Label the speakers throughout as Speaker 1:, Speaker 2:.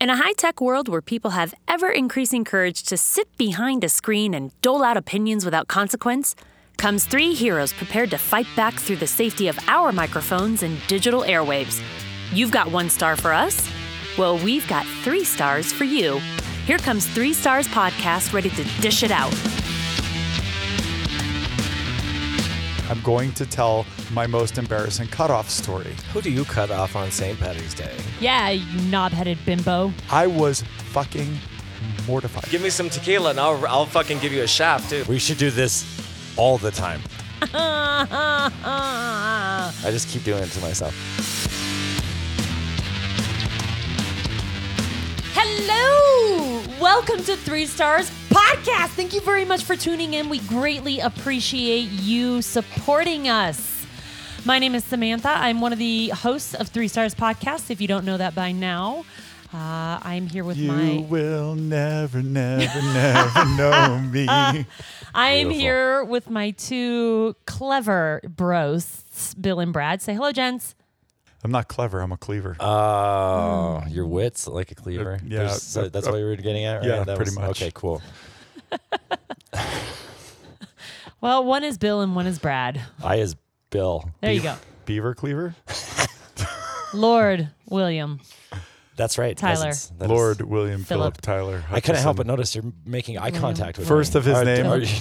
Speaker 1: In a high tech world where people have ever increasing courage to sit behind a screen and dole out opinions without consequence, comes three heroes prepared to fight back through the safety of our microphones and digital airwaves. You've got one star for us? Well, we've got three stars for you. Here comes Three Stars Podcast ready to dish it out.
Speaker 2: I'm going to tell my most embarrassing cutoff story.
Speaker 3: Who do you cut off on St. Patty's Day?
Speaker 4: Yeah, you knob-headed bimbo.
Speaker 2: I was fucking mortified.
Speaker 3: Give me some tequila and I'll, I'll fucking give you a shaft too.
Speaker 5: We should do this all the time. I just keep doing it to myself.
Speaker 4: Hello! Welcome to Three Stars Podcast. Thank you very much for tuning in. We greatly appreciate you supporting us. My name is Samantha. I'm one of the hosts of Three Stars Podcast. If you don't know that by now, uh, I'm here with
Speaker 2: You
Speaker 4: my.
Speaker 2: will never, never, never know me.
Speaker 4: I'm
Speaker 5: Beautiful.
Speaker 4: here with my two clever bros, Bill and Brad. Say hello, gents.
Speaker 2: I'm not clever. I'm a cleaver.
Speaker 5: Oh, your wits like a cleaver.
Speaker 2: yeah,
Speaker 5: There's- so
Speaker 2: uh,
Speaker 5: that's
Speaker 2: uh,
Speaker 5: what you were getting at, right?
Speaker 2: yeah,
Speaker 5: That
Speaker 2: pretty
Speaker 5: was-
Speaker 2: much.
Speaker 5: Okay, cool.
Speaker 4: Well, one is Bill and one is Brad.
Speaker 5: I is Bill.
Speaker 4: There you go.
Speaker 2: Beaver cleaver?
Speaker 4: Lord William.
Speaker 5: That's right.
Speaker 4: Tyler.
Speaker 5: cousins. That is-
Speaker 2: Lord William Philip,
Speaker 4: Philip.
Speaker 2: Tyler.
Speaker 5: I couldn't help
Speaker 2: Hutchison.
Speaker 5: but notice you're making eye contact with
Speaker 2: First
Speaker 5: me.
Speaker 2: of his
Speaker 5: Are-
Speaker 2: name.
Speaker 5: Are you?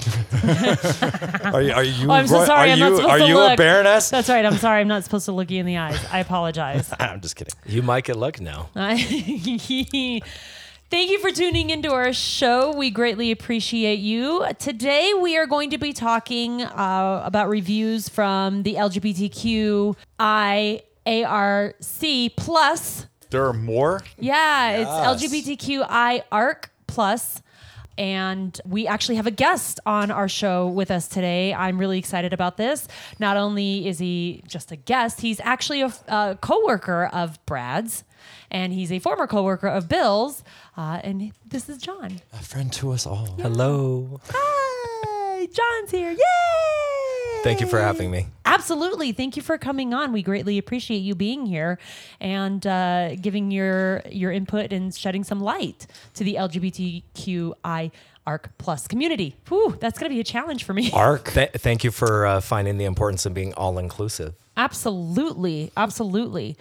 Speaker 5: Are you? Are you
Speaker 4: Oh, I'm so
Speaker 5: Roy-
Speaker 4: sorry,
Speaker 5: Are
Speaker 4: I'm
Speaker 5: you,
Speaker 4: not supposed
Speaker 5: are
Speaker 4: to
Speaker 5: you a
Speaker 4: look.
Speaker 5: baroness?
Speaker 4: That's right. I'm sorry. I'm not supposed to look you in the eyes. I apologize.
Speaker 5: I'm just kidding.
Speaker 3: You might get luck now.
Speaker 4: I- Thank you for tuning into our show. We greatly appreciate you. Today, we are going to be talking uh, about reviews from the LGBTQIARC plus.
Speaker 2: There are more?
Speaker 4: Yeah,
Speaker 5: Yes.
Speaker 4: it's LGBTQI ARC plus. And we actually have a guest on our show with us today. I'm really excited about this. Not only is he just a guest, he's actually a, a co-worker of Brad's. And he's a former coworker of Bill's, uh, and this is John.
Speaker 5: A friend to us all.
Speaker 3: Hello.
Speaker 4: Hi, John's here! Yay!
Speaker 3: Thank you for having me.
Speaker 4: Absolutely. Thank you for coming on. We greatly appreciate you being here and uh, giving your your input and shedding some light to the LGBTQI ARC plus community. Whew, that's going to be a challenge for me.
Speaker 3: Ark. Th- thank you for uh, finding the importance of being all inclusive.
Speaker 4: Absolutely. Absolutely.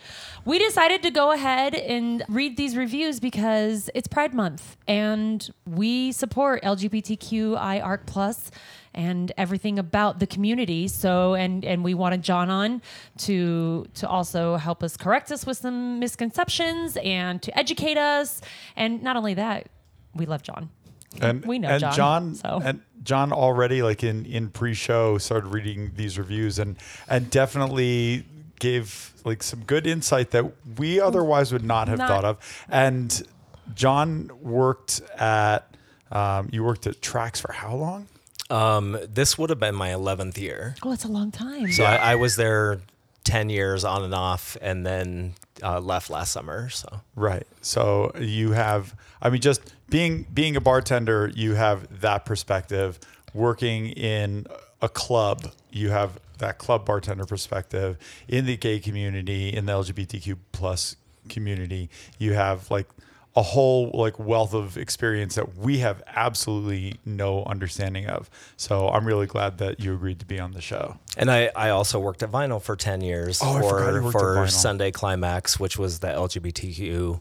Speaker 4: We decided to go ahead and read these reviews because it's Pride Month and we support LGBTQI ARC plus and everything about the community. So and and we wanted John on to to also help us correct us with some misconceptions and to educate us. And not only that, we love John.
Speaker 2: And,
Speaker 4: We know
Speaker 2: and
Speaker 4: John,
Speaker 2: John
Speaker 4: so.
Speaker 2: and John already like in in pre-show started reading these reviews and and definitely gave like some good insight that we otherwise would not have
Speaker 4: Not-
Speaker 2: thought of. And John worked at um, you worked at Tracks for how long?
Speaker 3: Um, this would have been my 11th year.
Speaker 4: Oh, it's a long time.
Speaker 3: So I, I was there 10 years on and off and then uh, left last summer. So
Speaker 2: Right. So you have I mean just being being a bartender, you have that perspective. Working in a club, you have that club bartender perspective. In the gay community, in the LGBTQ plus community, you have like a whole like wealth of experience that we have absolutely no understanding of. So I'm really glad that you agreed to be on the show.
Speaker 3: And I, I also worked at Vinyl for 10 years
Speaker 2: Oh, I forgot you
Speaker 3: for,
Speaker 2: worked at
Speaker 3: for
Speaker 2: Vinyl.
Speaker 3: Sunday Climax, which was the LGBTQ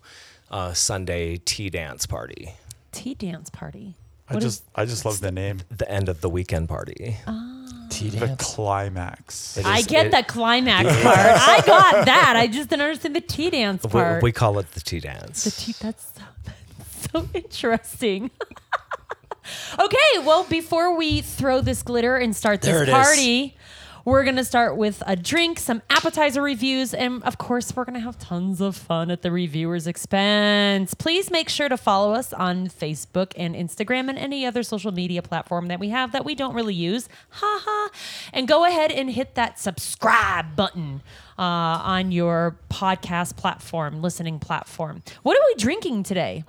Speaker 3: uh, Sunday tea dance party,
Speaker 4: Tea dance party.
Speaker 2: I
Speaker 4: What is-
Speaker 2: just I just love the name.
Speaker 3: the end of the weekend party.
Speaker 2: The climax.
Speaker 3: It
Speaker 4: I
Speaker 3: is-
Speaker 4: get
Speaker 3: it-
Speaker 4: the climax part. I got that. I just didn't understand the tea dance
Speaker 3: We,
Speaker 4: part.
Speaker 3: we call it the tea dance.
Speaker 4: the tea, that's so, so interesting. okay, well, before we throw this glitter and start
Speaker 3: There it
Speaker 4: this
Speaker 3: is.
Speaker 4: party, we're going to start with a drink, some appetizer reviews, and of course, we're going to have tons of fun at the reviewer's expense. Please make sure to follow us on Facebook and Instagram and any other social media platform that we have that we don't really use. Ha ha. And go ahead and hit that subscribe button uh, on your podcast platform, listening platform. What are we drinking today?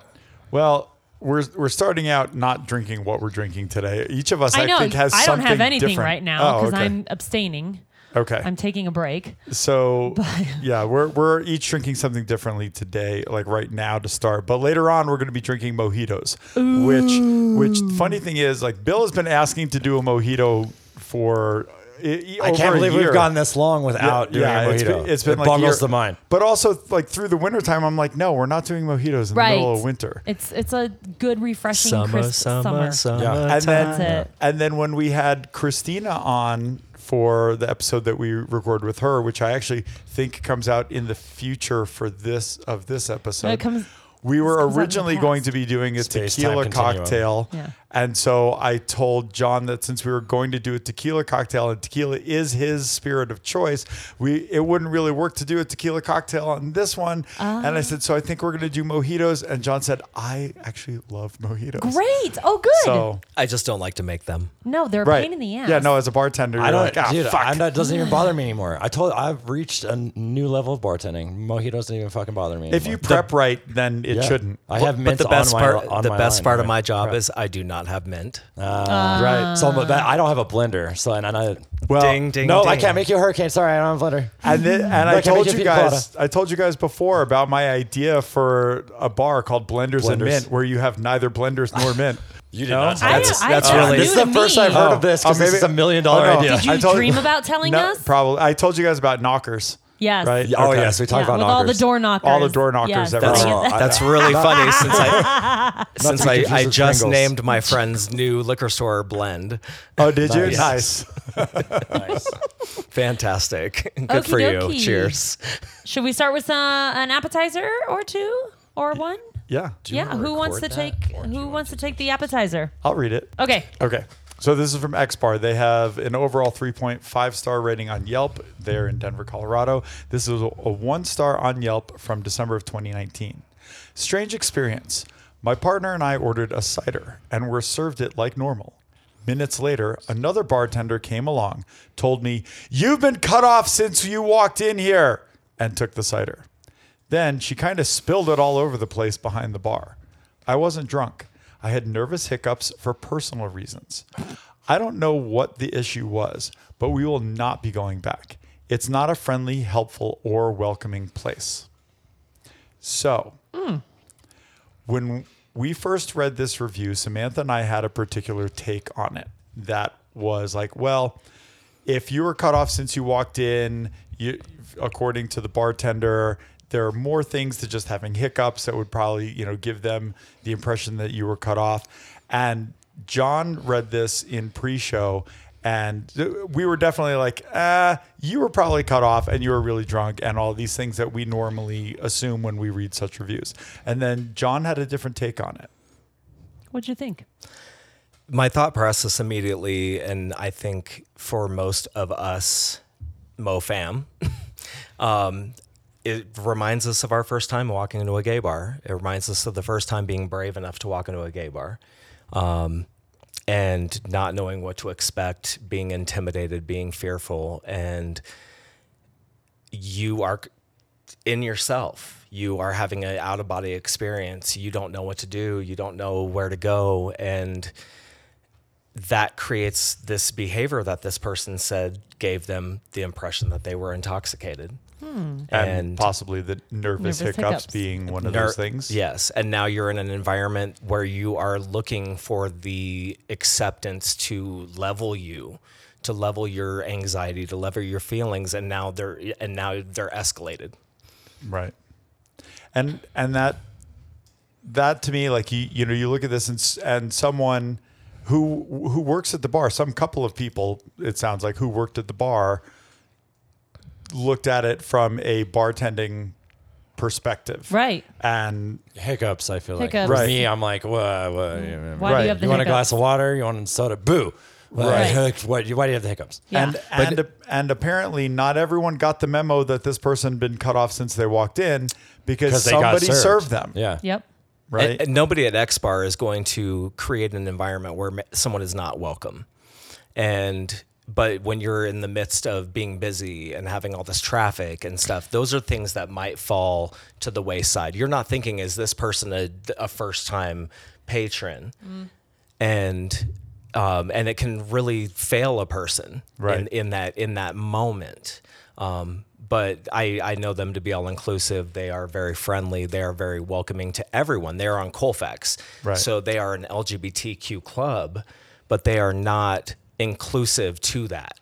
Speaker 2: Well, we're we're starting out not drinking what we're drinking today. Each of us, I,
Speaker 4: I know.
Speaker 2: think, has
Speaker 4: I don't
Speaker 2: something
Speaker 4: have anything
Speaker 2: different.
Speaker 4: right now
Speaker 2: Oh,
Speaker 4: because
Speaker 2: okay.
Speaker 4: I'm abstaining.
Speaker 2: Okay.
Speaker 4: I'm taking a break.
Speaker 2: So yeah, we're we're each drinking something differently today, like right now to start. But later on, we're going to be drinking mojitos. Which which funny thing is, like Bill has been asking to do a mojito for. I,
Speaker 5: I can't believe we've gone this long
Speaker 2: out.
Speaker 5: without doing
Speaker 2: yeah,
Speaker 5: a mojito.
Speaker 2: it's been, it's been
Speaker 5: it
Speaker 2: like
Speaker 5: boggles
Speaker 2: year-
Speaker 5: the mind.
Speaker 2: But also, like through the wintertime, I'm like, no, we're not doing mojitos in the
Speaker 4: Right.
Speaker 2: middle of winter.
Speaker 4: It's it's a good refreshing crisp summer.
Speaker 5: Yeah.
Speaker 2: and then
Speaker 4: That's it.
Speaker 2: and then when we had Christina on for the episode that we recorded with her, which I actually think comes out in the future for this of this episode.
Speaker 4: it comes-
Speaker 2: we were
Speaker 4: comes out in the
Speaker 2: originally going to be doing a
Speaker 5: Space-time
Speaker 2: tequila
Speaker 5: continuum.
Speaker 2: cocktail.
Speaker 4: Yeah.
Speaker 2: And so I told John that since we were going to do a tequila cocktail and tequila is his spirit of choice, we it wouldn't really work to do a tequila cocktail on this one. And I
Speaker 4: Ah.
Speaker 2: said, so I think we're going to do mojitos. And John said, I actually love mojitos.
Speaker 4: Great. Oh, good.
Speaker 2: So
Speaker 3: I just don't like to make them.
Speaker 4: no, they're a
Speaker 2: right.
Speaker 4: pain in the ass.
Speaker 2: Yeah, no, as a bartender, you're
Speaker 5: I don't,
Speaker 2: like, ah,
Speaker 5: dude.
Speaker 2: fuck.
Speaker 5: I'm not, it doesn't even bother me anymore. I told, I've reached a new level of bartending. Mojito doesn't even fucking bother me.
Speaker 2: if
Speaker 5: anymore.
Speaker 2: you prep right, then it
Speaker 5: Yeah.
Speaker 2: shouldn't.
Speaker 5: I have
Speaker 3: But
Speaker 5: mint
Speaker 3: the best
Speaker 5: on my,
Speaker 3: part,
Speaker 5: on
Speaker 3: the
Speaker 5: my
Speaker 3: best
Speaker 5: line, Oh.
Speaker 3: part of
Speaker 5: right?
Speaker 3: my job is I do not have mint.
Speaker 5: right. So but that, I don't have a blender. So and, and I
Speaker 2: Well,
Speaker 3: ding, ding,
Speaker 5: no,
Speaker 3: ding.
Speaker 5: I can't make you a hurricane. Sorry, I don't have a blender.
Speaker 2: And, then, and I
Speaker 5: Look, I
Speaker 2: told
Speaker 5: make
Speaker 2: you
Speaker 5: you
Speaker 2: guys, I told you guys before about my idea for a bar called Blenders, and
Speaker 5: Blenders.
Speaker 2: Mint, where you have neither blenders nor mint.
Speaker 5: You did
Speaker 2: No? not
Speaker 5: not. Tell
Speaker 2: tell
Speaker 4: I,
Speaker 3: That's-
Speaker 4: I,
Speaker 3: that's
Speaker 4: that's
Speaker 3: really-
Speaker 5: this is
Speaker 3: you
Speaker 5: the first I've heard of this because
Speaker 2: oh,
Speaker 5: this is a
Speaker 2: maybe-
Speaker 5: million dollar
Speaker 2: oh, no.
Speaker 5: idea.
Speaker 4: Did you
Speaker 2: I told-
Speaker 4: dream about telling us?
Speaker 2: Probably. I told you guys about knockers.
Speaker 4: Yes.
Speaker 2: Right.
Speaker 5: Yeah, oh
Speaker 2: Okay.
Speaker 5: yes, we
Speaker 4: Yeah,
Speaker 5: talked about
Speaker 4: with all the
Speaker 5: knockers.
Speaker 4: door knockers.
Speaker 2: All the door knockers
Speaker 4: Yes.
Speaker 2: that
Speaker 3: That's,
Speaker 2: were
Speaker 5: Oh, I-
Speaker 3: that's really funny since I since
Speaker 5: to be
Speaker 3: I,
Speaker 5: confused
Speaker 3: I
Speaker 5: with
Speaker 3: just
Speaker 5: Pringles.
Speaker 3: named my friend's new liquor store blend.
Speaker 2: Oh, did you?
Speaker 5: Nice.
Speaker 2: Nice.
Speaker 3: Fantastic. Good for you.
Speaker 4: Okey-dokey.
Speaker 3: Cheers.
Speaker 4: Should we start with uh, an appetizer or two or one?
Speaker 2: Yeah.
Speaker 4: yeah. Who wants to
Speaker 5: record
Speaker 4: take?
Speaker 5: that, or do
Speaker 4: Who
Speaker 5: you
Speaker 4: wants to take the appetizer?
Speaker 2: I'll read it.
Speaker 4: Okay.
Speaker 2: Okay. So this is from XBAR. They have an overall 3.5 star rating on Yelp. They're in Denver, Colorado. This is a one star on Yelp from December of 2019. Strange experience. My partner and I ordered a cider and were served it like normal. Minutes later, another bartender came along, told me, You've been cut off since you walked in here, and took the cider. Then she kind of spilled it all over the place behind the bar. I wasn't drunk. I had nervous hiccups for personal reasons. I don't know what the issue was, but we will not be going back. It's not a friendly, helpful, or welcoming place. So, when we first read this review, Samantha and I had a particular take on it that was like, well, if you were cut off since you walked in, you, according to the bartender, there are more things to just having hiccups that would probably, you know, give them the impression that you were cut off. And John read this in pre-show, and th- we were definitely like, uh, you were probably cut off, and you were really drunk, and all these things that we normally assume when we read such reviews. And then John had a different take on it.
Speaker 4: What'd you think?
Speaker 3: my thought process immediately, and I think for most of us, Mo fam, um, it reminds us of our first time walking into a gay bar. It reminds us of the first time being brave enough to walk into a gay bar um, and not knowing what to expect, being intimidated, being fearful. And you are in yourself. You are having an out of body experience. You don't know what to do. You don't know where to go. And that creates this behavior that this person said gave them the impression that they were intoxicated.
Speaker 2: And,
Speaker 3: And-
Speaker 2: possibly the
Speaker 4: Nervous
Speaker 2: nervous, hiccups,
Speaker 4: hiccups.
Speaker 2: being one of
Speaker 3: Ner-
Speaker 2: those things.
Speaker 3: Yes. And now you're in an environment where you are looking for the acceptance to level you, to level your anxiety, to level your feelings. And now they're, and now they're escalated.
Speaker 2: right and and that that to me like you you know you look at this and s- and someone who who works at the bar some couple of people it sounds like who worked at the bar looked at it from a bartending perspective
Speaker 4: Right.
Speaker 2: and
Speaker 5: Hiccups. I feel like
Speaker 4: Hiccups.
Speaker 5: For
Speaker 2: Right.
Speaker 5: me, I'm like, whoa, whoa. yeah, yeah,
Speaker 4: Why
Speaker 5: yeah.
Speaker 2: Right.
Speaker 4: do you have the
Speaker 5: You want a
Speaker 4: hiccups?
Speaker 5: glass of water? You want a soda? Boo. Well,
Speaker 4: Right.
Speaker 5: hic- What, why do you have the hiccups?
Speaker 4: Yeah.
Speaker 2: And and and apparently not everyone got the memo that this person been cut off since they walked in because
Speaker 5: Because they got
Speaker 2: somebody
Speaker 5: served.
Speaker 2: served them
Speaker 5: Yeah.
Speaker 4: Yep.
Speaker 2: right
Speaker 3: And, and nobody at X Bar is going to create an environment where ma- someone is not welcome. And but when you're in the midst of being busy and having all this traffic and stuff, those are things that might fall to the wayside. You're not thinking, is this person a, a first time patron? And um, and it can really fail a person in,
Speaker 2: Right.
Speaker 3: in that in that moment. Um, but I, I know them to be all inclusive. They are very friendly. They are very welcoming to everyone. They are on Colfax,
Speaker 2: Right.
Speaker 3: so they are an LGBTQ club, but they are not inclusive to that.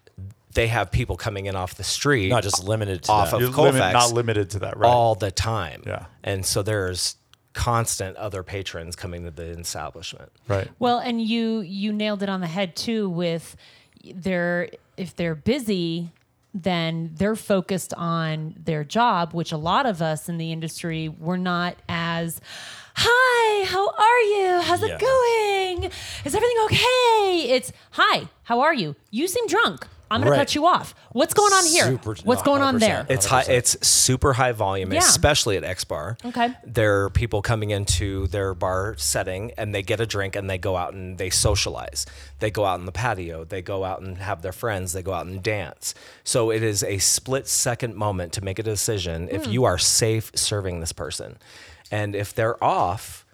Speaker 3: They have people coming in off the street,
Speaker 5: Not just limited to
Speaker 3: off
Speaker 5: that.
Speaker 3: of
Speaker 2: You're
Speaker 3: Colfax,
Speaker 2: limit, not limited to that, right?
Speaker 3: all the time.
Speaker 2: Yeah.
Speaker 3: And so there's constant other patrons coming to the establishment.
Speaker 2: right.
Speaker 4: Well, and you you nailed it on the head too with their if they're busy, then they're focused on their job, which a lot of us in the industry we're not as Hi, how are you? How's
Speaker 5: Yeah.
Speaker 4: it going? Is everything okay? It's hi, how are you? You seem drunk. I'm gonna
Speaker 5: Right.
Speaker 4: cut you off. What's going on here?
Speaker 5: Super-
Speaker 4: What's going on there?
Speaker 5: 100%.
Speaker 3: It's high. It's super high volume,
Speaker 4: Yeah.
Speaker 3: especially at X Bar.
Speaker 4: Okay.
Speaker 3: there are people coming into their bar setting, and they get a drink, and they go out and they socialize. They go out in the patio. They go out and have their friends. They go out and dance. So it is a split second moment to make a decision if
Speaker 4: Hmm.
Speaker 3: you are safe serving this person, and if they're off,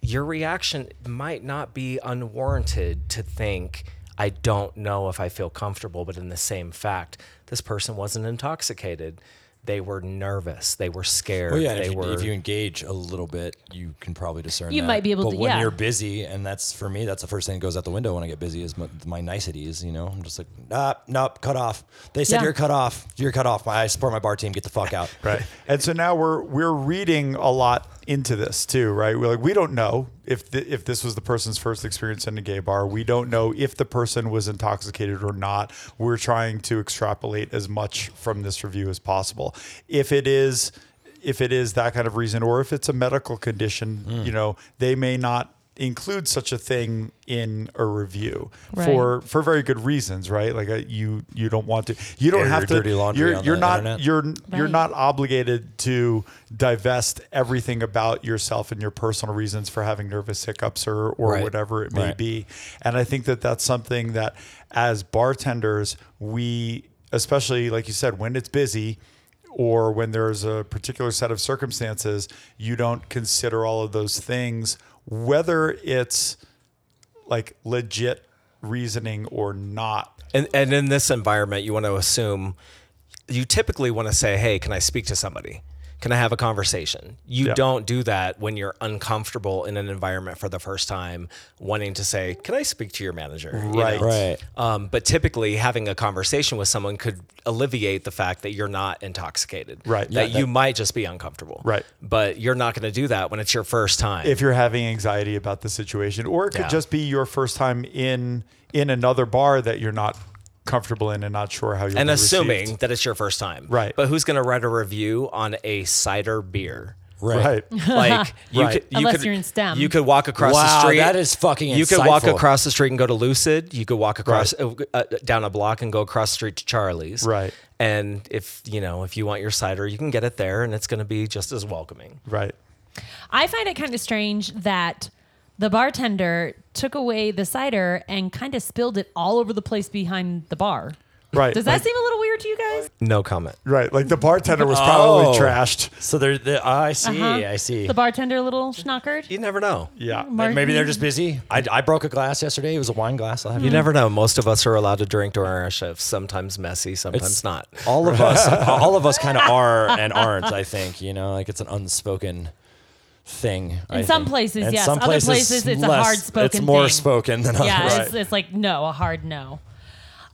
Speaker 3: your reaction might not be unwarranted to think, I don't know if I feel comfortable, but in the same fact, this person wasn't intoxicated. They were nervous. They were scared.
Speaker 5: Well, yeah, and
Speaker 3: they
Speaker 5: if you,
Speaker 3: were.
Speaker 5: if you engage a little bit, you can probably discern.
Speaker 4: You
Speaker 5: that.
Speaker 4: might be able
Speaker 5: but
Speaker 4: to-
Speaker 5: When
Speaker 4: yeah.
Speaker 5: you're busy, and that's for me, that's the first thing that goes out the window when I get busy is my, my niceties. You know, I'm just like, nah, nope, cut off. They said
Speaker 4: Yeah.
Speaker 5: you're cut off. You're cut off. I support my bar team. Get the fuck out.
Speaker 2: Right. And so now we're we're reading a lot into this too, right? We're like we don't know if the, if this was the person's first experience in a gay bar. We don't know if the person was intoxicated or not. We're trying to extrapolate as much from this review as possible. If it is if it is that kind of reason or if it's a medical condition,
Speaker 5: Hmm.
Speaker 2: you know, they may not include such a thing in a review
Speaker 4: Right.
Speaker 2: for for very good reasons right like uh, you you don't want to you don't
Speaker 5: Air
Speaker 2: have
Speaker 5: your
Speaker 2: to
Speaker 5: dirty laundry
Speaker 2: you're,
Speaker 5: on
Speaker 2: you're
Speaker 5: the
Speaker 2: not
Speaker 5: internet.
Speaker 2: you're you're
Speaker 4: Right.
Speaker 2: not obligated to divest everything about yourself and your personal reasons for having nervous hiccups or, or
Speaker 5: Right.
Speaker 2: whatever it may
Speaker 5: Right.
Speaker 2: be. And I think that that's something that as bartenders, we, especially like you said, when it's busy or when there's a particular set of circumstances, you don't consider all of those things, whether it's like legit reasoning or not.
Speaker 3: and, and in this environment, you want to assume, you typically want to say, hey, can I speak to somebody? Can I have a conversation? You
Speaker 2: Yeah.
Speaker 3: don't do that when you're uncomfortable in an environment for the first time, wanting to say, can I speak to your manager? You know?
Speaker 2: Right.
Speaker 5: Right.
Speaker 3: Um, but typically, having a conversation with someone could alleviate the fact that you're not intoxicated.
Speaker 2: Right.
Speaker 3: That
Speaker 2: Yeah,
Speaker 3: you might just be uncomfortable.
Speaker 2: Right.
Speaker 3: But you're not going to do that when it's your first time.
Speaker 2: if you're having anxiety about the situation or it could
Speaker 3: Yeah.
Speaker 2: just be your first time in in another bar that you're not comfortable in and not sure how you're
Speaker 3: and
Speaker 2: be
Speaker 3: assuming
Speaker 2: received.
Speaker 3: that it's your first time.
Speaker 2: Right.
Speaker 3: But who's going to write a review on a cider beer?
Speaker 2: right
Speaker 3: Like you
Speaker 2: Right.
Speaker 3: could, you
Speaker 4: Unless
Speaker 3: could,
Speaker 4: you're in STEM.
Speaker 3: you could walk across the
Speaker 5: Wow,
Speaker 3: street.
Speaker 5: that is fucking
Speaker 3: You could walk
Speaker 5: insightful.
Speaker 3: across the street and go to Lucid. You could walk across uh, uh, down a block and go across the street to Charlie's.
Speaker 2: Right.
Speaker 3: And if you know if you want your cider, you can get it there, and it's going to be just as welcoming.
Speaker 2: right
Speaker 4: I find it kind of strange that the bartender took away the cider and kind of spilled it all over the place behind the bar.
Speaker 2: right
Speaker 4: Does that
Speaker 2: like,
Speaker 4: seem a little weird to you guys?
Speaker 3: No comment.
Speaker 2: right like the bartender was probably
Speaker 5: Oh.
Speaker 2: trashed
Speaker 5: So they're, they I see.
Speaker 4: Uh-huh.
Speaker 5: I see.
Speaker 4: The bartender a little schnockered?
Speaker 3: You never know.
Speaker 2: yeah
Speaker 4: Martin?
Speaker 5: Maybe they're just busy. I, I broke a glass yesterday. It was a wine glass. I have
Speaker 3: You never know. Most of us are allowed to drink during our shifts. Sometimes messy, sometimes
Speaker 5: It's-
Speaker 3: not.
Speaker 5: all of us all of us kind of are and aren't i think you know like it's an unspoken thing in
Speaker 4: some places, yes. Other places, it's a hard-spoken
Speaker 5: it's more
Speaker 4: thing.
Speaker 5: spoken than others
Speaker 4: Yeah, it's, it's like no, a hard no.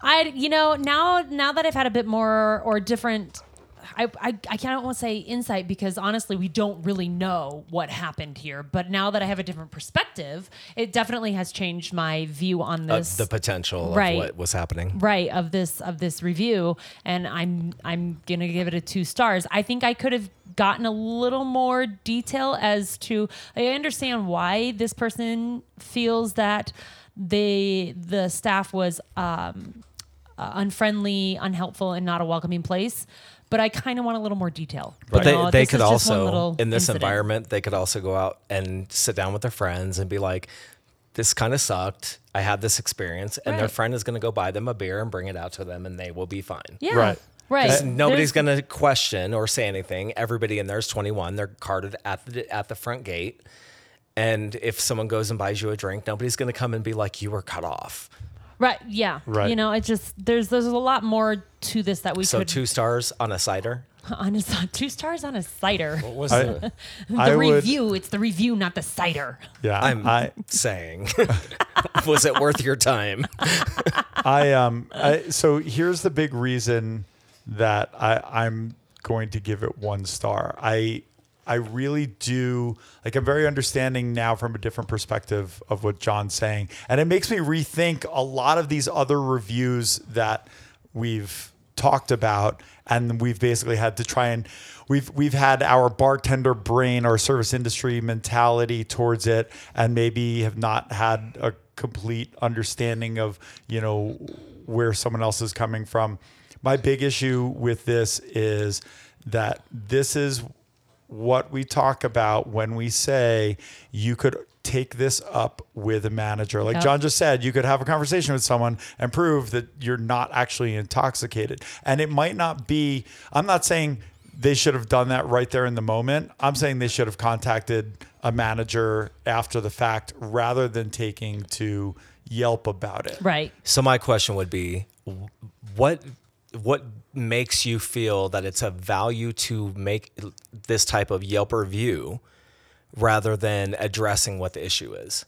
Speaker 4: I you know now now that I've had a bit more or different. I, I, I can't want to say insight because honestly we don't really know what happened here but now that i have a different perspective it definitely has changed my view on
Speaker 3: Uh,
Speaker 4: this
Speaker 3: the potential
Speaker 4: Right.
Speaker 3: of what was happening.
Speaker 4: right of this of this review and i'm i'm gonna give it a two stars i think i could have gotten a little more detail as to i understand why this person feels that they the staff was um uh, unfriendly unhelpful and not a welcoming place but i kind of want a little more detail
Speaker 3: But
Speaker 4: You know,
Speaker 3: they, they
Speaker 4: this
Speaker 3: could
Speaker 4: is just one
Speaker 3: also,
Speaker 4: little
Speaker 3: in this
Speaker 4: incident.
Speaker 3: environment, they could also go out and sit down with their friends and be like, this kind of sucked. I had this experience. And their
Speaker 4: Right.
Speaker 3: friend is going to go buy them a beer and bring it out to them, and they will be fine.
Speaker 4: yeah
Speaker 2: Right.
Speaker 4: right
Speaker 3: 'Cause
Speaker 4: right
Speaker 3: Nobody's
Speaker 4: There's-
Speaker 3: going to question or say anything. Everybody in there is 21. They're carded at the, at the front gate. And if someone goes and buys you a drink, nobody's going to come and be like, you were cut off.
Speaker 4: Right. Yeah.
Speaker 2: Right.
Speaker 4: You know, it just there's there's a lot more to this that we
Speaker 3: So
Speaker 4: could
Speaker 3: two stars on a cider.
Speaker 4: on a c- two stars on a cider.
Speaker 5: What was
Speaker 2: I-
Speaker 5: the,
Speaker 4: The
Speaker 2: I would,
Speaker 4: review. It's the review, not the cider.
Speaker 2: yeah,
Speaker 3: I'm
Speaker 2: I,
Speaker 3: saying, was it worth your time?
Speaker 2: I um I, so here's the big reason that I I'm going to give it one star. I I really do like I'm very understanding now from a different perspective of what John's saying, and it makes me rethink a lot of these other reviews that we've talked about and we've basically had to try and we've we've had our bartender brain our service industry mentality towards it and maybe have not had a complete understanding of you know where someone else is coming from my big issue with this is that this is what we talk about when we say you could take this up with a manager. Like
Speaker 4: Yeah.
Speaker 2: John just said, you could have a conversation with someone and prove that you're not actually intoxicated. And it might not be, I'm not saying they should have done that right there in the moment. I'm saying they should have contacted a manager after the fact rather than taking to Yelp about it.
Speaker 4: Right.
Speaker 3: So my question would be, wh- what what makes you feel that it's of value to make this type of Yelp review rather than addressing what the issue is?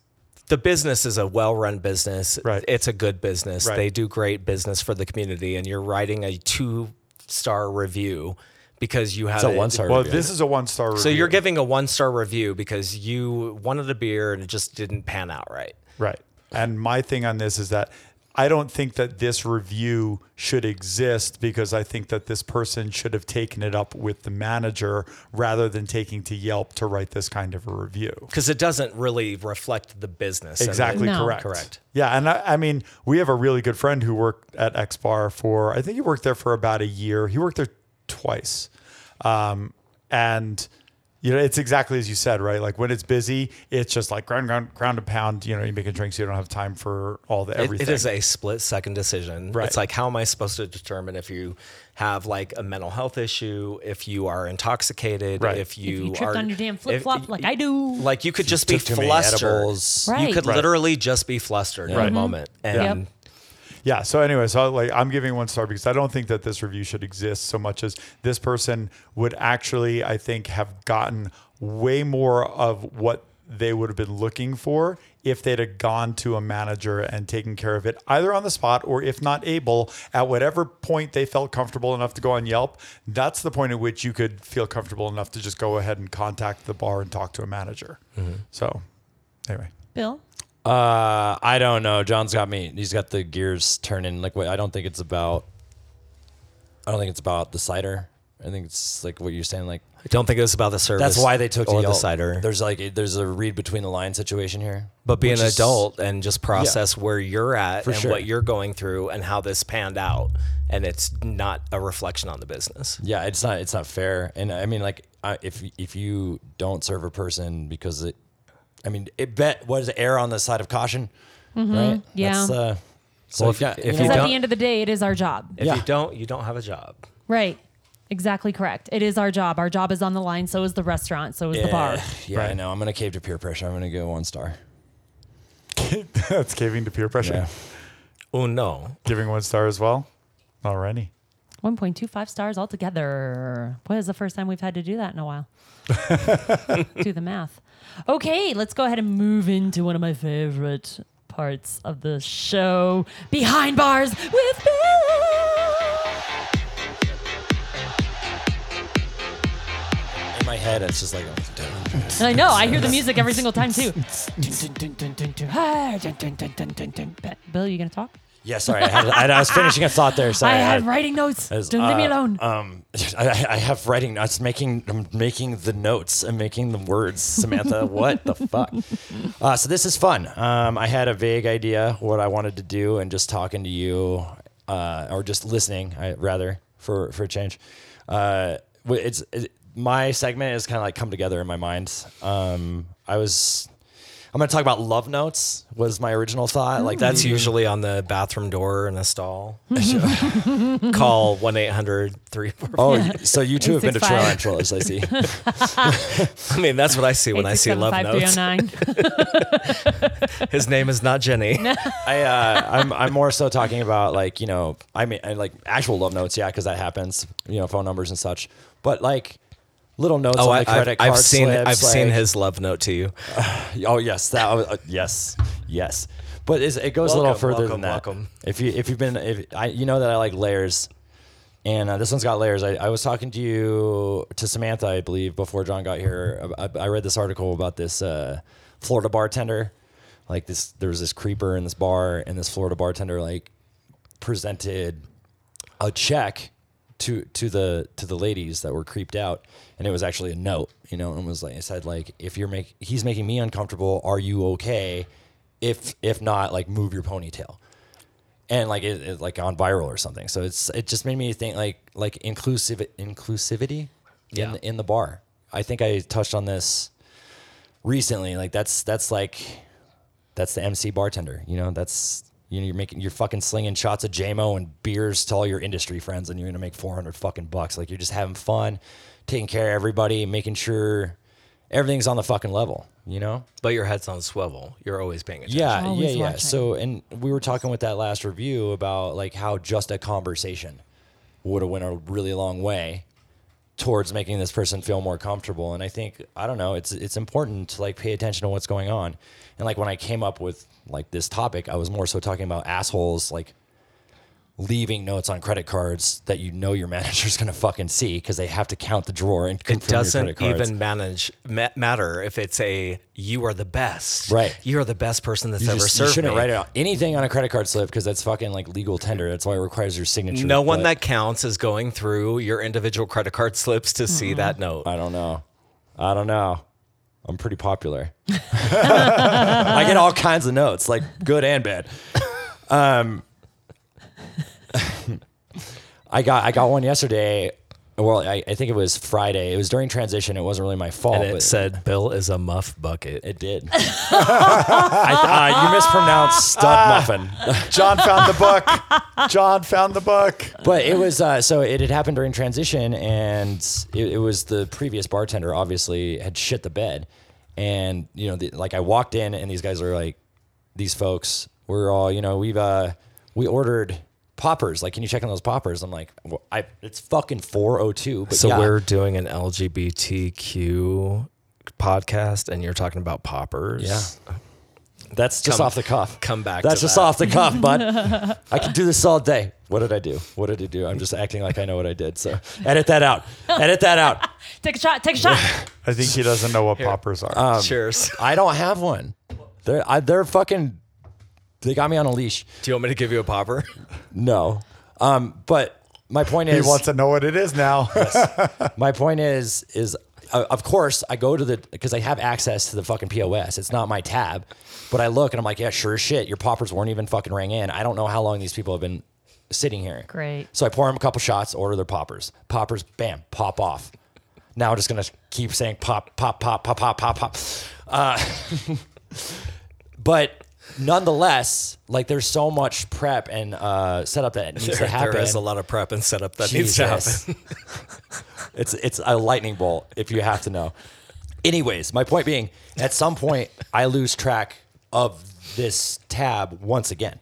Speaker 3: The business is a well-run business.
Speaker 2: Right.
Speaker 3: It's a good business.
Speaker 2: Right.
Speaker 3: They do great business for the community, and you're writing a two-star review because you had
Speaker 5: it's a
Speaker 3: a-
Speaker 5: one star
Speaker 2: Well,
Speaker 5: review.
Speaker 2: this is a one star review.
Speaker 3: So you're giving a one-star review because you wanted a beer and it just didn't pan out right.
Speaker 2: Right. And my thing on this is that I don't think that this review should exist because I think that this person should have taken it up with the manager rather than taking to Yelp to write this kind of a review.
Speaker 3: because it doesn't really reflect the business. and the-
Speaker 2: Exactly
Speaker 4: No.
Speaker 2: correct.
Speaker 3: Correct.
Speaker 2: Yeah, and I, I mean, we have a really good friend who worked at X Bar for I think he worked there for about a year. He worked there twice, um, and you know it's exactly as you said, right? Like when it's busy, it's just like ground, ground, ground and pound. You know, you're making drinks, you don't have time for all the
Speaker 3: It-
Speaker 2: everything.
Speaker 3: it is a split second decision.
Speaker 2: Right.
Speaker 3: It's like, how am I supposed to determine if you have like a mental health issue, if you are intoxicated,
Speaker 2: Right.
Speaker 4: If
Speaker 3: if you,
Speaker 4: you tripped
Speaker 3: are,
Speaker 4: on your damn
Speaker 3: if-
Speaker 4: flip flop like I do.
Speaker 3: Like you could just be
Speaker 5: took too many
Speaker 3: flustered.
Speaker 5: edibles.
Speaker 4: Right. Mm-hmm.
Speaker 3: You could
Speaker 2: Right.
Speaker 3: literally just be flustered in
Speaker 2: Right.
Speaker 3: a moment. And
Speaker 4: Yep.
Speaker 2: Yeah. So anyway, so like I'm giving one star because I don't think that this review should exist so much as this person would actually, I think, have gotten way more of what they would have been looking for if they'd have gone to a manager and taken care of it either on the spot or if not able at whatever point they felt comfortable enough to go on Yelp that's the point at which you could feel comfortable enough to just go ahead and contact the bar and talk to a manager so anyway
Speaker 4: Bill.
Speaker 5: Uh, I don't know. John's got me. He's got the gears turning. Like, what I don't think it's about. I don't think it's about the cider. I think it's like what you're saying. Like,
Speaker 3: I don't think it was about the service.
Speaker 5: that's why they took to
Speaker 3: or the
Speaker 5: Yelp.
Speaker 3: cider.
Speaker 5: There's like a, there's a read between the line situation here.
Speaker 3: but be an
Speaker 5: which is-
Speaker 3: adult and just process where you're at and
Speaker 5: sure.
Speaker 3: what you're going through and how this panned out. And it's not a reflection on the business.
Speaker 5: Yeah, it's not it's not fair. And I mean, like, I, if if you don't serve a person because it, I mean, it bet was err on the side of caution, right?
Speaker 4: Mm-hmm. yeah.
Speaker 5: That's, uh, so
Speaker 3: Well, if-
Speaker 5: yeah,
Speaker 3: if
Speaker 5: you know
Speaker 3: you
Speaker 4: Because
Speaker 5: what?
Speaker 4: at
Speaker 3: don't-
Speaker 4: the end of the day, it is our job.
Speaker 3: If
Speaker 5: Yeah.
Speaker 3: you don't, you don't have a job.
Speaker 4: Right. Exactly correct. It is our job. Our job is on the line. So is the restaurant. So is the bar.
Speaker 5: Eh, yeah, I know. I'm gonna cave to peer pressure. I'm gonna go one star.
Speaker 2: that's caving to peer pressure
Speaker 5: Yeah.
Speaker 3: Oh no.
Speaker 2: giving one star as well alrighty
Speaker 4: 1.25 stars altogether. What is the first time we've had to do that in a while? do the math. Okay, let's go ahead and move into one of my favorite parts of the show Behind Bars with Bill.
Speaker 5: In my head, it's just like oh,
Speaker 4: And I know, I hear the music every single time too. Bill, you going to talk?
Speaker 5: yeah. Sorry, I, had, I, I was finishing a thought there. Sorry,
Speaker 4: I had
Speaker 5: I-
Speaker 4: writing notes.
Speaker 5: I was,
Speaker 4: Don't leave me
Speaker 5: uh,
Speaker 4: alone.
Speaker 5: Um, I, I have writing. I was making. I'm making the notes. I'm making the words. Samantha, what the fuck? Uh, so this is fun. Um, I had a vague idea what I wanted to do, and just talking to you, uh, or just listening, I, rather for for a change. Uh, w- it's it, my segment is kind of like come together in my mind. Um, I was I'm going to talk about love notes. Was my original thought
Speaker 4: Mm.
Speaker 5: like
Speaker 3: That's usually on the bathroom door in a stall. Call 1 800
Speaker 5: Oh, you- so you two have been to
Speaker 4: 865.
Speaker 5: tarantulas, I see. Oh.
Speaker 3: I mean, that's what I see when I see love notes.
Speaker 4: 867-5309.
Speaker 3: His name is not Jenny.
Speaker 5: I, uh, I'm, I'm more so talking about like, you know, I mean, I like actual love notes, yeah, because that happens, you know, phone numbers and such. But like little notes
Speaker 3: Oh,
Speaker 5: on
Speaker 3: I,
Speaker 5: the credit
Speaker 3: I've,
Speaker 5: card
Speaker 3: I've seen
Speaker 5: slips,
Speaker 3: I've seen
Speaker 5: like-
Speaker 3: his love note to you.
Speaker 5: Oh yes, that was, uh, yes, yes. But it's, it goes a little
Speaker 3: Welcome,
Speaker 5: further
Speaker 3: welcome,
Speaker 5: than that.
Speaker 3: welcome.
Speaker 5: If you if you've been if I you know that I like layers, and uh, this one's got layers. I, I was talking to you to Samantha, I believe, before John got here. I, I- I read this article about this uh, Florida bartender. Like this, there was this creeper in this bar, and this Florida bartender like presented a check to to the to the ladies that were creeped out and it was actually a note you know and it was like it said like if you're make he's making me uncomfortable are you okay if if not like move your ponytail and like it, it like on viral or something so it's it just made me think like like inclusive inclusivity in
Speaker 3: Yeah.
Speaker 5: in the bar i think i touched on this recently like that's that's like that's the MC bartender. You know, that's you know, you're making you're fucking slinging shots of JMO and beers to all your industry friends, and you're gonna make four hundred fucking bucks. Like you're just having fun, taking care of everybody, making sure everything's on the fucking level. You know?
Speaker 3: But your head's on swivel. You're always paying attention.
Speaker 5: Yeah, yeah,
Speaker 4: Always
Speaker 5: yeah.
Speaker 4: watching.
Speaker 5: So, and we were talking with that last review about like how just a conversation would have went a really long way towards making this person feel more comfortable. And I think I don't know. It's it's important to like pay attention to what's going on. And like when I came up with like this topic, I was more so talking about assholes like leaving notes on credit cards that you know your manager's gonna fucking see because they have to count the drawer and
Speaker 3: It
Speaker 5: confirm your credit
Speaker 3: doesn't
Speaker 5: cards.
Speaker 3: even manage ma- matter if it's a you are the best.
Speaker 5: Right.
Speaker 3: You are the best person that's
Speaker 5: You
Speaker 3: ever
Speaker 5: just- you
Speaker 3: served
Speaker 5: shouldn't
Speaker 3: me.
Speaker 5: write it on- anything on a credit card slip because that's fucking like legal tender. That's why it requires your signature.
Speaker 3: No one
Speaker 5: but
Speaker 3: that counts is going through your individual credit card slips to
Speaker 5: Mm-hmm.
Speaker 3: see that note.
Speaker 5: I don't know. I don't know. I'm pretty popular. I get all kinds of notes, like good and bad. Um, I got I got one yesterday. Well, I, I think it was Friday. It was during transition. It wasn't really my fault.
Speaker 3: and it
Speaker 5: but-
Speaker 3: said, "Bill is a muff bucket."
Speaker 5: it did. I, uh, you mispronounced stud muffin.
Speaker 2: John found the book. John found the book.
Speaker 5: but it was uh, so it had happened during transition, and it, it was the previous bartender obviously had shit the bed, and you know, the, like I walked in, and these guys are like, these folks, we're all you know, we've uh, we ordered poppers. Like, can you check on those poppers? I'm like, well, I it's fucking four oh two. But
Speaker 3: so
Speaker 5: yeah.
Speaker 3: we're doing an LGBTQ podcast, and you're talking about poppers.
Speaker 5: Yeah. That's just
Speaker 3: Come-
Speaker 5: off the cuff.
Speaker 3: come back
Speaker 5: That's
Speaker 3: to
Speaker 5: just
Speaker 3: that.
Speaker 5: off the cuff, bud. I can do this all day. What did I do? What did I do? I'm just acting like I know what I did. So edit that out. Edit that out.
Speaker 4: Take a shot. Take a shot.
Speaker 2: I think he doesn't know what poppers are.
Speaker 3: Cheers.
Speaker 5: I don't have one. They're I, they're fucking. They got me on a leash.
Speaker 3: Do you want me to give you a popper?
Speaker 5: No, um, but my point
Speaker 2: he
Speaker 5: is,
Speaker 2: wants to know what it is now.
Speaker 5: my point is, is uh, of course I go to the because I have access to the fucking POS. It's not my tab, but I look and I'm like, yeah, sure as shit. Your poppers weren't even fucking rang in. I don't know how long these people have been sitting here.
Speaker 4: Great.
Speaker 5: So I pour them a couple shots, order their poppers. Poppers, bam, pop off. Now I'm just gonna keep saying pop, pop, pop, pop, pop, pop, pop. Uh, but nonetheless, like there's so much prep and uh, setup that needs to happen.
Speaker 3: there is a lot of prep and setup that needs to happen.
Speaker 5: Jesus. it's it's a lightning bolt if you have to know. Anyways, my point being, at some point I lose track of this tab once again.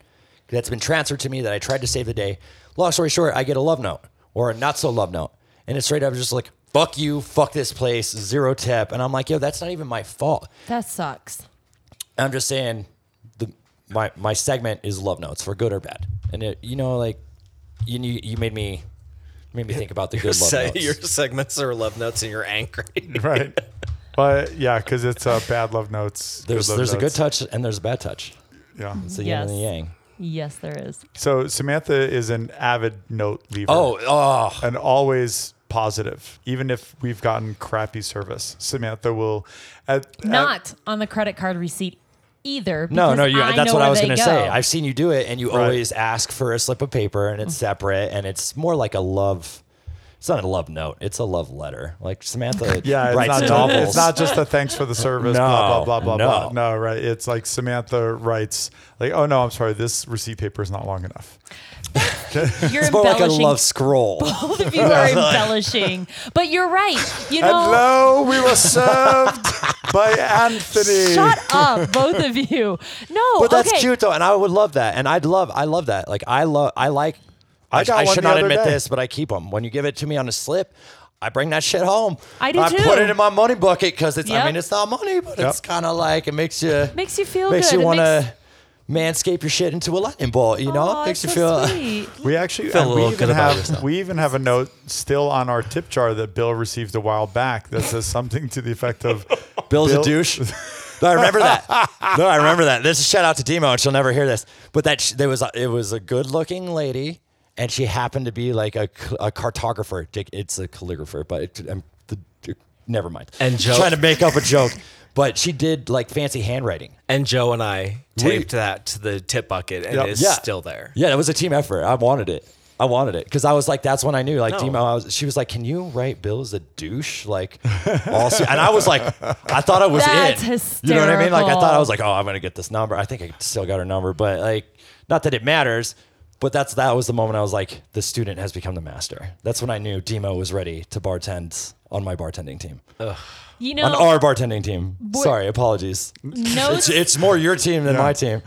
Speaker 5: That's been transferred to me that I tried to save the day. Long story short, I get a love note or a not so love note. And it's straight up just like, fuck you, fuck this place, zero tip. And I'm like, yo, that's not even my fault.
Speaker 4: That sucks.
Speaker 5: I'm just saying the my my segment is love notes for good or bad. And it, you know, like you you you made me made me think about the good love
Speaker 3: Se-
Speaker 5: notes.
Speaker 3: your segments are love notes and you're angry.
Speaker 2: right. But yeah, because it's uh, bad love notes.
Speaker 5: There's
Speaker 2: love
Speaker 5: there's a good
Speaker 2: notes.
Speaker 5: touch and there's a bad touch.
Speaker 2: Yeah.
Speaker 5: It's the yin and the
Speaker 4: Yes.
Speaker 5: yang.
Speaker 4: Yes, there is.
Speaker 2: So Samantha is an avid note leaver.
Speaker 5: Oh, oh,
Speaker 2: and always positive, even if we've gotten crappy service. Samantha will at, at-
Speaker 4: Not on the credit card receipt either.
Speaker 5: Uh, no,
Speaker 4: because
Speaker 5: no. You, that's
Speaker 4: know
Speaker 5: what
Speaker 4: where
Speaker 5: I was
Speaker 4: they
Speaker 5: gonna say.
Speaker 4: go.
Speaker 5: I've seen you do it, and you
Speaker 2: Right.
Speaker 4: Mm.
Speaker 5: always ask for a slip of paper, and it's separate, and it's more like a love. It's not a love note. It's a love letter. Like Samantha
Speaker 2: Yeah, it's
Speaker 5: writes
Speaker 2: not,
Speaker 5: novels.
Speaker 2: it's not just the thanks for the service, blah,
Speaker 5: No,
Speaker 2: blah, blah, blah,
Speaker 5: no.
Speaker 2: blah. No, right. It's like Samantha writes, like, oh, no, I'm sorry. This receipt paper is not long enough.
Speaker 4: You're
Speaker 5: It's more like a
Speaker 4: embellishing.
Speaker 5: love scroll.
Speaker 4: Both of you are embellishing, but you're right. You know,
Speaker 2: Hello, we were served by Anthony.
Speaker 4: shut up, both of you. No,
Speaker 5: But that's
Speaker 4: okay.
Speaker 5: cute though, and I would love that, and I'd love, I love that. Like I love, I like.
Speaker 2: I
Speaker 5: I,
Speaker 2: got
Speaker 5: I
Speaker 2: one
Speaker 5: should
Speaker 2: the
Speaker 5: not
Speaker 2: other
Speaker 5: admit
Speaker 2: day.
Speaker 5: this, but I keep them. When you give it to me on a slip, I bring that shit home.
Speaker 4: I do
Speaker 5: I
Speaker 4: too.
Speaker 5: put it in my money bucket because it's.
Speaker 4: Yep.
Speaker 5: I mean, it's not money, but
Speaker 2: Yep.
Speaker 5: it's kind of like it makes you
Speaker 4: Makes you feel
Speaker 5: makes
Speaker 4: good.
Speaker 5: you
Speaker 4: It
Speaker 5: want to manscape your shit into a lightning bolt. You know,
Speaker 4: Aw,
Speaker 5: makes you
Speaker 4: it's
Speaker 5: feel.
Speaker 4: so sweet.
Speaker 2: We actually
Speaker 5: Feel a
Speaker 2: and we
Speaker 5: little
Speaker 2: even
Speaker 5: good about
Speaker 2: have
Speaker 5: yourself.
Speaker 2: we even have a note still on our tip jar that Bill received a while back that says something to the effect of
Speaker 5: Bill's
Speaker 2: Bill-
Speaker 5: a douche. No, I remember that. No, I remember that. This is shout out to Demo, and she'll never hear this. But that sh- there was a, it was a good looking lady, and she happened to be like a, c- a cartographer. Dick- It's a calligrapher, but it, um, the, never mind.
Speaker 3: And joke.
Speaker 5: trying to make up a joke, but she did like fancy handwriting.
Speaker 3: And Joe and I taped that to the tip bucket, and
Speaker 2: Yep.
Speaker 3: it's
Speaker 5: Yeah.
Speaker 3: still there.
Speaker 5: Yeah, that was a team effort. I wanted it. I wanted it because I was like, that's when I knew. Like
Speaker 3: No.
Speaker 5: Demo, I was, she was like, "Can you write Bill as a douche?" Like, all se- and I was like, I thought I was
Speaker 4: That's
Speaker 5: in. You know what I mean? Like, I thought I
Speaker 4: hysterical.
Speaker 5: was like, "Oh, I'm gonna get this number." I think I still got her number, but like, not that it matters. But that's that was the moment I was like, the student has become the master. That's when I knew Demo was ready to bartend on my bartending team,
Speaker 4: You know,
Speaker 5: on our bartending team. Sorry, apologies.
Speaker 4: notes,
Speaker 5: It's, it's more your team than my team.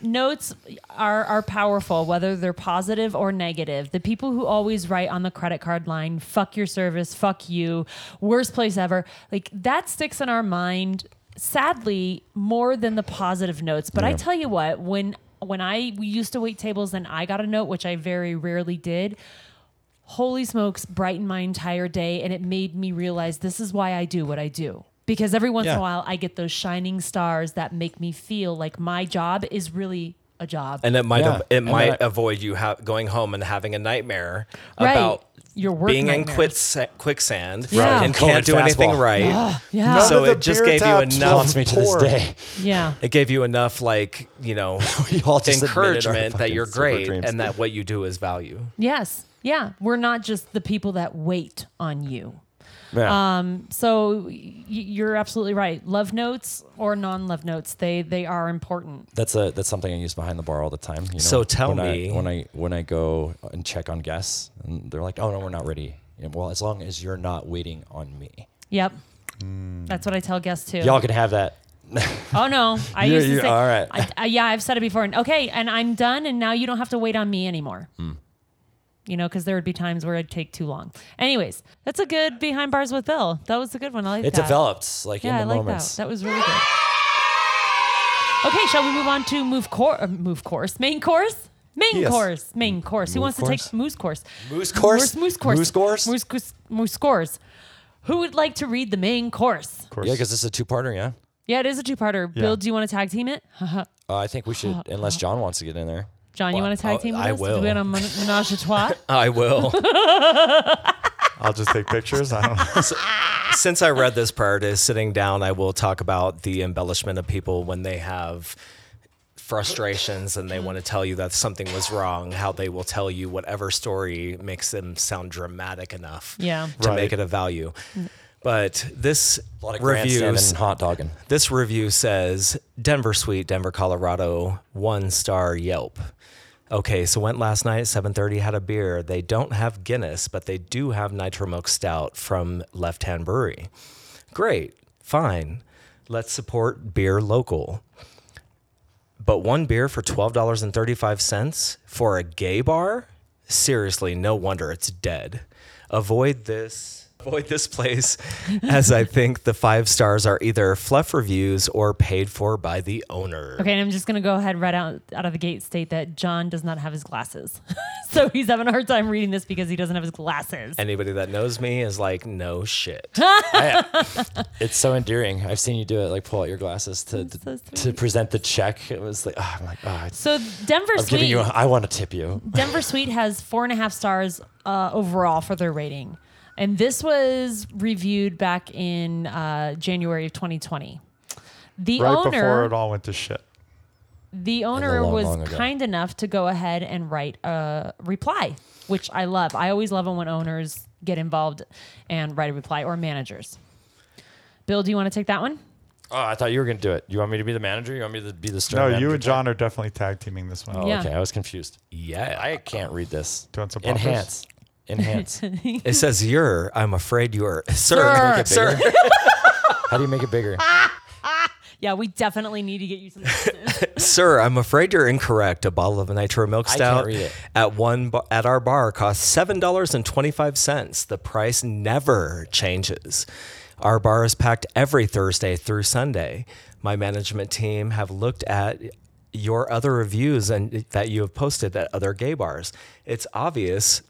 Speaker 4: notes are, are powerful, whether they're positive or negative. The people who always write on the credit card line, fuck your service, fuck you, worst place ever, like that sticks in our mind, sadly, more than the positive notes. But I tell you what, when when I we used to wait tables and I got a note, which I very rarely did, holy smokes, brightened my entire day. And it made me realize this is why I do what I do. Because every once in
Speaker 5: Yeah.
Speaker 4: a while, I get those shining stars that make me feel like my job is really a job.
Speaker 3: And it might
Speaker 5: Yeah.
Speaker 3: av- it
Speaker 5: And
Speaker 3: might
Speaker 5: I-
Speaker 3: avoid you ha- going home and having a nightmare
Speaker 4: Right.
Speaker 3: about
Speaker 4: Your work
Speaker 3: being in
Speaker 4: nightmare.
Speaker 3: quits- quicksand
Speaker 4: Yeah.
Speaker 3: and
Speaker 5: Colored
Speaker 3: can't do anything
Speaker 5: fastball.
Speaker 3: right.
Speaker 4: yeah.
Speaker 3: So
Speaker 2: None of
Speaker 3: it
Speaker 2: the
Speaker 3: just
Speaker 2: beer
Speaker 3: gave you
Speaker 2: taps
Speaker 3: enough-
Speaker 5: Haunts me to this
Speaker 2: pour.
Speaker 5: day.
Speaker 4: yeah.
Speaker 3: It gave you enough like you know
Speaker 5: We all just admitted our
Speaker 3: encouragement that
Speaker 5: fucking
Speaker 3: you're
Speaker 5: super
Speaker 3: great
Speaker 5: dreams.
Speaker 3: and that what you do is value.
Speaker 4: Yes. Yeah. We're not just the people that wait on you.
Speaker 5: Yeah.
Speaker 4: Um, so y- you're absolutely right. Love notes or non-love notes, they they are important.
Speaker 5: that's a that's something I use behind the bar all the time. You know?
Speaker 3: So tell
Speaker 5: when
Speaker 3: me-
Speaker 5: I, when I when I go and check on guests, and they're like, "Oh no, we're not ready." And, well, as long as you're not waiting on me,
Speaker 4: Yep. That's what I tell guests too.
Speaker 5: y'all can have that.
Speaker 4: Oh no, I
Speaker 5: You-
Speaker 4: used to
Speaker 5: you-
Speaker 4: say.
Speaker 5: all right.
Speaker 4: I, I, yeah, I've said it before. And okay, and I'm done, and now you don't have to wait on me anymore.
Speaker 5: Hmm.
Speaker 4: You know, because there would be times where I'd take too long. Anyways, that's a good behind bars with Bill. That was a good one. I like
Speaker 5: It
Speaker 4: that.
Speaker 5: develops like
Speaker 4: Yeah, I
Speaker 5: in the
Speaker 4: like
Speaker 5: moments.
Speaker 4: that. That was really good. Okay, shall we move on to move course? Move course, main course. Main
Speaker 2: Yes.
Speaker 4: course, main course. Who
Speaker 5: Move
Speaker 4: wants to
Speaker 5: course?
Speaker 4: take moose course?
Speaker 5: Moose course?
Speaker 4: Moose, moose course.
Speaker 5: Moose course?
Speaker 4: Moose course. Moose course. Who would like to read the main course?
Speaker 2: Of course.
Speaker 5: yeah, because it's a two-parter. Yeah,
Speaker 4: Yeah, it is a two-parter. Bill, do you want to tag team it?
Speaker 5: uh, I think we should, unless John wants to get in there.
Speaker 4: John, you
Speaker 3: Well,
Speaker 4: want to tag
Speaker 3: I'll-
Speaker 4: team with
Speaker 3: I
Speaker 4: us?
Speaker 3: will.
Speaker 4: We're on menage a trois.
Speaker 3: I will.
Speaker 2: I'll just take pictures. I don't know.
Speaker 3: Since I read this prior to sitting down, I will talk about the embellishment of people when they have frustrations and they want to tell you that something was wrong, how they will tell you whatever story makes them sound dramatic enough
Speaker 4: Yeah.
Speaker 3: to
Speaker 2: Right.
Speaker 3: make it a value. But this
Speaker 5: A lot of
Speaker 3: review
Speaker 5: grandstanding and hot dogging.
Speaker 3: this review says Denver Suite, Denver, Colorado, one star Yelp. Okay, so went last night at 7:30, had a beer. They don't have Guinness, but they do have Nitro Milk Stout from Left Hand Brewery. Great, fine. Let's support beer local. But one beer for $12.35 for a gay bar? Seriously, no wonder it's dead. Avoid this. Avoid this place as I think the five stars are either fluff reviews or paid for by the owner.
Speaker 4: Okay, and I'm just gonna go ahead right out out of the gate state that John does not have his glasses, so he's having a hard time reading this because he doesn't have his glasses.
Speaker 3: Anybody that knows me is like, no shit.
Speaker 5: It's so endearing. I've seen you do it, like pull out your glasses to to, to present the check. It was like, oh, I'm like, oh, it's-
Speaker 4: So Denver
Speaker 5: I'm
Speaker 4: Suite,
Speaker 5: giving you. I want to tip you.
Speaker 4: Denver Suite has four and a half stars uh, overall for their rating, and this was reviewed back in uh, January of 2020. The
Speaker 2: Right
Speaker 4: owner
Speaker 2: before it all went to shit.
Speaker 4: the owner
Speaker 5: long,
Speaker 4: was
Speaker 5: long ago.
Speaker 4: kind enough to go ahead and write a reply, which I love. I always love it when owners get involved and write a reply or managers. Bill, do you want to take that one?
Speaker 5: Oh, I thought you were going to do it. You want me to be the manager? You want me to be the star?
Speaker 2: No,
Speaker 5: manager
Speaker 2: you and
Speaker 5: type?
Speaker 2: John are definitely tag teaming this one.
Speaker 5: Oh,
Speaker 4: Yeah.
Speaker 5: okay. I was confused.
Speaker 3: Yeah.
Speaker 5: I can't read this.
Speaker 2: Do you want some poppers?
Speaker 5: Enhance. Enhance.
Speaker 3: It says you're. I'm afraid you're. Sir. Sir.
Speaker 5: How do you make it bigger?
Speaker 4: Yeah, we definitely need to get you some. lessons.
Speaker 3: Sir, I'm afraid you're incorrect. A bottle of nitro milk
Speaker 5: can't
Speaker 3: stout
Speaker 5: read it.
Speaker 3: at one ba- at our bar costs seven dollars and twenty five cents. The price never changes. Our bar is packed every Thursday through Sunday. My management team have looked at your other reviews and that you have posted at other gay bars. It's obvious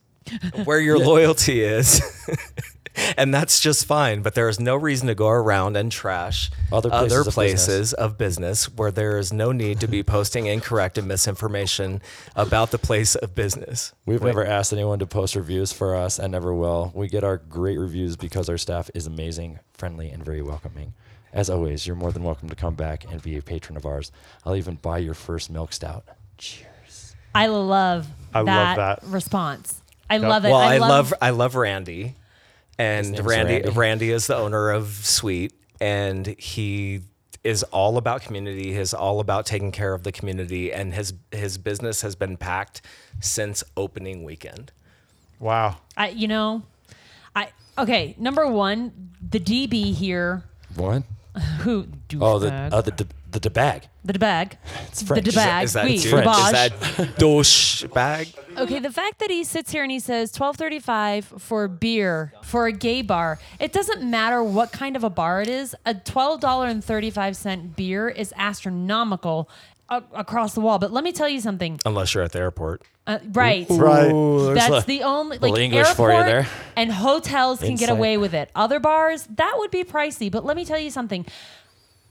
Speaker 3: where your loyalty is. and that's just fine, but there is no reason to go around and trash
Speaker 5: Other places of business.
Speaker 3: places places of business where there is no need to be posting incorrect and misinformation about the place of business.
Speaker 5: We've never asked anyone to post reviews for us and never will. We get our great reviews because our staff is amazing, friendly, and very welcoming. As always, you're more than welcome to come back and be a patron of ours. I'll even buy your first milk stout. Cheers.
Speaker 4: I love
Speaker 2: I love
Speaker 4: that,
Speaker 2: that.
Speaker 4: response. I love it.
Speaker 3: Well, I, love I love Randy, and
Speaker 5: name's
Speaker 3: Randy,
Speaker 5: Randy.
Speaker 3: Randy is the owner of Sweet, and he is all about community. He's all about taking care of the community, and his his business has been packed since opening weekend.
Speaker 2: Wow.
Speaker 4: I, you know, I okay. Number one, the DB here.
Speaker 5: One.
Speaker 4: Who douchebag?
Speaker 5: Oh, the oh, the d- the, d bag.
Speaker 4: the debag. It's
Speaker 5: French.
Speaker 4: The
Speaker 5: Is that-
Speaker 4: debag.
Speaker 3: Is that
Speaker 4: we,
Speaker 3: uh, French?
Speaker 4: the
Speaker 3: Is
Speaker 5: French.
Speaker 4: Bosch.
Speaker 3: that douche bag?
Speaker 4: Okay, the fact that he sits here and he says 12.35 for beer for a gay bar. It doesn't matter what kind of a bar it is. A $12.35 beer is astronomical a- across the wall. But let me tell you something.
Speaker 5: Um,
Speaker 3: Unless you're at the airport.
Speaker 4: Uh, right.
Speaker 2: Right.
Speaker 4: That's
Speaker 5: a
Speaker 4: the only like
Speaker 5: little English for you
Speaker 4: airport
Speaker 5: there.
Speaker 4: And hotels can get
Speaker 5: Insight.
Speaker 4: away with it. Other bars, that would be pricey, but let me tell you something.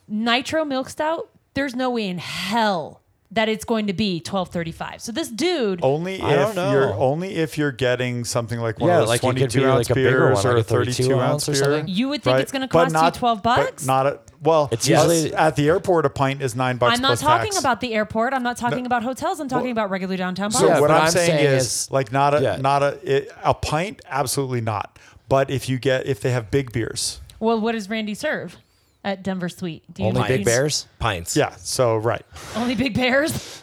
Speaker 4: Nitro milk stout, there's no way in hell that it's going to be 12.35. So this dude
Speaker 5: Oh,
Speaker 2: Only
Speaker 5: I
Speaker 2: if
Speaker 5: don't know.
Speaker 2: you're only if you're getting something like one
Speaker 5: Yeah,
Speaker 2: of those
Speaker 5: like it could be
Speaker 2: 22 ounce
Speaker 5: like a bigger
Speaker 2: beers
Speaker 5: one,
Speaker 2: or
Speaker 5: like
Speaker 2: a
Speaker 5: a 32
Speaker 2: 32
Speaker 5: ounce
Speaker 2: ounce
Speaker 5: or
Speaker 2: beer.
Speaker 5: something.
Speaker 4: You would think it's gonna
Speaker 2: But
Speaker 4: cost you
Speaker 2: not-
Speaker 4: 12
Speaker 2: but
Speaker 4: bucks?
Speaker 2: Not a, well.
Speaker 5: It's
Speaker 2: yes,
Speaker 5: usually-
Speaker 2: at the airport a pint is nine bucks.
Speaker 4: I'm not
Speaker 2: plus
Speaker 4: talking
Speaker 2: tax.
Speaker 4: about the airport. I'm not talking about hotels. I'm talking about regular downtown bars.
Speaker 2: So
Speaker 5: Yeah,
Speaker 2: what
Speaker 5: but
Speaker 2: I'm,
Speaker 5: I'm
Speaker 2: saying,
Speaker 5: saying
Speaker 2: is,
Speaker 5: is-
Speaker 2: like not a
Speaker 5: Yeah.
Speaker 2: not a it, a pint, absolutely not. But if you get if they have big beers,
Speaker 4: Well, what does Randy serve at Denver Suite? Do you
Speaker 5: only
Speaker 4: know?
Speaker 5: big bears.
Speaker 3: Pints.
Speaker 2: yeah. So right,
Speaker 4: Only big bears.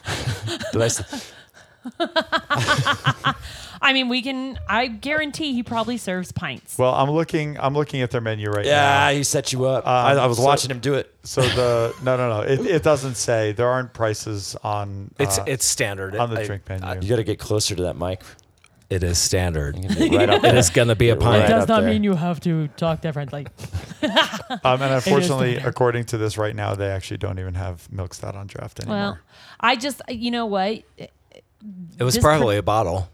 Speaker 5: Did I s-
Speaker 4: I mean, we can. I guarantee he probably serves pints.
Speaker 2: well I'm looking I'm looking at their menu right now.
Speaker 5: yeah, he set you up. I, I was
Speaker 2: so-
Speaker 5: watching him do it.
Speaker 2: So the no no no it, it doesn't say there aren't prices on
Speaker 3: It's
Speaker 2: uh,
Speaker 3: it's standard
Speaker 2: on the
Speaker 3: I-
Speaker 2: drink menu.
Speaker 5: You got to get closer to that mic.
Speaker 3: It is standard.
Speaker 5: Right up
Speaker 3: It is gonna be a
Speaker 5: Right
Speaker 3: pint.
Speaker 5: up there.
Speaker 4: you have to talk differently.
Speaker 2: Um, and unfortunately,
Speaker 4: standard.
Speaker 2: according to this right now, they actually don't even have milk stout on draft anymore.
Speaker 4: Well, I just, you know what?
Speaker 3: It was
Speaker 4: Just
Speaker 3: probably a bottle.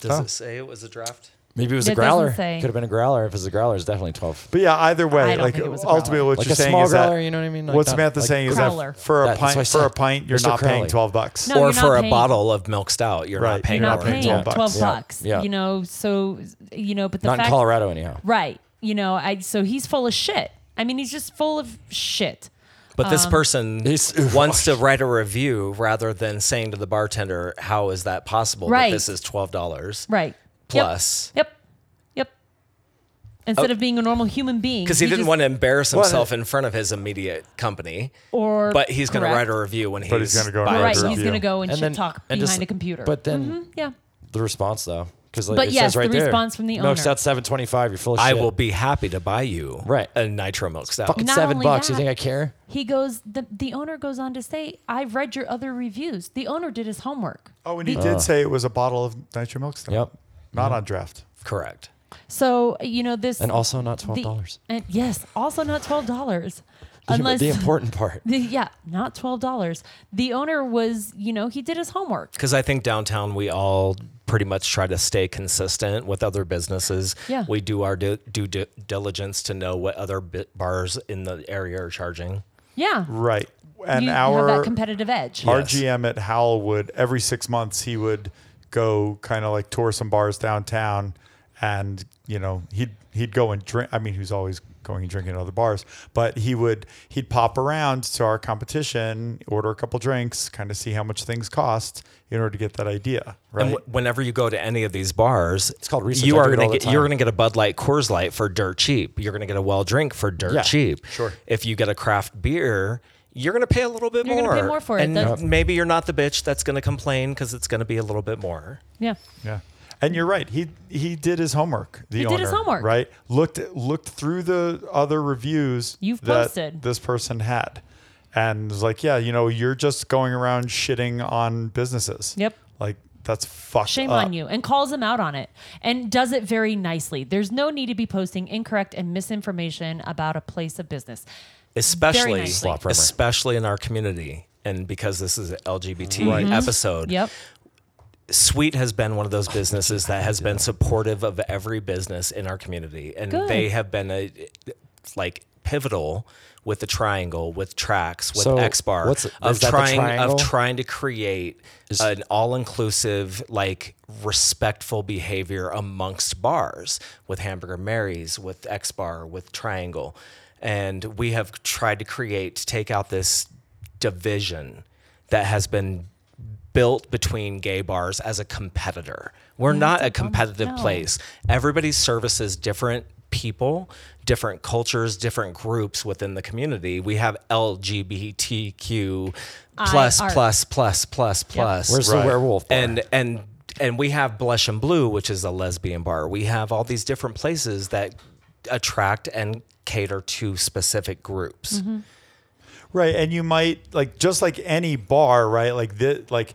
Speaker 3: Does
Speaker 2: Oh.
Speaker 3: it say it was a draft?
Speaker 5: Maybe it was a
Speaker 4: That doesn't
Speaker 5: growler. Could
Speaker 4: say.
Speaker 5: have been a growler. If it's a growler, it's definitely twelve.
Speaker 2: but yeah, either
Speaker 4: I
Speaker 2: way,
Speaker 4: don't
Speaker 2: like
Speaker 4: think it was a
Speaker 2: ultimately,
Speaker 4: growler.
Speaker 2: what
Speaker 5: Like
Speaker 2: you're
Speaker 5: a
Speaker 2: saying
Speaker 5: small
Speaker 2: is that
Speaker 5: growler, you know what I mean? Like
Speaker 2: what
Speaker 5: not-
Speaker 2: Samantha's
Speaker 5: like
Speaker 2: saying is
Speaker 4: Crowler.
Speaker 2: that for a
Speaker 5: That's what
Speaker 2: pint,
Speaker 5: I
Speaker 2: for a
Speaker 5: said.
Speaker 2: pint, you're
Speaker 5: Mr.
Speaker 2: not paying
Speaker 5: Crowley.
Speaker 2: twelve bucks.
Speaker 4: No,
Speaker 3: or
Speaker 4: you're not
Speaker 3: for a
Speaker 4: paying-
Speaker 3: bottle of milk stout, you're
Speaker 2: Right,
Speaker 3: not paying
Speaker 2: you're
Speaker 4: Not
Speaker 2: not
Speaker 3: more.
Speaker 4: paying
Speaker 2: paying
Speaker 4: twelve
Speaker 2: 12
Speaker 4: bucks.
Speaker 2: bucks.
Speaker 5: Yeah.
Speaker 4: You know, so you know, but the
Speaker 5: Not in
Speaker 4: fact,
Speaker 5: Colorado, anyhow.
Speaker 4: right? You know, I so he's full of shit. I mean, he's just full of shit.
Speaker 3: But this
Speaker 4: Um,
Speaker 3: person wants to write a review rather than saying to the bartender, "How is that possible?
Speaker 4: Right.
Speaker 3: That this is twelve dollars
Speaker 4: Right.
Speaker 3: plus."
Speaker 4: Yep. Yep.
Speaker 5: Oh.
Speaker 4: Instead of being a normal human being,
Speaker 3: Because he, didn't want to embarrass
Speaker 2: Well,
Speaker 3: himself in front of his immediate company,
Speaker 4: Or
Speaker 3: but he's going to
Speaker 4: correct.
Speaker 3: write a review when he's,
Speaker 2: But he's gonna go
Speaker 3: by
Speaker 2: write a
Speaker 4: Right,
Speaker 2: review.
Speaker 3: himself.
Speaker 4: he's gonna go and,
Speaker 5: And
Speaker 4: shit
Speaker 5: then-
Speaker 4: talk
Speaker 5: and
Speaker 4: behind
Speaker 5: just-
Speaker 4: a computer. Mm-hmm,
Speaker 5: But then
Speaker 4: yeah,
Speaker 5: the response though, because like
Speaker 4: But
Speaker 5: it
Speaker 4: yes,
Speaker 5: says right
Speaker 4: the
Speaker 5: there,
Speaker 4: response from the
Speaker 5: milk
Speaker 4: owner.
Speaker 5: stout seven twenty five. You're full of
Speaker 3: I
Speaker 5: shit.
Speaker 3: will be happy to buy you
Speaker 5: Right.
Speaker 3: a nitro milk stout.
Speaker 5: Fucking
Speaker 4: Not
Speaker 5: seven
Speaker 4: only
Speaker 5: bucks. You
Speaker 4: that-
Speaker 5: think I care?
Speaker 4: he goes. The the owner goes on to say, "I've read your other reviews. The owner did his homework."
Speaker 2: Oh, and
Speaker 4: The-
Speaker 2: he did say it was a bottle of nitro milk stout.
Speaker 5: Uh. Yep.
Speaker 2: Not on draft.
Speaker 3: Correct.
Speaker 4: So you know this,
Speaker 5: And also not
Speaker 4: the-
Speaker 5: twelve dollars.
Speaker 4: and yes, also not twelve dollars, unless
Speaker 5: the important part.
Speaker 4: the- yeah, not twelve dollars. The owner was, you know, he did his homework.
Speaker 3: Because I think downtown, we all pretty much try to stay consistent with other businesses.
Speaker 4: Yeah.
Speaker 3: We do our due, due di- diligence to know what other bi- bars in the area are charging.
Speaker 4: Yeah,
Speaker 2: Right. And
Speaker 4: you, you
Speaker 2: our
Speaker 4: have that competitive edge.
Speaker 2: Our
Speaker 3: Yes.
Speaker 2: GM at Howell would every six months he would go kind of like tour some bars downtown, and you know he'd he'd go and drink. I mean, he's always going and drinking at other bars. But he would he'd pop around to our competition, order a couple drinks, kind of see how much things cost in order to get that idea. Right.
Speaker 3: And w- whenever you go to any of these bars, it's
Speaker 5: called research.
Speaker 3: You
Speaker 5: I
Speaker 3: are
Speaker 5: do it
Speaker 3: going
Speaker 5: all the
Speaker 3: to get you're
Speaker 5: time.
Speaker 3: going to get a Bud Light, Coors Light for dirt cheap. You're going to get a well drink for dirt
Speaker 5: Yeah,
Speaker 3: cheap.
Speaker 5: sure.
Speaker 3: If you get a craft beer, you're going to pay a little bit
Speaker 4: You're
Speaker 3: more.
Speaker 4: gonna pay more for it.
Speaker 3: And
Speaker 4: That's-
Speaker 3: maybe you're not the bitch that's going to complain because it's going to be a little bit more.
Speaker 4: Yeah.
Speaker 2: Yeah. And you're right. He he did his homework. The
Speaker 4: He
Speaker 2: owner,
Speaker 4: did his homework.
Speaker 2: Right. Looked looked through the other reviews
Speaker 4: You've
Speaker 2: that
Speaker 4: posted.
Speaker 2: this person had, and was like, yeah, you know, you're just going around shitting on businesses.
Speaker 4: Yep.
Speaker 2: Like that's fucked.
Speaker 4: Shame
Speaker 2: up.
Speaker 4: on you. And calls him out on it and does it very nicely. There's no need to be posting incorrect and misinformation about a place of business.
Speaker 3: especially
Speaker 4: nicely. Slop
Speaker 5: rubber.
Speaker 3: especially in our community and because this is an LGBT episode.
Speaker 4: Mm-hmm. Yep.
Speaker 3: Sweet has been one of those businesses that has been supportive of every business in our community and
Speaker 4: Good.
Speaker 3: they have been a like pivotal with the triangle with tracks with
Speaker 5: So,
Speaker 3: X bar
Speaker 5: what's- is
Speaker 3: of
Speaker 5: that the
Speaker 3: trying
Speaker 5: triangle?
Speaker 3: of trying to create an all-inclusive like respectful behavior amongst bars with hamburger mary's with x bar with triangle and we have tried to create to take out this division that has been built between gay bars as a competitor we're not a competitive
Speaker 4: no.
Speaker 3: place everybody services different people different cultures different groups within the community we have lgbtq plus
Speaker 4: art.
Speaker 3: plus plus plus plus
Speaker 5: Where's
Speaker 2: Right.
Speaker 5: the werewolf? bar?
Speaker 3: and and and we have Blush and Blue, which is a lesbian bar. We have all these different places that attract and cater to specific groups.
Speaker 5: Mm-hmm.
Speaker 2: Right, and you might like just like any bar, right? Like this, like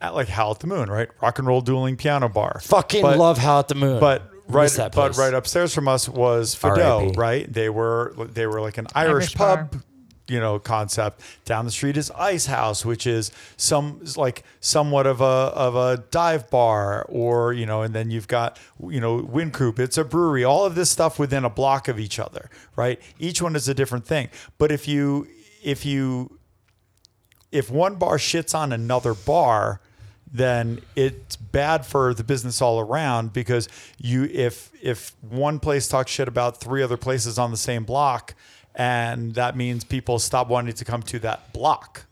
Speaker 2: at like Howl at the Moon, right? Rock and roll dueling piano bar.
Speaker 5: fucking
Speaker 2: But-
Speaker 5: love how at the moon.
Speaker 2: But right,
Speaker 5: Miss that
Speaker 2: but
Speaker 5: place.
Speaker 2: right upstairs from us was
Speaker 3: R.I.P..
Speaker 2: Fido, right? They were they were like an Irish,
Speaker 4: Irish bar.
Speaker 2: pub, you know, concept. Down the street is Ice House, which is some is like somewhat of a of a dive bar, or you know, and then you've got you know Wincoop. It's a brewery. All of this stuff within a block of each other, right? Each one is a different thing. But if you if you if one bar shits on another bar, then it's bad for the business all around because you if if one place talks shit about three other places on the same block, and that means people stop wanting to come to that block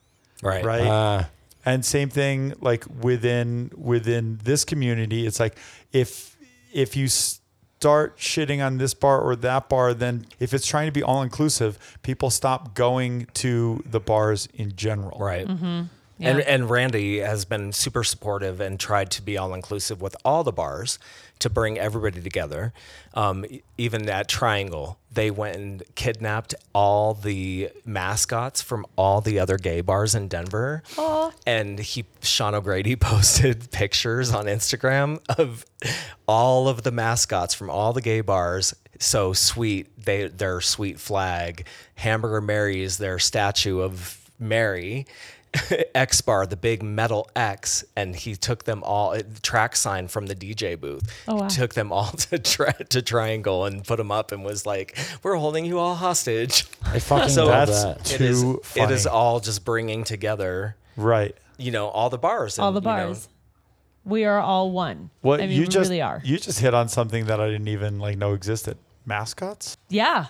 Speaker 3: Right. Uh.
Speaker 2: right
Speaker 5: Uh,
Speaker 2: and same thing like within within this community it's like if if you start shitting on this bar or that bar then if it's trying to be all inclusive people stop going to the bars in general
Speaker 3: Right.
Speaker 5: Mm-hmm.
Speaker 4: Yeah.
Speaker 3: And and Randy has been super supportive and tried to be all inclusive with all the bars to bring everybody together. Um, e- even at Triangle, they went and kidnapped all the mascots from all the other gay bars in Denver. And he Sean O'Grady posted pictures on Instagram of all of the mascots from all the gay bars so sweet they their sweet flag hamburger mary's their statue of mary x bar the big metal x and he took them all the track sign from the dj booth
Speaker 4: Oh, wow.
Speaker 3: he took them all to, tri- to triangle and put them up and was like we're holding you all hostage
Speaker 5: I fucking
Speaker 3: So
Speaker 5: love
Speaker 2: that's-
Speaker 5: that.
Speaker 3: it is
Speaker 2: Too
Speaker 3: it is
Speaker 2: funny.
Speaker 3: all just bringing together
Speaker 2: right
Speaker 3: you know all the bars
Speaker 4: All
Speaker 3: and,
Speaker 4: the
Speaker 3: you know,
Speaker 4: bars. we are all one.
Speaker 2: what
Speaker 4: I mean,
Speaker 2: you
Speaker 4: we
Speaker 2: just
Speaker 4: really are.
Speaker 2: you just hit on something that i didn't even like know existed mascots
Speaker 4: yeah.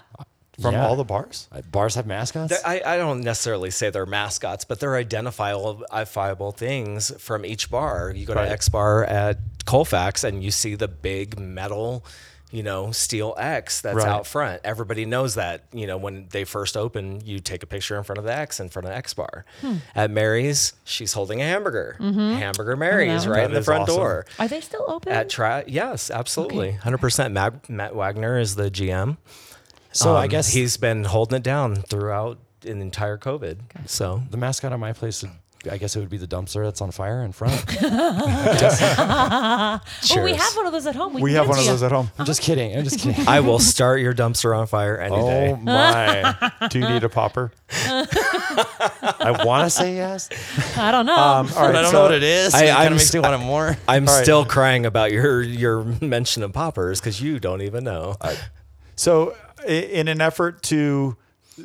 Speaker 2: from
Speaker 5: Yeah.
Speaker 2: all the bars
Speaker 5: Uh, Bars have mascots.
Speaker 3: They're- I, I don't necessarily say they're mascots, but they're identifiable, identifiable things from each bar. You go
Speaker 2: Right.
Speaker 3: to X Bar at Colfax and you see the big metal, you know, steel X that's
Speaker 2: Right.
Speaker 3: out front. Everybody knows that. You know, when they first open, you take a picture in front of the X in front of X Bar. At Mary's, she's holding a hamburger. Hamburger Mary's
Speaker 4: one.
Speaker 3: right in
Speaker 2: That
Speaker 3: the
Speaker 2: is
Speaker 3: front
Speaker 2: awesome.
Speaker 3: door.
Speaker 4: Are they still open?
Speaker 3: At try, yes, absolutely, hundred percent. Matt, Matt Wagner is the GM.
Speaker 5: so I
Speaker 3: Um,
Speaker 5: guess
Speaker 3: he's been holding it down throughout an entire COVID. So
Speaker 5: the mascot at my place. would- I guess it would be the dumpster that's on fire in front.
Speaker 4: Oh, we
Speaker 3: cheers.
Speaker 4: have one of those at home.
Speaker 2: we
Speaker 4: can
Speaker 2: have
Speaker 4: get
Speaker 2: one of
Speaker 4: you.
Speaker 2: those at home
Speaker 5: I'm just kidding. I'm just kidding.
Speaker 3: I will start your dumpster on fire any
Speaker 5: oh
Speaker 3: day.
Speaker 5: my!
Speaker 2: do you need a popper
Speaker 5: I want to say yes.
Speaker 4: I don't know.
Speaker 2: all right so-
Speaker 5: is.
Speaker 3: I-
Speaker 5: I,
Speaker 3: I'm
Speaker 5: kind of
Speaker 3: s-
Speaker 5: makes me want it more.
Speaker 3: I'm
Speaker 2: right.
Speaker 3: still crying about your your mention of poppers because you don't even know.
Speaker 2: So, i- in an effort to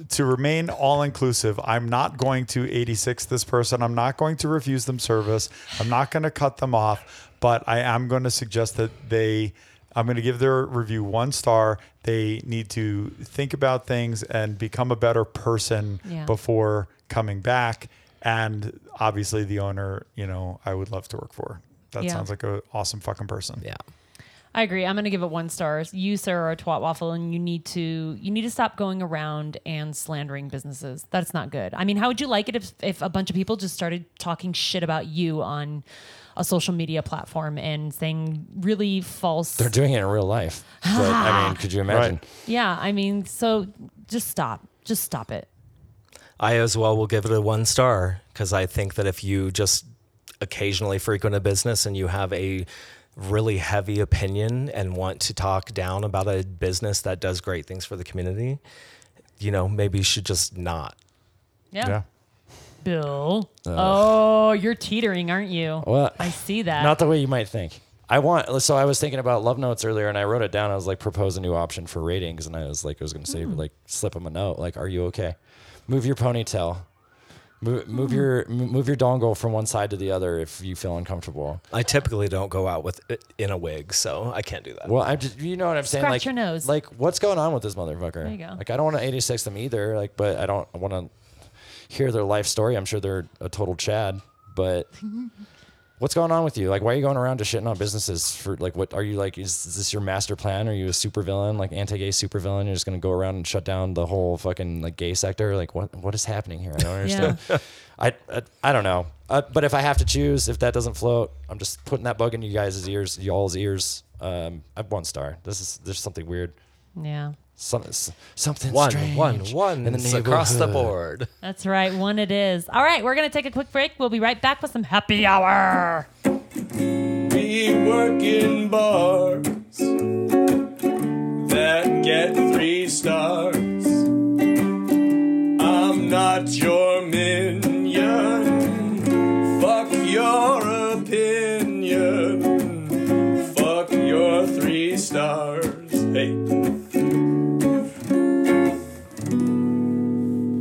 Speaker 2: to remain all inclusive, I'm not going to 86 this person. I'm not going to refuse them service. I'm not going to cut them off, but I am going to suggest that they I'm going to give their review one star. They need to think about things and become a better person
Speaker 4: Yeah.
Speaker 2: before coming back. And obviously, the owner, you know, I would love to work for. That
Speaker 4: Yeah.
Speaker 2: sounds like an awesome fucking person.
Speaker 3: Yeah.
Speaker 4: I agree. I'm going to give it one star. You, sir, are a twat waffle, and you need to you need to stop going around and slandering businesses. That's not good. I mean, how would you like it if if a bunch of people just started talking shit about you on a social media platform and saying really false?
Speaker 5: They're doing it in real life. But, I mean, could you imagine?
Speaker 2: Right.
Speaker 4: yeah, I mean, so just stop, just stop it.
Speaker 3: I as well will give it a one star because I think that if you just occasionally frequent a business and you have a really heavy opinion and want to talk down about a business that does great things for the community, you know, maybe you should just not.
Speaker 4: Yeah,
Speaker 2: Yeah.
Speaker 4: Bill.
Speaker 5: Uh.
Speaker 4: Oh, you're teetering, aren't you?
Speaker 5: What?
Speaker 4: I see that.
Speaker 5: Not the way you might think. I want so I was thinking about love notes earlier and I wrote it down. I was like propose a new option for ratings and I was like I was going to say like slip them a note like are you okay? Move your ponytail. Move, move your m- move your dongle from one side to the other if you feel uncomfortable.
Speaker 3: I typically don't go out with uh, in a wig, so I can't do that.
Speaker 5: Well, I'm just you know what I'm saying
Speaker 4: Scratch
Speaker 5: like
Speaker 4: your nose.
Speaker 5: like what's going on with this motherfucker? There
Speaker 4: you go.
Speaker 5: Like I don't want to 86 them either like but I don't want to hear their life story. I'm sure they're a total chad, but what's going on with you? Like, why are you going around to shitting on businesses for like, what are you like? Is, is this your master plan? Are you a supervillain, like anti-gay supervillain? You're just gonna go around and shut down the whole fucking like gay sector? Like, what what is happening here? I don't understand. I, I I don't know. Uh, but if I have to choose, if that doesn't float, I'm just putting that bug in you guys' ears, y'all's ears. Um, I have one star. This is there's something weird.
Speaker 4: yeah.
Speaker 5: Some, s- something
Speaker 3: one,
Speaker 5: strange
Speaker 3: one, one,
Speaker 5: in the
Speaker 3: across the
Speaker 5: neighborhood.
Speaker 3: board.
Speaker 4: That's right. One it is. All right, we're going to take a quick break. We'll be right back with some happy hour.
Speaker 6: We work in bars that get three stars. I'm not your minion. Fuck your opinion. Fuck your three stars. Hey.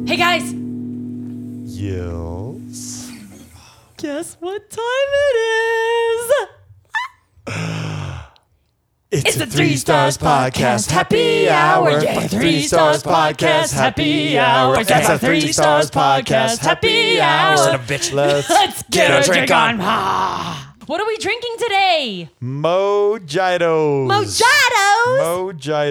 Speaker 4: Hey guys,
Speaker 2: Yes.
Speaker 4: guess what time it is?
Speaker 2: It's,
Speaker 4: a Three Stars Podcast Happy Hour. Yeah, Three Stars Podcast Happy Hour.
Speaker 2: That's a Three Stars Podcast
Speaker 4: Happy
Speaker 2: Happy
Speaker 4: Hour.
Speaker 2: Hour.
Speaker 4: Son of
Speaker 2: bitch, let's
Speaker 4: Let's get, a, drink, on. Ah. What are we drinking today?
Speaker 2: Mm. Mojitos.
Speaker 4: Mojitos.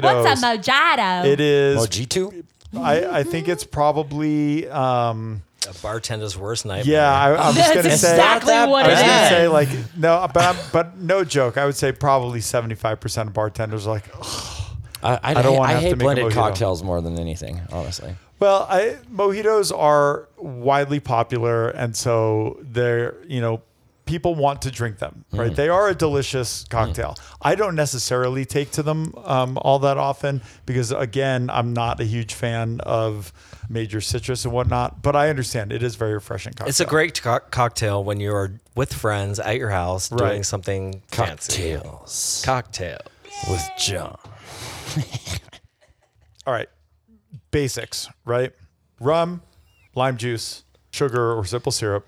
Speaker 2: Mojitos.
Speaker 4: What's a mojito?
Speaker 2: It is.
Speaker 5: Oh, G2?
Speaker 2: I, I think it's probably. Um,
Speaker 3: A bartender's worst nightmare.
Speaker 2: yeah, I, I was
Speaker 4: That's
Speaker 2: going to say.
Speaker 4: exactly
Speaker 5: that
Speaker 4: what
Speaker 2: I
Speaker 4: it
Speaker 2: was
Speaker 4: is.
Speaker 2: going to
Speaker 5: bad.
Speaker 2: say like no, but I'm, but no joke. I would say probably 75% of bartenders are like,
Speaker 5: I, I,
Speaker 2: I don't
Speaker 5: don't
Speaker 2: wanna
Speaker 5: I
Speaker 2: have to
Speaker 5: hate
Speaker 2: make a
Speaker 5: blended
Speaker 2: mojito.
Speaker 5: cocktails more than anything, honestly.
Speaker 2: Well, I, mojitos are widely popular, and so they're you know people want to drink them, right?
Speaker 3: Mm.
Speaker 2: They are a delicious cocktail. I don't necessarily take to them um, all that often because, again, I'm not a huge fan of major citrus and whatnot. But I understand it is very refreshing. Cocktail.
Speaker 3: It's a great co- cocktail when you're with friends at your house doing
Speaker 2: Right.
Speaker 3: something fancy.
Speaker 5: Cocktails
Speaker 3: Cocktail.
Speaker 5: with John.
Speaker 2: all right. Basics, right? Rum, lime juice, sugar or simple syrup,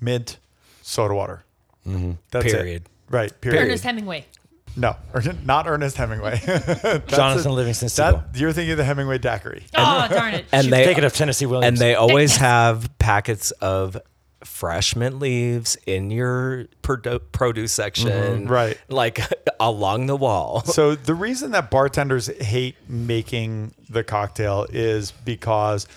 Speaker 2: mint, soda water. That's it.
Speaker 3: Period.
Speaker 2: Right.
Speaker 4: Ernest Hemingway.
Speaker 2: No, Ern- not Ernest Hemingway.
Speaker 5: Jonathan Livingston Seagull.
Speaker 2: that, you're thinking of the Hemingway daiquiri.
Speaker 4: Oh, darn it.
Speaker 3: And they
Speaker 5: Take it of Tennessee Williams.
Speaker 3: and they always have packets of fresh mint leaves in your produ- produce section,
Speaker 2: right.
Speaker 3: Like along the wall.
Speaker 2: So the reason that bartenders hate making the cocktail is because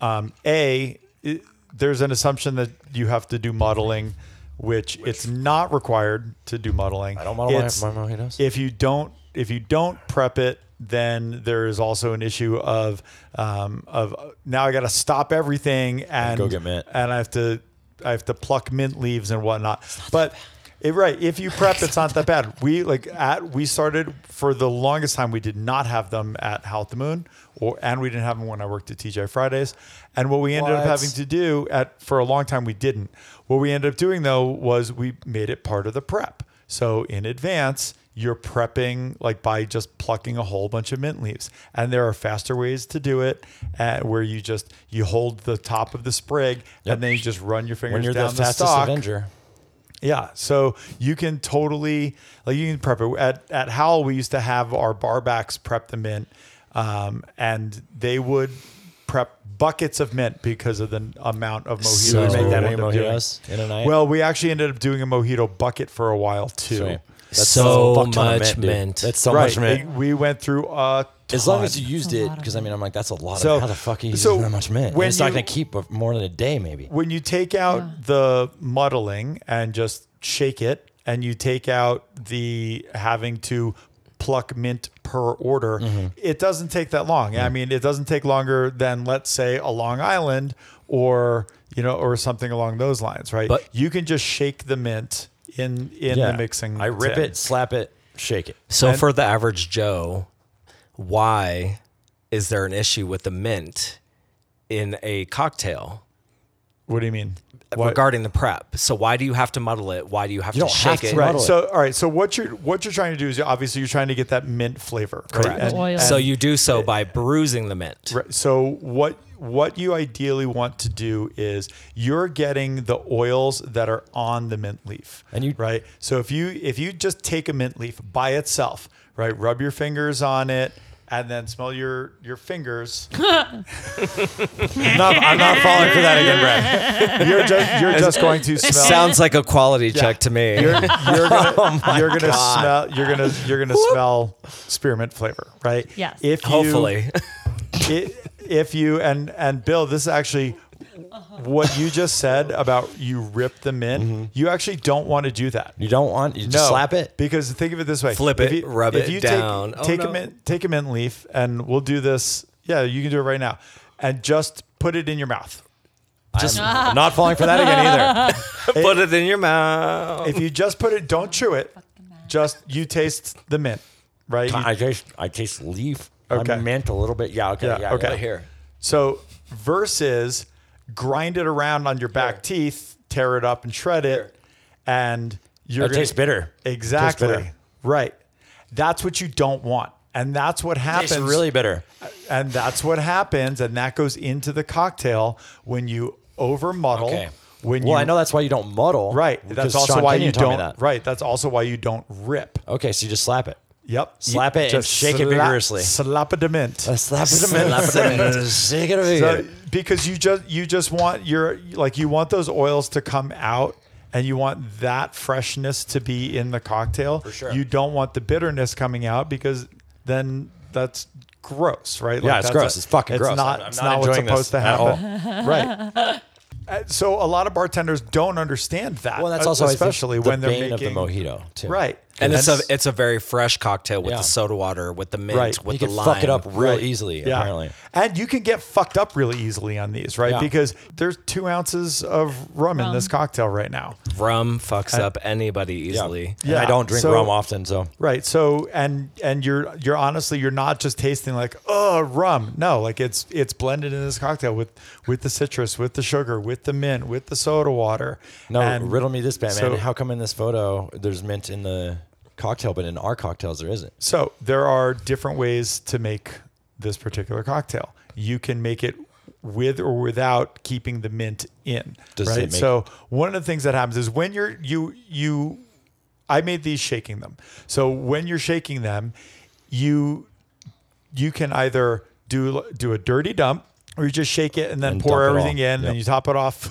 Speaker 2: um, a it, there's an assumption that you have to do muddling, which, it's not required to do muddling. I
Speaker 5: don't muddle my-
Speaker 2: it's,
Speaker 5: my mojitos.
Speaker 2: If you don't if you don't prep it, then there is also an issue of um, of uh, now I got to stop everything and
Speaker 5: go get mint.
Speaker 2: and I have to I have to pluck mint leaves and whatnot. But it, right, if you prep, it's not that bad. We like at we started for the longest time. We did not have them at Howl at the Moon, or and we didn't have them when I worked at TJ Fridays. And what we ended up
Speaker 5: What?
Speaker 2: having to do at for a long time we didn't. What we ended up doing though was we made it part of the prep. So in advance. You're prepping like by just plucking a whole bunch of mint leaves, and there are faster ways to do it, uh, where you just you hold the top of the sprig and then you just run your fingers
Speaker 5: when you're the
Speaker 2: down the,
Speaker 5: fastest
Speaker 2: stalk.
Speaker 5: Avenger.
Speaker 2: Yeah, so you can totally like you can prep it at at Howell. We used to have our bar backs prep the mint, um, and they would prep buckets of mint because of the amount of mojitos.
Speaker 5: So
Speaker 2: we
Speaker 5: make that
Speaker 2: would
Speaker 5: many
Speaker 2: end up doing.
Speaker 5: mojitos in a night?
Speaker 2: Well, we actually ended up doing a mojito bucket for a while too.
Speaker 5: Sweet.
Speaker 3: So
Speaker 5: a fuck ton of
Speaker 3: much
Speaker 5: dude.
Speaker 3: mint.
Speaker 5: That's so
Speaker 2: Right,
Speaker 5: much mint.
Speaker 2: they- we went through a.
Speaker 5: As long
Speaker 2: ton.
Speaker 5: as you used it, because I mean, I'm like, that's a lot.
Speaker 2: So-
Speaker 5: of, how the fuck are you
Speaker 2: so
Speaker 5: using that much mint? And
Speaker 2: when
Speaker 5: it's not
Speaker 2: you-
Speaker 5: going to keep of- more than a day, maybe.
Speaker 2: when you take out the muddling and just shake it and you take out the having to pluck mint per order
Speaker 5: Mm-hmm.
Speaker 2: it doesn't take that long i mean it doesn't take longer than let's say a long island or you know or something along those lines right
Speaker 3: But-
Speaker 2: you can just shake the mint in in the mixing
Speaker 5: I rip
Speaker 2: tin.
Speaker 5: it, slap it, shake it.
Speaker 3: So for the average Joe, why is there an issue with the mint in a cocktail
Speaker 2: what do you mean What-
Speaker 3: regarding the prep? So why do you have to muddle it? Why do you have
Speaker 5: You
Speaker 3: to
Speaker 5: don't
Speaker 3: shake
Speaker 5: have to
Speaker 3: it?
Speaker 5: muddle
Speaker 2: Right. So, all right. So, what you're what you're trying to do is obviously you're trying to get that mint flavor, right?
Speaker 3: Correct.
Speaker 2: And-
Speaker 4: Oil.
Speaker 3: So you do so by bruising the mint.
Speaker 2: Right. So what what you ideally want to do is you're getting the oils that are on the mint leaf.
Speaker 5: And you-
Speaker 2: right. So if you if you just take a mint leaf by itself, right, rub your fingers on it and then smell your your fingers.
Speaker 5: I'm not, I'm not falling for that again, Brad.
Speaker 2: You're just you're just going to smell
Speaker 3: Sounds like a quality check to me.
Speaker 2: you're, you're gonna,
Speaker 5: Oh
Speaker 2: you're gonna smell you're gonna you're gonna smell spearmint flavor, right?
Speaker 4: Yes.
Speaker 2: If you-
Speaker 3: Hopefully.
Speaker 2: it, if you and and Bill, this is actually what you just said about you rip them in.
Speaker 3: Mm-hmm.
Speaker 2: You actually don't want to do that.
Speaker 5: You don't want, you just slap it.
Speaker 2: because think of it this way:
Speaker 3: Flip
Speaker 2: If
Speaker 3: it, rub
Speaker 2: if
Speaker 3: it
Speaker 2: you
Speaker 3: down.
Speaker 2: Take,
Speaker 3: Oh,
Speaker 2: take
Speaker 3: no.
Speaker 2: a mint, take a mint leaf, and we'll do this. Yeah, you can do it right now, and just put it in your mouth.
Speaker 5: Just I'm not falling for that again either.
Speaker 3: Put it in your mouth.
Speaker 2: If you just put it, don't chew it. Just you taste the mint, right? You-
Speaker 5: I taste, I taste leaf.
Speaker 2: Okay.
Speaker 5: I mint a little bit. Yeah, okay.
Speaker 2: Yeah,
Speaker 5: Yeah,
Speaker 2: okay.
Speaker 5: yeah. Here.
Speaker 2: So versus grind it around on your back teeth, tear it up and shred it, and you're
Speaker 5: It tastes bitter.
Speaker 2: Exactly.
Speaker 5: Tastes bitter.
Speaker 2: Right. That's what you don't want. And that's what happens.
Speaker 5: Tastes really bitter.
Speaker 2: and that's what happens. And that goes into the cocktail when you over muddle.
Speaker 5: Okay.
Speaker 2: When
Speaker 5: well,
Speaker 2: you
Speaker 5: I know that's why you don't muddle.
Speaker 2: right.
Speaker 5: because
Speaker 2: That's also
Speaker 5: Sean
Speaker 2: why
Speaker 5: Kenyon
Speaker 2: you
Speaker 5: taught me
Speaker 2: don't
Speaker 5: that.
Speaker 2: right. That's also why you don't rip.
Speaker 5: Okay, so you just slap it.
Speaker 2: Yep.
Speaker 5: Slap it and
Speaker 2: Just
Speaker 5: shake it
Speaker 2: sla-
Speaker 5: vigorously.
Speaker 2: Slap it a mint.
Speaker 5: slap it a minute. Shake it a
Speaker 2: So,
Speaker 5: minute.
Speaker 2: because you just you just want your like you want those oils to come out and you want that freshness to be in the cocktail. For
Speaker 5: sure.
Speaker 2: You don't want the bitterness coming out because then that's gross, right?
Speaker 5: Yeah, it's
Speaker 2: that's
Speaker 5: gross. It's fucking
Speaker 2: it's
Speaker 5: gross.
Speaker 2: Not,
Speaker 5: I'm- I'm
Speaker 2: it's
Speaker 5: not
Speaker 2: not, what's
Speaker 5: enjoying
Speaker 2: supposed to
Speaker 5: this at
Speaker 2: happen. right. Uh, So a lot of bartenders don't understand that.
Speaker 5: Well, that's also I think,
Speaker 2: uh, especially
Speaker 5: the
Speaker 2: when they're
Speaker 5: bane
Speaker 2: making
Speaker 5: of the mojito, too.
Speaker 2: Right.
Speaker 3: And it's a
Speaker 2: that's-
Speaker 3: it's a very fresh cocktail with
Speaker 5: Yeah.
Speaker 3: the soda water, with the mint,
Speaker 2: Right.
Speaker 3: with
Speaker 5: you
Speaker 3: the
Speaker 5: can
Speaker 3: lime.
Speaker 5: fuck it up real
Speaker 2: Right.
Speaker 5: easily.
Speaker 2: Yeah.
Speaker 5: Apparently,
Speaker 2: And you can get fucked up really easily on these, right?
Speaker 5: Yeah.
Speaker 2: Because there's two ounces of rum in this cocktail right now.
Speaker 3: Rum fucks up anybody easily.
Speaker 5: And I
Speaker 2: Yeah.
Speaker 5: don't drink
Speaker 2: So-
Speaker 5: rum often, so
Speaker 2: Right. So and and you're you're honestly you're not just tasting like oh rum. No, like it's it's blended in this cocktail with with the citrus, with the sugar, with the mint, with the soda water.
Speaker 5: no.
Speaker 2: And
Speaker 5: riddle me this, Batman.
Speaker 2: so-
Speaker 5: How come in this photo there's mint in the cocktail, but in our cocktails there isn't?
Speaker 2: So there are different ways to make this particular cocktail. You can make it with or without keeping the mint in.
Speaker 5: Does
Speaker 2: right.
Speaker 5: it make-
Speaker 2: so one of the things that happens is when you're you you I made these shaking them. So when you're shaking them, you you can either do do a dirty dump or you just shake it and then
Speaker 5: And
Speaker 2: pour
Speaker 5: dump it all.
Speaker 2: everything in and
Speaker 5: Yep.
Speaker 2: then you top it off.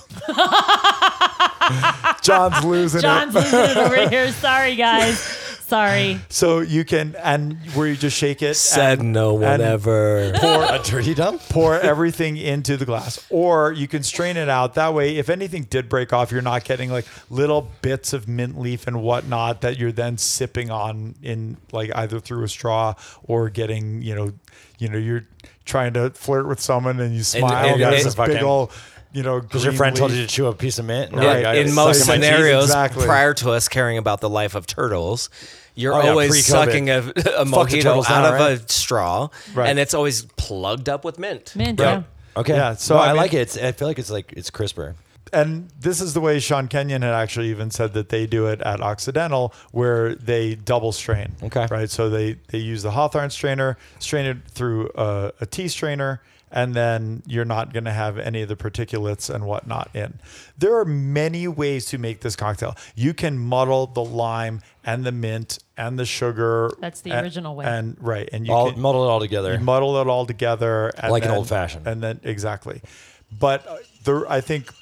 Speaker 2: John's losing it.
Speaker 4: John's losing it over here. Sorry, guys. Sorry.
Speaker 2: So you can and where you just shake it
Speaker 3: Said
Speaker 2: and-
Speaker 3: no one
Speaker 2: and-
Speaker 3: ever.
Speaker 2: pour
Speaker 5: A dirty dump.
Speaker 2: pour everything into the glass or you can strain it out that way if anything did break off you're not getting like little bits of mint leaf and whatnot that you're then sipping on in like either through a straw or getting you know you know you're trying to flirt with someone and you smile
Speaker 3: and
Speaker 2: and there's
Speaker 3: it-
Speaker 2: this big
Speaker 5: fucking-
Speaker 2: old you know
Speaker 5: Because your
Speaker 2: green
Speaker 5: friend told
Speaker 2: leaf.
Speaker 5: you to chew a piece of mint.
Speaker 2: Right.
Speaker 5: Like, I
Speaker 3: in
Speaker 5: was
Speaker 3: most
Speaker 5: sucking my teeth.
Speaker 3: scenarios,
Speaker 2: exactly.
Speaker 3: prior to us caring about the life of turtles, you're
Speaker 5: Oh, yeah,
Speaker 3: always
Speaker 5: pre-COVID.
Speaker 3: sucking a, a
Speaker 5: Fuck the
Speaker 3: mojito
Speaker 5: turtles
Speaker 3: out
Speaker 5: now,
Speaker 3: of
Speaker 5: right?
Speaker 3: a straw,
Speaker 2: Right.
Speaker 3: and it's always plugged up with mint.
Speaker 4: Man,
Speaker 2: Right.
Speaker 4: yeah.
Speaker 5: Okay.
Speaker 2: Yeah, so
Speaker 5: so I,
Speaker 2: I mean-
Speaker 5: like it. It's, I feel like it's like it's crisper.
Speaker 2: and this is the way Sean Kenyon had actually even said that they do it at Occidental, where they double strain.
Speaker 5: Okay.
Speaker 2: Right. So they they use the Hawthorne strainer, strain it through a, a tea strainer, and then you're not going to have any of the particulates and whatnot in. There are many ways to make this cocktail. You can muddle the lime and the mint and the sugar.
Speaker 4: That's the
Speaker 2: and-
Speaker 4: original way.
Speaker 2: And right, and you
Speaker 5: All,
Speaker 2: can,
Speaker 5: muddle it all together.
Speaker 2: you muddle it all together, and
Speaker 5: Like an
Speaker 2: then-
Speaker 5: old-fashioned.
Speaker 2: and then exactly. But uh, there, I think,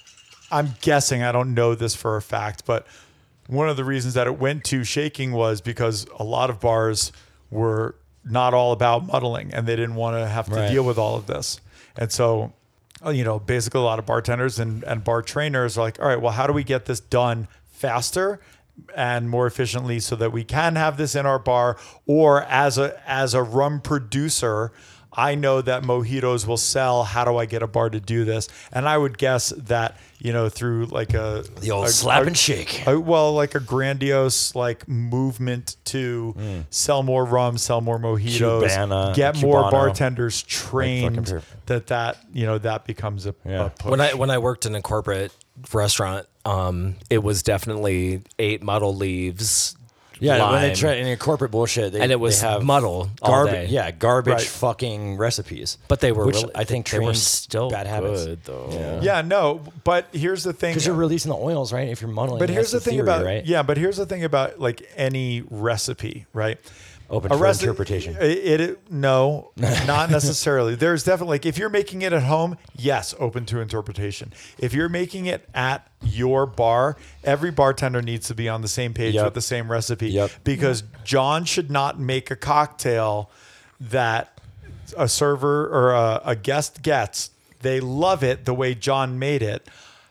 Speaker 2: I'm guessing. I don't know this for a fact, but one of the reasons that it went to shaking was because a lot of bars were not all about muddling, and they didn't want to have to
Speaker 5: Right.
Speaker 2: deal with all of this, and so. uh, You know, basically, a lot of bartenders and, and bar trainers are like, all right, well, how do we get this done faster and more efficiently so that we can have this in our bar or as a as a rum producer I know that mojitos will sell. How do I get a bar to do this? And I would guess that you know through like a
Speaker 5: the old
Speaker 2: a-
Speaker 5: slap
Speaker 2: a-
Speaker 5: and shake.
Speaker 2: a- Oh, well, like a grandiose like movement to sell more rum, sell more mojitos,
Speaker 5: Hmm. Cubana,
Speaker 2: get more
Speaker 5: Cubano.
Speaker 2: bartenders trained.
Speaker 5: beer.
Speaker 2: that that you know that becomes a, a
Speaker 5: Yeah.
Speaker 2: push.
Speaker 3: When I when I worked in a corporate restaurant, um, it was definitely eight muddle leaves.
Speaker 5: Yeah, when they
Speaker 3: lime,
Speaker 5: try and corporate bullshit, they,
Speaker 3: And it was
Speaker 5: they have
Speaker 3: muddle all
Speaker 5: garba-
Speaker 3: day.
Speaker 5: Yeah, garbage
Speaker 2: Right.
Speaker 5: fucking recipes.
Speaker 3: but they were
Speaker 5: which
Speaker 3: really,
Speaker 5: I think
Speaker 3: they were
Speaker 5: trains
Speaker 3: still
Speaker 5: bad
Speaker 3: good
Speaker 5: habits
Speaker 3: though.
Speaker 2: yeah, no, but here's the thing:
Speaker 5: because you're releasing the oils, right? If you're muddling,
Speaker 2: But here's
Speaker 5: that's
Speaker 2: the, thing
Speaker 5: theory,
Speaker 2: about
Speaker 5: right?
Speaker 2: yeah. But here's the thing about like any recipe, right?
Speaker 5: Open
Speaker 2: A
Speaker 5: for
Speaker 2: recipe-
Speaker 5: interpretation.
Speaker 2: It, it- no, not necessarily. There's definitely like if you're making it at home, yes, open to interpretation. If you're making it at your bar, every bartender needs to be on the same page
Speaker 5: Yep.
Speaker 2: with the same recipe
Speaker 5: Yep.
Speaker 2: because John should not make a cocktail that a server or a, a guest gets. They love it the way John made it.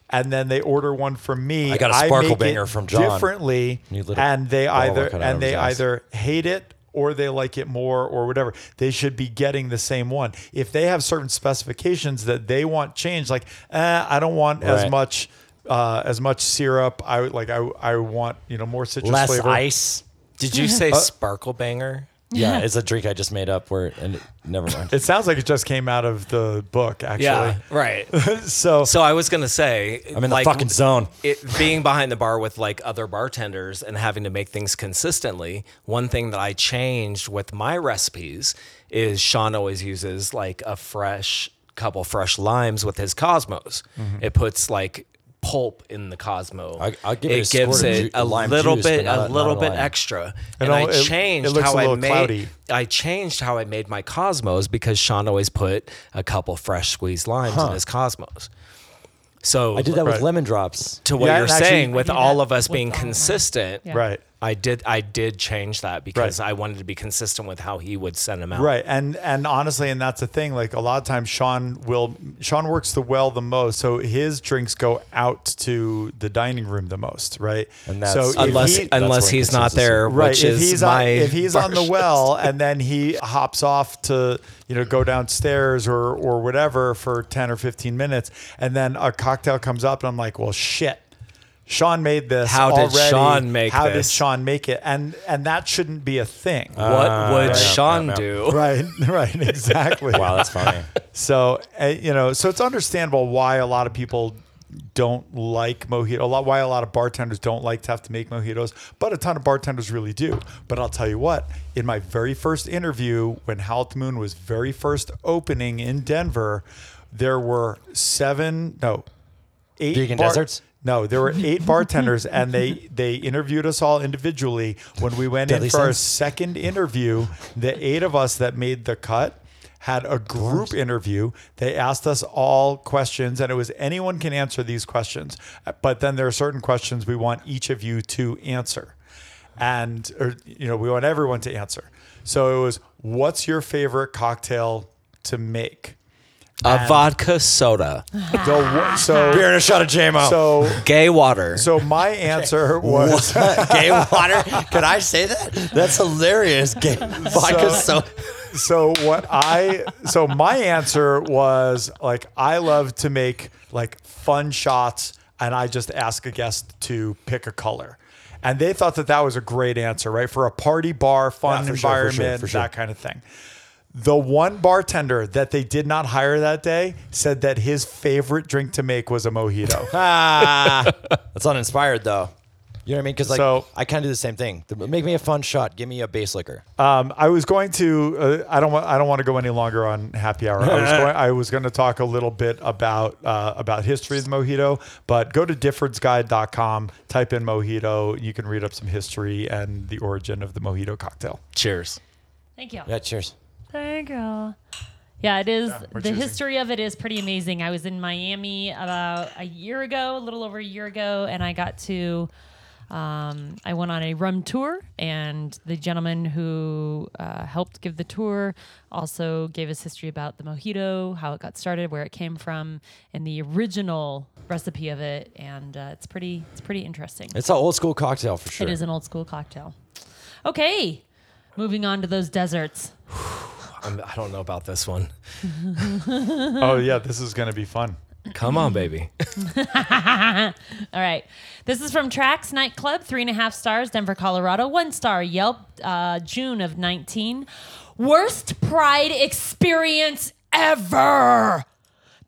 Speaker 2: And then they order one from me.
Speaker 5: I got a sparkle
Speaker 2: make it
Speaker 5: banger from John.
Speaker 2: Differently,
Speaker 5: You little
Speaker 2: and they
Speaker 5: ball
Speaker 2: either
Speaker 5: cut out of
Speaker 2: and they
Speaker 5: his ass.
Speaker 2: either hate it or they like it more or whatever. They should be getting the same one. If they have certain specifications that they want changed, like eh, I don't want as
Speaker 5: Right.
Speaker 2: much uh, as much syrup. I would like I I want you know more citrus
Speaker 5: less
Speaker 2: flavor.
Speaker 5: ice.
Speaker 3: Did you say sparkle banger?
Speaker 5: Yeah, it's a drink I just made up. Where and never mind.
Speaker 2: It sounds like it just came out of the book actually.
Speaker 3: right.
Speaker 2: So
Speaker 3: so I was gonna say,
Speaker 5: I'm in the fucking zone.
Speaker 3: it being behind the bar with like other bartenders and having to make things consistently, one thing that I changed with my recipes is Sean always uses like a fresh couple fresh limes with his Cosmos. It puts like pulp in the Cosmo.
Speaker 5: Mm-hmm. I- I'll give it a squirt
Speaker 3: gives
Speaker 5: of
Speaker 3: it
Speaker 5: ju-
Speaker 3: a
Speaker 5: lime
Speaker 3: little
Speaker 5: juice,
Speaker 3: bit
Speaker 5: but not-
Speaker 3: a
Speaker 5: not
Speaker 3: little
Speaker 5: a
Speaker 3: bit
Speaker 5: lime.
Speaker 3: extra.
Speaker 2: And
Speaker 3: And,
Speaker 2: all-
Speaker 3: I
Speaker 2: it- it
Speaker 3: changed
Speaker 2: looks
Speaker 3: how
Speaker 2: a
Speaker 3: I
Speaker 2: little
Speaker 3: made
Speaker 2: cloudy.
Speaker 3: I changed how I made my Cosmos because Sean always put a couple fresh squeezed limes in his Cosmos. So
Speaker 5: I did that
Speaker 2: Right.
Speaker 5: with lemon drops.
Speaker 3: to what
Speaker 2: Yeah,
Speaker 3: you're
Speaker 2: and actually-
Speaker 3: saying with
Speaker 4: I do
Speaker 3: all
Speaker 4: that
Speaker 3: of us
Speaker 4: with
Speaker 3: being
Speaker 4: all of mine.
Speaker 3: consistent.
Speaker 4: Yeah.
Speaker 2: right.
Speaker 3: I did I did change that because
Speaker 2: Right.
Speaker 3: I wanted to be consistent with how he would send them out.
Speaker 2: Right. And and honestly, and that's the thing. Like a lot of times Sean will Sean works the well the most. So his drinks go out to the dining room the most, right?
Speaker 5: And that's-
Speaker 2: so if
Speaker 3: Unless
Speaker 2: he-
Speaker 5: that's
Speaker 3: unless
Speaker 5: where
Speaker 3: he's not there,
Speaker 2: Right.
Speaker 3: which
Speaker 2: if
Speaker 3: is
Speaker 2: he's
Speaker 3: my
Speaker 2: on, if he's on the
Speaker 3: version.
Speaker 2: well and then he hops off to, you know, go downstairs or or whatever for 10 or 15 minutes and then a cocktail comes up and I'm like, "Well, shit. Sean made this
Speaker 3: How did
Speaker 2: already.
Speaker 3: Sean make
Speaker 2: How did
Speaker 3: this?" Uh,
Speaker 2: Sean make it? And and that shouldn't be a thing.
Speaker 3: What would
Speaker 5: Uh, yeah,
Speaker 3: Sean
Speaker 5: yeah, yeah.
Speaker 3: do?
Speaker 2: right. Right. Exactly.
Speaker 5: Wow, that's funny.
Speaker 2: So uh, you know, so it's understandable why a lot of people don't like mojito. A lot why a lot of bartenders don't like to have to make mojitos, but a ton of bartenders really do. But I'll tell you what, in my very first interview when Howl Moon was very first opening in Denver, there were seven no eight
Speaker 5: Vegan deserts?
Speaker 2: No, there were eight bartenders, and they they interviewed us all individually. When we went in
Speaker 5: Deadly
Speaker 2: for our
Speaker 5: Sins?
Speaker 2: second interview, the eight of us that made the cut had a group interview. They asked us all questions, and it was anyone can answer these questions. But then there are certain questions we want each of you to answer, and or you know we want everyone to answer. So it was, what's your favorite cocktail to make?
Speaker 3: A vodka soda,
Speaker 2: The, wo- so
Speaker 5: Beer and a shot of JMO.
Speaker 2: so
Speaker 3: gay water.
Speaker 2: so my answer was
Speaker 5: gay water. Can I say that? That's hilarious. Gay vodka
Speaker 2: So-
Speaker 5: so,
Speaker 2: so what I so my answer was like I love to make like fun shots and I just ask a guest to pick a color. And they thought that that was a great answer, right? For a party bar, fun
Speaker 5: Yeah, for sure, for sure,
Speaker 2: environment,
Speaker 5: for sure.
Speaker 2: that kind of thing. The one bartender that they did not hire that day said that his favorite drink to make was a mojito.
Speaker 5: Ah, that's uninspired though. You know what I mean? Because like
Speaker 2: So-
Speaker 5: I kind of do the same thing. The- Make me a fun shot. Give me a bass liquor.
Speaker 2: Um, I was going to. Uh, I don't. Want, I don't want to go any longer on happy hour. I was going. I was going to talk a little bit about uh, about history of the mojito, but go to differenceguide.com. Type in mojito. You can read up some history and the origin of the mojito cocktail.
Speaker 3: Cheers.
Speaker 4: Thank you.
Speaker 5: Yeah, cheers.
Speaker 4: Thank you. Yeah, it is.
Speaker 2: we're
Speaker 4: the
Speaker 2: choosing.
Speaker 4: history of it is pretty amazing. I was in Miami about a year ago, a little over a year ago, and I got to. Um, I went on a rum tour, and the gentleman who uh, helped give the tour also gave us history about the mojito, how it got started, where it came from, and the original recipe of it. And uh, it's pretty, it's pretty interesting.
Speaker 5: It's an old school cocktail for sure.
Speaker 4: It is an old school cocktail. Okay, moving on to those desserts.
Speaker 3: I'm, I don't know about this one.
Speaker 2: oh yeah, this is going to be fun.
Speaker 3: Come on, baby.
Speaker 4: All right. This is from Trax Nightclub, three and a half stars, Denver, Colorado, one star Yelp, uh, June of 19. Worst pride experience ever.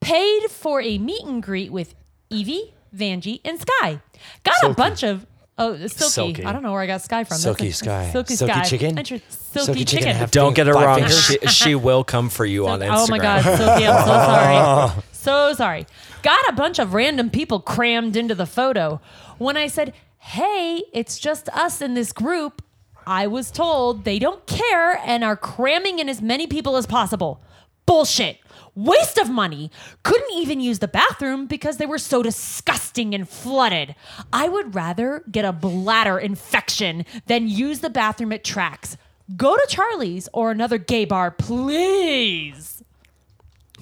Speaker 4: Paid for a meet and greet with Evie, Vanjie, and Sky. Got a bunch of. Oh, it's silky.
Speaker 3: Silky.
Speaker 4: I don't know where I got Sky from. That's
Speaker 5: Silky
Speaker 4: a-
Speaker 5: Sky.
Speaker 4: Silky,
Speaker 5: Silky
Speaker 4: Sky.
Speaker 5: chicken?
Speaker 4: Inter- silky,
Speaker 5: Silky chicken
Speaker 4: chicken.
Speaker 5: have-
Speaker 3: Don't get her
Speaker 5: Five
Speaker 3: wrong.
Speaker 5: fingers.
Speaker 3: She, she will come for you on Instagram.
Speaker 4: Oh my God, Sophie, I'm so sorry. So sorry. Got a bunch of random people crammed into the photo. When I said, hey, it's just us in this group, I was told they don't care and are cramming in as many people as possible. Bullshit. Waste of money. Couldn't even use the bathroom because they were so disgusting and flooded. I would rather get a bladder infection than use the bathroom at Tracks. Go to Charlie's or another gay bar, please.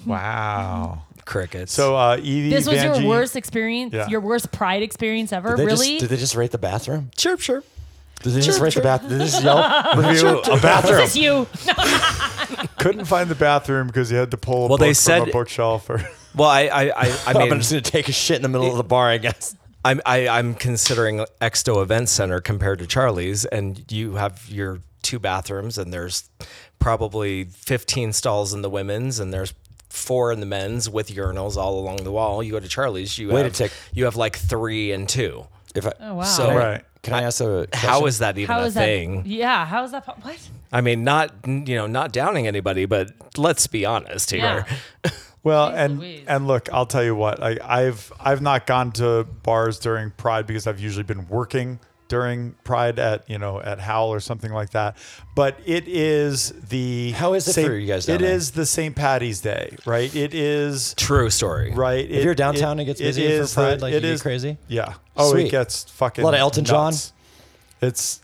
Speaker 2: Wow.
Speaker 3: Crickets.
Speaker 2: So uh, Evie,
Speaker 4: This was
Speaker 2: Vanjie-
Speaker 4: your worst experience,
Speaker 2: Yeah.
Speaker 4: your worst pride experience ever.
Speaker 5: Did they just-
Speaker 4: really?
Speaker 5: did they just rate the bathroom?
Speaker 3: chirp, chirp.
Speaker 5: Did they just rate the bathroom? Did they just yell?
Speaker 2: Review a bathroom.
Speaker 4: This you?
Speaker 2: Couldn't find the bathroom because you had to pull. A
Speaker 3: Well,
Speaker 2: book
Speaker 3: they
Speaker 2: from
Speaker 3: said-
Speaker 2: a bookshelf. Or
Speaker 3: Well, I, I, I, I
Speaker 5: I'm
Speaker 3: mean,
Speaker 5: just gonna take a shit in the middle of the bar, I guess.
Speaker 3: I'm, I, I'm considering Exto Event Center compared to Charlie's, and you have your two bathrooms, and there's probably 15 stalls in the women's, and there's four in the men's with urinals all along the wall. You go to Charlie's, you
Speaker 5: Wait a
Speaker 3: have
Speaker 5: tick.
Speaker 3: you have like three and two.
Speaker 5: If I,
Speaker 4: Oh wow.
Speaker 3: So-
Speaker 2: right.
Speaker 5: Can I ask a
Speaker 3: How is that even
Speaker 4: how
Speaker 3: a
Speaker 4: is that?
Speaker 3: thing?
Speaker 4: Yeah. How is that? po- What?
Speaker 3: I mean, not you know, not downing anybody, but let's be honest here.
Speaker 4: Yeah.
Speaker 2: Well,
Speaker 4: Jeez
Speaker 2: and
Speaker 4: Louise.
Speaker 2: and look, I'll tell you what. I, I've I've not gone to bars during Pride because I've usually been working during Pride at you know at Howl or something like that. But it is the
Speaker 5: How is it
Speaker 2: Saint-
Speaker 5: for you guys down
Speaker 2: It is
Speaker 5: there?
Speaker 2: the St. Patty's Day, right? It is
Speaker 3: True story.
Speaker 2: right. If
Speaker 5: you're downtown, it gets busy for Pride, like, you get crazy?
Speaker 2: Yeah. Oh, it
Speaker 5: Sweet.
Speaker 2: gets fucking
Speaker 5: A lot of Elton John?
Speaker 2: nuts. It's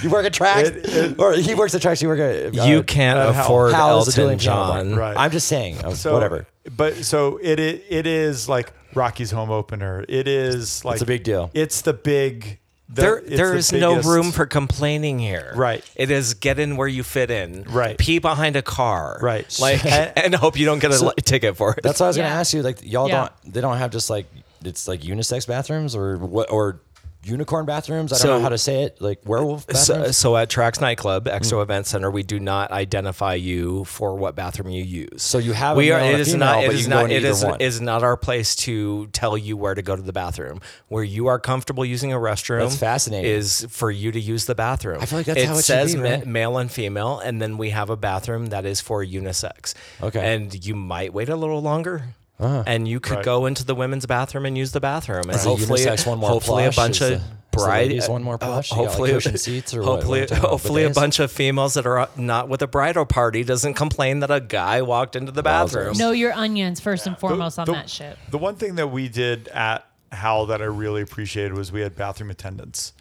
Speaker 5: You work at tracks,
Speaker 2: It- it-
Speaker 5: or he works at tracks. You work at uh,
Speaker 3: you can't
Speaker 2: uh, how-
Speaker 3: afford
Speaker 5: Hal is a
Speaker 3: Elton
Speaker 5: dueling champion.
Speaker 3: John.
Speaker 2: Right.
Speaker 5: I'm just saying. uh,
Speaker 2: so
Speaker 5: whatever.
Speaker 2: But so it i- it is like Rocky's home opener. It is like
Speaker 5: a big deal.
Speaker 2: It's the big. the-
Speaker 3: There,
Speaker 2: it's
Speaker 3: there
Speaker 2: the
Speaker 3: is no
Speaker 2: biggest-
Speaker 3: room for complaining here.
Speaker 2: Right.
Speaker 3: It is get in where you fit in.
Speaker 2: Right.
Speaker 3: Pee behind a car.
Speaker 2: Right.
Speaker 3: Like, and, hope you don't get a li- ticket for it.
Speaker 5: That's what I was
Speaker 4: Yeah.
Speaker 5: gonna ask you. Like y'all
Speaker 4: Yeah.
Speaker 5: don't. They don't have just like it's like unisex bathrooms or what or unicorn bathrooms. I don't
Speaker 3: So-
Speaker 5: know how to say it. Like werewolf
Speaker 3: so,
Speaker 5: bathrooms.
Speaker 3: so at Trax Nightclub, Exo Event Center, we do not identify you for what bathroom you use.
Speaker 5: So you have a
Speaker 3: we
Speaker 5: male and
Speaker 3: it
Speaker 5: a
Speaker 3: is
Speaker 5: female,
Speaker 3: not. It
Speaker 5: but you
Speaker 3: is
Speaker 5: can go
Speaker 3: not.
Speaker 5: in
Speaker 3: It
Speaker 5: either
Speaker 3: is,
Speaker 5: one.
Speaker 3: is not our place to tell you where to go to the bathroom. Where you are comfortable using a restroom.
Speaker 5: That's fascinating.
Speaker 3: Is for you to use the bathroom. I
Speaker 5: feel like that's
Speaker 3: it
Speaker 5: how it should
Speaker 3: says
Speaker 5: be,
Speaker 3: ma-
Speaker 5: right?
Speaker 3: male and female, and then we have a bathroom that is for unisex.
Speaker 5: Okay. Uh-huh.
Speaker 3: and you might wait a little longer. And you could
Speaker 2: Right.
Speaker 3: go into the women's bathroom and use the bathroom, and
Speaker 5: Is the
Speaker 3: hopefully,
Speaker 5: unisex one more
Speaker 3: hopefully a
Speaker 5: plush?
Speaker 3: bunch
Speaker 5: Is
Speaker 3: of
Speaker 5: the- is the
Speaker 3: bride,
Speaker 5: ladies one more
Speaker 3: uh,
Speaker 5: plush? You got, like,
Speaker 3: hopefully,
Speaker 5: cushion seats or what? What are
Speaker 3: hopefully,
Speaker 5: we talking about,
Speaker 3: hopefully, a
Speaker 5: bidets?
Speaker 3: bunch of females that are not with a bridal party doesn't complain that a guy walked into the bathroom.
Speaker 4: Know your onions first and foremost on
Speaker 2: the-
Speaker 4: that shit.
Speaker 2: The one thing that we did at Howl that I really appreciated was we had bathroom attendants.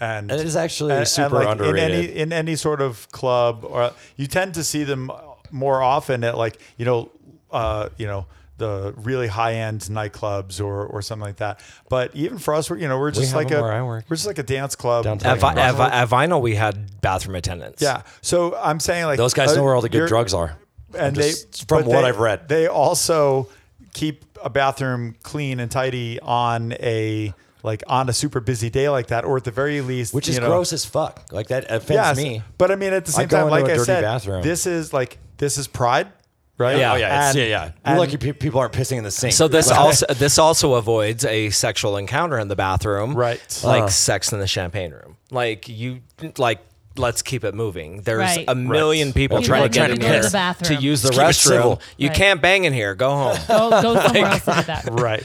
Speaker 2: And
Speaker 5: And it is actually super
Speaker 2: In any,
Speaker 5: underrated.
Speaker 2: in any sort of club, or you tend to see them more often at like you know, uh, you know the really high end nightclubs or or something like that. But even for us, we're you know we're just
Speaker 5: have
Speaker 2: like
Speaker 5: them
Speaker 2: a
Speaker 5: where I work.
Speaker 2: we're just like a dance club.
Speaker 5: Downtown.
Speaker 3: At, Vi- at,
Speaker 5: Right.
Speaker 3: Vi- at Vinyl, we had bathroom attendants.
Speaker 2: Yeah. So I'm saying like
Speaker 5: Those guys
Speaker 2: uh,
Speaker 5: know where all the good
Speaker 2: you're-
Speaker 5: drugs are.
Speaker 2: and
Speaker 5: I'm
Speaker 2: they
Speaker 5: just- from
Speaker 2: but
Speaker 5: what
Speaker 2: they-
Speaker 5: I've read.
Speaker 2: they also keep a bathroom clean and tidy on a like on a super busy day like that, or at the very least,
Speaker 5: which
Speaker 2: you
Speaker 5: is
Speaker 2: know,
Speaker 5: gross as fuck. Like that offends
Speaker 2: Yes,
Speaker 5: me.
Speaker 2: but I mean at the same
Speaker 5: go
Speaker 2: time,
Speaker 5: into
Speaker 2: like I
Speaker 5: a dirty
Speaker 2: said,
Speaker 5: bathroom.
Speaker 2: this is like this is pride. right?
Speaker 5: Yeah, oh, yeah, it's,
Speaker 2: And-
Speaker 5: yeah, yeah.
Speaker 2: and-
Speaker 5: You're lucky pe- people aren't pissing in the sink.
Speaker 3: So this
Speaker 5: Right.
Speaker 3: also this also avoids a sexual encounter in the bathroom,
Speaker 2: Right.
Speaker 3: Like
Speaker 5: Uh.
Speaker 3: sex in the champagne room. Like you like. Let's keep it moving. There's
Speaker 4: Right.
Speaker 3: a million people
Speaker 5: People
Speaker 3: trying to
Speaker 5: trying
Speaker 3: get
Speaker 5: to
Speaker 3: in
Speaker 5: go to
Speaker 3: here
Speaker 5: the
Speaker 4: bathroom.
Speaker 3: to use the
Speaker 5: keep it
Speaker 3: restroom.
Speaker 5: civil.
Speaker 3: You
Speaker 4: Right.
Speaker 3: can't bang in here. Go home.
Speaker 4: Go, go somewhere else with that.
Speaker 2: Right.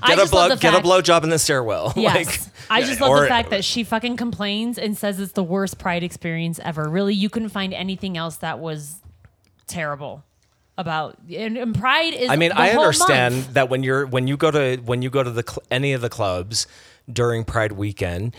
Speaker 4: I
Speaker 3: Get a
Speaker 4: just love
Speaker 3: blow.
Speaker 4: the
Speaker 3: Get a
Speaker 4: fact-
Speaker 3: blowjob in the stairwell.
Speaker 4: Yes. I just love
Speaker 5: or-
Speaker 4: the fact that she fucking complains and says it's the worst pride experience ever. Really, you couldn't find anything else that was terrible about and, and pride is
Speaker 3: I mean,
Speaker 4: the
Speaker 3: I
Speaker 4: whole
Speaker 3: understand
Speaker 4: month.
Speaker 3: that when you're when you go to when you go to the cl- any of the clubs during Pride weekend,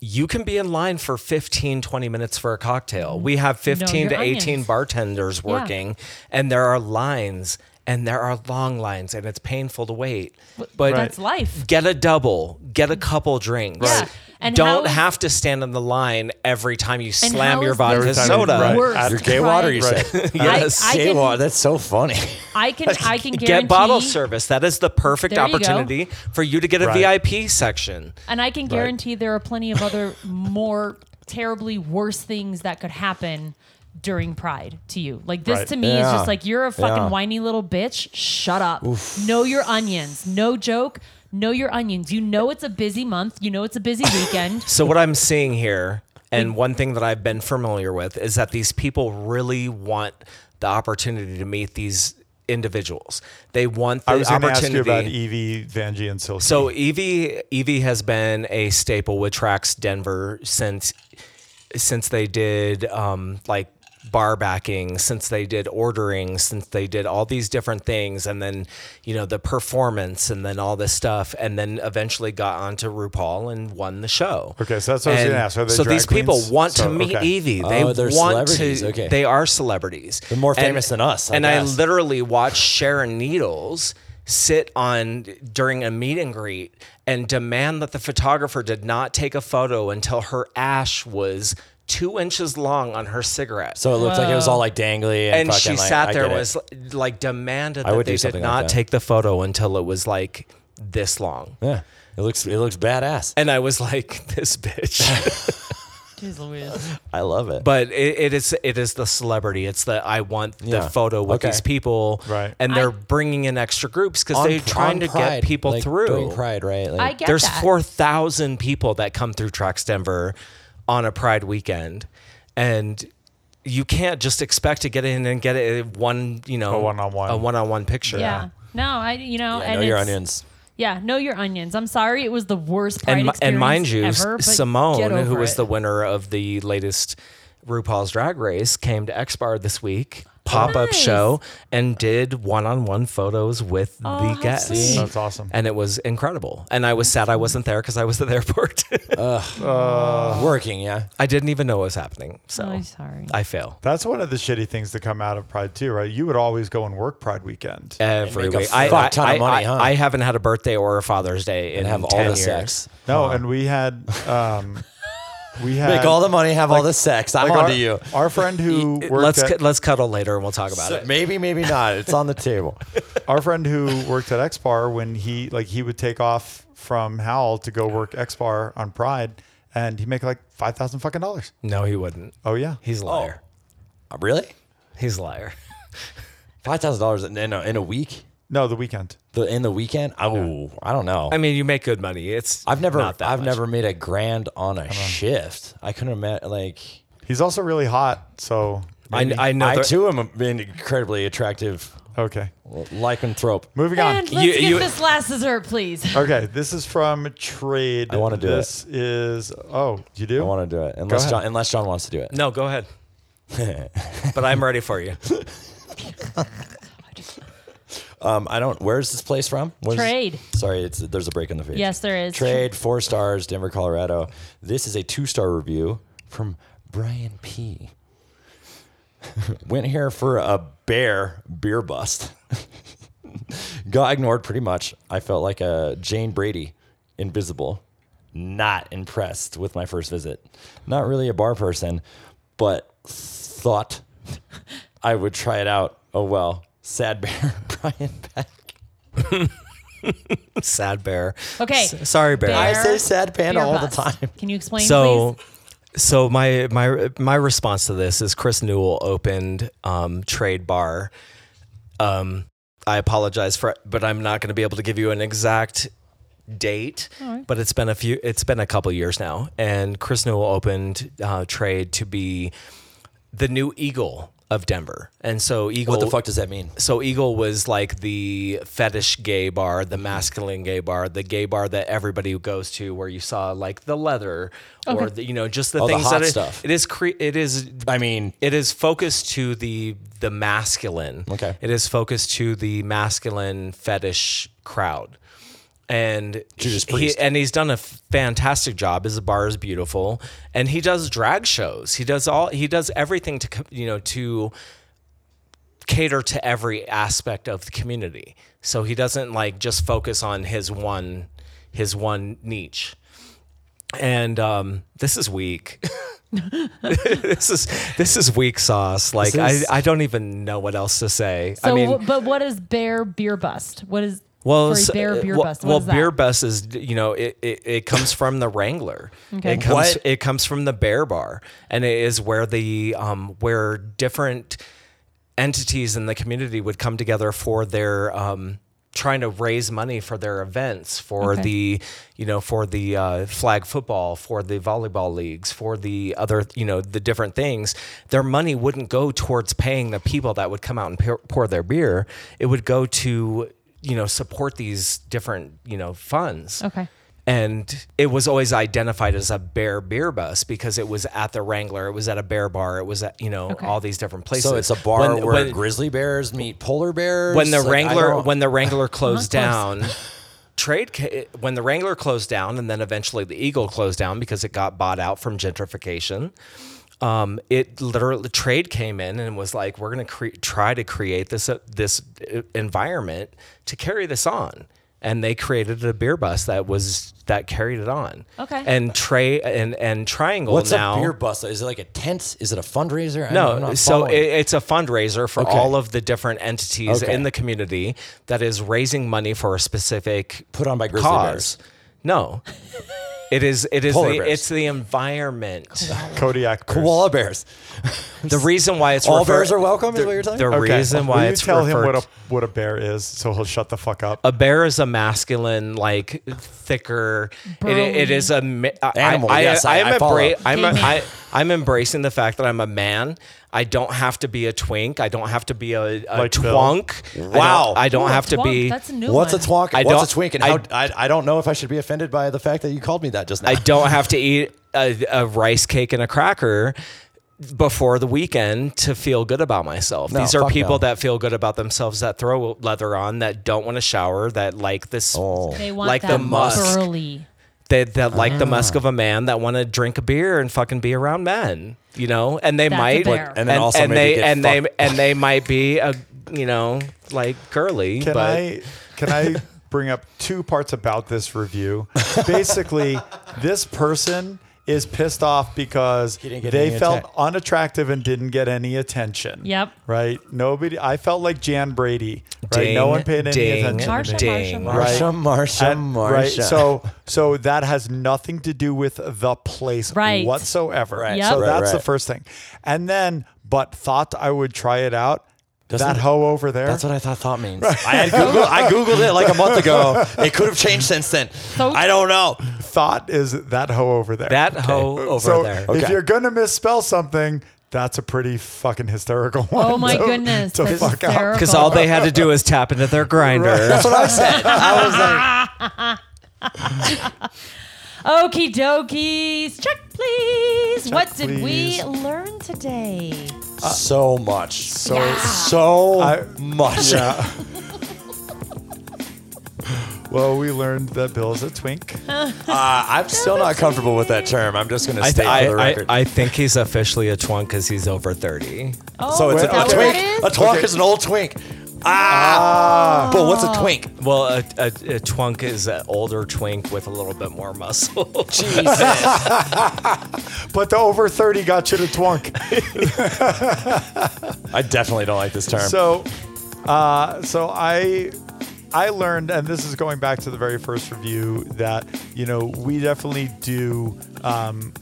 Speaker 3: you can be in line for 15 20 minutes for a cocktail. We have 15
Speaker 4: your
Speaker 3: to 18
Speaker 4: onions.
Speaker 3: bartenders working and there are lines and there are long lines and it's painful to wait. But
Speaker 4: that's life.
Speaker 3: Get a double, get a couple drinks.
Speaker 4: Yeah. And how
Speaker 3: Don't
Speaker 4: is-
Speaker 3: have to stand in the line every time you
Speaker 4: And
Speaker 3: slam
Speaker 4: how
Speaker 3: your
Speaker 4: is the
Speaker 3: vodka
Speaker 2: time you-
Speaker 3: soda.
Speaker 2: Right.
Speaker 4: worst
Speaker 2: At
Speaker 5: Your gay water, you
Speaker 4: pride-
Speaker 5: said.
Speaker 3: Yes.
Speaker 4: I
Speaker 5: gay
Speaker 4: can-
Speaker 5: water. That's so funny.
Speaker 4: I can I can guarantee
Speaker 3: Get bottle service. That is the perfect
Speaker 4: There you go.
Speaker 3: opportunity for you to get a
Speaker 2: Right.
Speaker 3: VIP section.
Speaker 4: and I can guarantee there are plenty of other more terribly worse things that could happen during pride to you. Like this
Speaker 2: Right.
Speaker 4: to me is
Speaker 5: Yeah.
Speaker 4: just like you're a fucking
Speaker 5: Yeah.
Speaker 4: whiny little bitch. Shut up. Know your onions. No joke. Know your onions. You know it's a busy month. You know it's a busy weekend.
Speaker 3: So what I'm seeing here, and one thing that I've been familiar with, is that these people really want the opportunity to meet these individuals. They want the
Speaker 2: I was going to
Speaker 3: opportunity.
Speaker 2: ask you about Evie, Vanjie, and Silky.
Speaker 3: So Evie Evie has been a staple with Trax Denver since since they did um, like bar backing, since they did ordering, since they did all these different things, and then you know the performance, and then all this stuff, and then eventually got onto RuPaul and won the show.
Speaker 2: Okay, so that's what I was
Speaker 3: And
Speaker 2: gonna ask. Are they
Speaker 3: so these
Speaker 2: drag
Speaker 3: people
Speaker 2: queens?
Speaker 3: want
Speaker 2: So,
Speaker 3: to meet
Speaker 2: okay.
Speaker 3: Evie.
Speaker 5: Oh,
Speaker 3: They
Speaker 5: they're
Speaker 3: want
Speaker 5: celebrities,
Speaker 3: to.
Speaker 5: okay.
Speaker 3: They are celebrities.
Speaker 5: They're more
Speaker 3: And-
Speaker 5: famous than us, I
Speaker 3: and I
Speaker 5: guess.
Speaker 3: literally watched Sharon Needles sit on during a meet and greet and demand that the photographer did not take a photo until her ash was two inches long on her cigarette.
Speaker 5: So it looked like it was all like dangly. And,
Speaker 3: and
Speaker 5: fucking,
Speaker 3: she
Speaker 5: like,
Speaker 3: sat
Speaker 5: I
Speaker 3: there
Speaker 5: get it.
Speaker 3: was like demanded
Speaker 5: I
Speaker 3: that
Speaker 5: would do
Speaker 3: they did
Speaker 5: something like
Speaker 3: not
Speaker 5: that.
Speaker 3: take the photo until it was like this long.
Speaker 5: Yeah. It looks it looks badass.
Speaker 3: And I was like, this bitch.
Speaker 4: Jeez Louise.
Speaker 5: I love it.
Speaker 3: But it, it is it is the celebrity. It's the I want the
Speaker 5: Yeah.
Speaker 3: photo with
Speaker 5: Okay.
Speaker 3: these people,
Speaker 2: Right.
Speaker 3: and they're bringing in extra groups because they're trying to get people through.
Speaker 5: during Pride, right? Like,
Speaker 4: I get
Speaker 3: There's
Speaker 4: that.
Speaker 3: four thousand people that come through Trax Denver on a Pride weekend, and you can't just expect to get in and get a one you know
Speaker 2: A one-on-one.
Speaker 3: a one on one picture.
Speaker 4: Yeah. No, I you know
Speaker 5: yeah,
Speaker 4: and
Speaker 5: know your
Speaker 4: it's-
Speaker 5: onions.
Speaker 4: Yeah, know your onions. I'm sorry, it was the worst pride
Speaker 3: and mi-
Speaker 4: experience
Speaker 3: and mind you,
Speaker 4: ever, but get
Speaker 3: Simone, who
Speaker 4: over
Speaker 3: was
Speaker 4: it. Oh,
Speaker 3: the winner of the latest RuPaul's Drag Race, came to X Bar this week, pop up
Speaker 4: Oh, nice.
Speaker 3: show, and did one on one photos with
Speaker 4: Oh,
Speaker 3: the
Speaker 4: how
Speaker 3: guests.
Speaker 4: sweet.
Speaker 2: That's awesome.
Speaker 3: And it was incredible. And I was sad I wasn't there because I was at the airport.
Speaker 5: Working, yeah.
Speaker 3: I didn't even know what was happening. So
Speaker 4: I'm sorry.
Speaker 3: I fail.
Speaker 2: That's one of the shitty things that come out of Pride too, right? You would always go and work Pride weekend.
Speaker 3: Every
Speaker 5: make a
Speaker 3: week. I,
Speaker 5: fuck
Speaker 3: I-
Speaker 5: ton of
Speaker 3: I-
Speaker 5: money,
Speaker 3: I-
Speaker 5: huh?
Speaker 3: I haven't had a birthday or a Father's Day in
Speaker 5: And have all
Speaker 3: 10
Speaker 5: the
Speaker 3: years.
Speaker 5: sex.
Speaker 2: no, and we had um, we had
Speaker 5: Make all the money, have all the sex. I'm
Speaker 2: like,
Speaker 5: onto
Speaker 2: our,
Speaker 5: you.
Speaker 2: Our friend who worked
Speaker 3: Let's,
Speaker 2: at,
Speaker 3: cu- let's cuddle later and we'll talk about
Speaker 5: So
Speaker 3: it.
Speaker 5: maybe, maybe not. It's on the table.
Speaker 2: our friend who worked at X Bar when he like he would take off from Howell to go work X Bar on Pride, and he make like five thousand fucking dollars.
Speaker 3: No, he wouldn't.
Speaker 2: Oh yeah,
Speaker 3: He's a liar.
Speaker 5: Uh, really?
Speaker 3: He's a liar.
Speaker 5: Five thousand dollars in a, in a week?
Speaker 2: no the weekend.
Speaker 5: The in the weekend? Oh, I don't know.
Speaker 3: I mean, you make good money. It's
Speaker 5: I've never
Speaker 3: not that
Speaker 5: I've
Speaker 3: much.
Speaker 5: never made a grand on a shift. I couldn't imagine like
Speaker 2: He's also really hot, so
Speaker 3: I, I know.
Speaker 5: I
Speaker 3: there-
Speaker 5: too am an incredibly attractive
Speaker 2: okay.
Speaker 5: lycanthrope.
Speaker 2: Moving on.
Speaker 4: And let's
Speaker 3: You-
Speaker 4: get
Speaker 3: you-
Speaker 4: this last dessert, please.
Speaker 2: Okay, this is from Trade.
Speaker 5: I wanna do
Speaker 2: this. Is oh you do?
Speaker 5: I want to do it unless
Speaker 2: ahead.
Speaker 5: John unless John wants to do it.
Speaker 3: no, go ahead. but I'm ready for you.
Speaker 5: Um, I don't. Where's this place from? Where's-
Speaker 4: Trade.
Speaker 5: Sorry, it's there's a break in the page.
Speaker 4: Yes, there is.
Speaker 5: Trade four stars, Denver, Colorado. This is a two star review from Brian P. Went here for a bear beer bust. Got ignored pretty much. I felt like a Jane Brady, invisible. Not impressed with my first visit. Not really a bar person, but thought I would try it out. Oh well. Sad bear, Brian Peck.
Speaker 3: Sad bear.
Speaker 4: Okay.
Speaker 3: S- sorry, bear.
Speaker 5: I say sad panda
Speaker 4: beer
Speaker 5: all the
Speaker 4: bust.
Speaker 5: time.
Speaker 4: Can you explain,
Speaker 3: so,
Speaker 4: please?
Speaker 3: so my my my response to this is Chris Newell opened um, Trade Bar Um, I apologize for, but I'm not going to be able to give you an exact date. But it's been a few, it's been a couple years now, and Chris Newell opened uh, trade to be the new Eagle of Denver, and so Eagle.
Speaker 5: What the fuck does that mean?
Speaker 3: So Eagle was like the fetish gay bar,
Speaker 5: Mm-hmm.
Speaker 3: the masculine gay bar, the gay bar that everybody goes to, where you saw like the leather or the, you know just the
Speaker 5: All the
Speaker 3: things
Speaker 5: hot
Speaker 3: that it-
Speaker 5: stuff.
Speaker 3: it is. Cre- it is.
Speaker 5: I mean,
Speaker 3: It is focused to the the masculine.
Speaker 5: Okay.
Speaker 3: It is focused to the masculine fetish crowd. And
Speaker 5: Judas
Speaker 3: he-
Speaker 5: Priest.
Speaker 3: and he's done a fantastic job. His bar is beautiful, and he does drag shows. He does all. He does everything to co- you know to cater to every aspect of the community. So he doesn't like just focus on his one his one niche. And um, this is weak. this is this is weak sauce. Like
Speaker 5: is-
Speaker 3: I, I don't even know what else to say.
Speaker 4: So,
Speaker 3: I mean,
Speaker 4: but what is bear beer bust? What is
Speaker 3: well,
Speaker 4: for a
Speaker 3: s-
Speaker 4: bear beer
Speaker 3: well,
Speaker 4: bust? What
Speaker 3: well,
Speaker 4: is that?
Speaker 3: beer bus is you know it, it, it comes from the Wrangler.
Speaker 4: Okay.
Speaker 3: It comes
Speaker 5: What?
Speaker 3: it comes from the Bear Bar, and it is where the um where different entities in the community would come together for their um trying to raise money for their events for
Speaker 4: Okay.
Speaker 3: the you know for the uh, flag football for the volleyball leagues for the other you know the different things their money wouldn't go towards paying the people that would come out and pour, pour their beer it would go to you know support these different you know funds
Speaker 4: Okay.
Speaker 3: and it was always identified as a bear beer bus because it was at the Wrangler, it was at a bear bar, it was at you know
Speaker 4: Okay.
Speaker 3: all these different places.
Speaker 5: so it's a bar
Speaker 3: When-
Speaker 5: where
Speaker 3: when-
Speaker 5: grizzly bears meet polar bears.
Speaker 3: when the
Speaker 5: Like, I
Speaker 3: Wrangler
Speaker 5: don't-
Speaker 3: when the Wrangler closed
Speaker 4: close.
Speaker 3: down, trade ca- when the Wrangler closed down, and then eventually the Eagle closed down because it got bought out from gentrification. Um, it literally trade came in and was like, "We're going to cre- try to create this uh, this uh, environment to carry this on." And they created a beer bus that was that carried it on.
Speaker 4: Okay.
Speaker 3: And Trey and and Triangle
Speaker 5: what's
Speaker 3: now
Speaker 5: a beer bus? Is it like a tent? Is it a fundraiser? I don't- I'm
Speaker 3: no,
Speaker 5: not
Speaker 3: so it,
Speaker 5: following.
Speaker 3: it's a fundraiser for
Speaker 5: Okay.
Speaker 3: all of the different entities
Speaker 5: Okay.
Speaker 3: in the community that is raising money for a specific
Speaker 5: put on by grizzly
Speaker 3: cause.
Speaker 5: bears.
Speaker 3: No, it is it is
Speaker 5: Polar
Speaker 3: the,
Speaker 5: bears.
Speaker 3: it's the environment.
Speaker 2: Kodiak. Bears.
Speaker 5: Koala bears.
Speaker 3: the reason why it's
Speaker 5: All
Speaker 3: refer-
Speaker 5: bears are welcome. Is what you're
Speaker 3: The
Speaker 5: talking about?
Speaker 3: reason why
Speaker 2: Will you
Speaker 3: it's
Speaker 2: tell him
Speaker 3: referred-
Speaker 2: what a what a bear is, so he'll shut the fuck up.
Speaker 3: a bear is a masculine, like thicker. It, it is a ma- I-
Speaker 5: Animal,
Speaker 3: I,
Speaker 5: yes, I-
Speaker 3: am
Speaker 5: I follow.
Speaker 3: I'm, a,
Speaker 4: Gay
Speaker 3: I, I'm embracing the fact that I'm a man. I don't have to be a twink. I don't have to be a, a
Speaker 2: Like Bill.
Speaker 3: twonk.
Speaker 5: Wow.
Speaker 3: I don't, I don't have to
Speaker 4: Twonk,
Speaker 3: be.
Speaker 4: That's a new
Speaker 5: What's a
Speaker 4: one.
Speaker 5: twonk?
Speaker 3: I
Speaker 5: What's
Speaker 3: don't-
Speaker 5: a twink? And
Speaker 3: I-
Speaker 5: how, I, I don't know if I should be offended by the fact that you called me that just now.
Speaker 3: I don't have to eat a, a rice cake and a cracker before the weekend to feel good about myself.
Speaker 5: No,
Speaker 3: These are
Speaker 5: fuck
Speaker 3: people
Speaker 5: no.
Speaker 3: that feel good about themselves that throw leather on, that don't want to shower, that like this
Speaker 5: Oh.
Speaker 4: They want
Speaker 3: like
Speaker 4: that
Speaker 3: the musk.
Speaker 4: burly.
Speaker 3: that that like the
Speaker 4: Ah.
Speaker 3: musk of a man that want to drink a beer and fucking be around men, you know, and they
Speaker 4: That's a
Speaker 3: might,
Speaker 4: bear.
Speaker 5: And then also maybe
Speaker 3: they
Speaker 5: get
Speaker 3: and they
Speaker 5: fucked.
Speaker 3: and they might be a you know like girly,
Speaker 2: Can
Speaker 3: but
Speaker 2: I can I bring up two parts about this review? Basically, this person is pissed off because
Speaker 5: didn't get
Speaker 2: they
Speaker 5: any
Speaker 2: felt
Speaker 5: atten-
Speaker 2: unattractive and didn't get any attention.
Speaker 4: Yep.
Speaker 2: Right? Nobody I felt like Jan Brady. Right.
Speaker 3: ding,
Speaker 2: no one paid any
Speaker 3: ding,
Speaker 2: attention. to me.
Speaker 4: Marsha,
Speaker 3: ding.
Speaker 4: Marsha,
Speaker 2: Right.
Speaker 5: Marsha, Marsha,
Speaker 2: And-
Speaker 5: Marsha.
Speaker 2: Right. So so that has nothing to do with the place
Speaker 4: Right.
Speaker 2: whatsoever.
Speaker 5: Right.
Speaker 4: Yep.
Speaker 2: So
Speaker 4: Right,
Speaker 2: that's the
Speaker 5: right.
Speaker 2: first thing. And then but thought I would try it out.
Speaker 5: Doesn't-
Speaker 2: that hoe over there.
Speaker 5: That's what I thought thought means. I, had Googled, I Googled it like a month ago. It could have changed since then.
Speaker 4: So-
Speaker 5: I don't know.
Speaker 2: thought is that hoe over there.
Speaker 3: That hoe over
Speaker 2: so
Speaker 3: there.
Speaker 2: if
Speaker 5: Okay.
Speaker 2: you're gonna misspell something, that's a pretty fucking hysterical one.
Speaker 4: Oh my
Speaker 2: to-
Speaker 4: goodness.
Speaker 2: To
Speaker 4: that's
Speaker 2: fuck up.
Speaker 4: hysterical.
Speaker 3: Because all they had to do is tap into their grinder.
Speaker 5: That's what I said. I was like,
Speaker 4: Okie dokies. Check, please. what did we
Speaker 2: please.
Speaker 4: learn today?
Speaker 5: so much. So,
Speaker 4: Yeah.
Speaker 5: so
Speaker 2: I-
Speaker 5: much.
Speaker 2: Yeah. well, we learned that Bill is a twink.
Speaker 5: Uh, I'm still not comfortable with that term. I'm just going to
Speaker 3: I,
Speaker 5: state
Speaker 3: th- I,
Speaker 5: for the
Speaker 3: I-
Speaker 5: record.
Speaker 3: I think he's officially a twunk because he's over 30.
Speaker 4: Oh,
Speaker 5: so it's
Speaker 4: is
Speaker 5: an,
Speaker 4: that
Speaker 5: a
Speaker 4: what
Speaker 5: twink.
Speaker 4: it is?
Speaker 5: A twink is an old twink. Ah. But what's a twink?
Speaker 3: Well, a, a, a twunk is an older twink with a little bit more muscle.
Speaker 2: But the over 30 got you to twunk.
Speaker 5: I definitely don't like this term.
Speaker 2: So, uh, so I, I learned, and this is going back to the very first review that you know we definitely do. Um,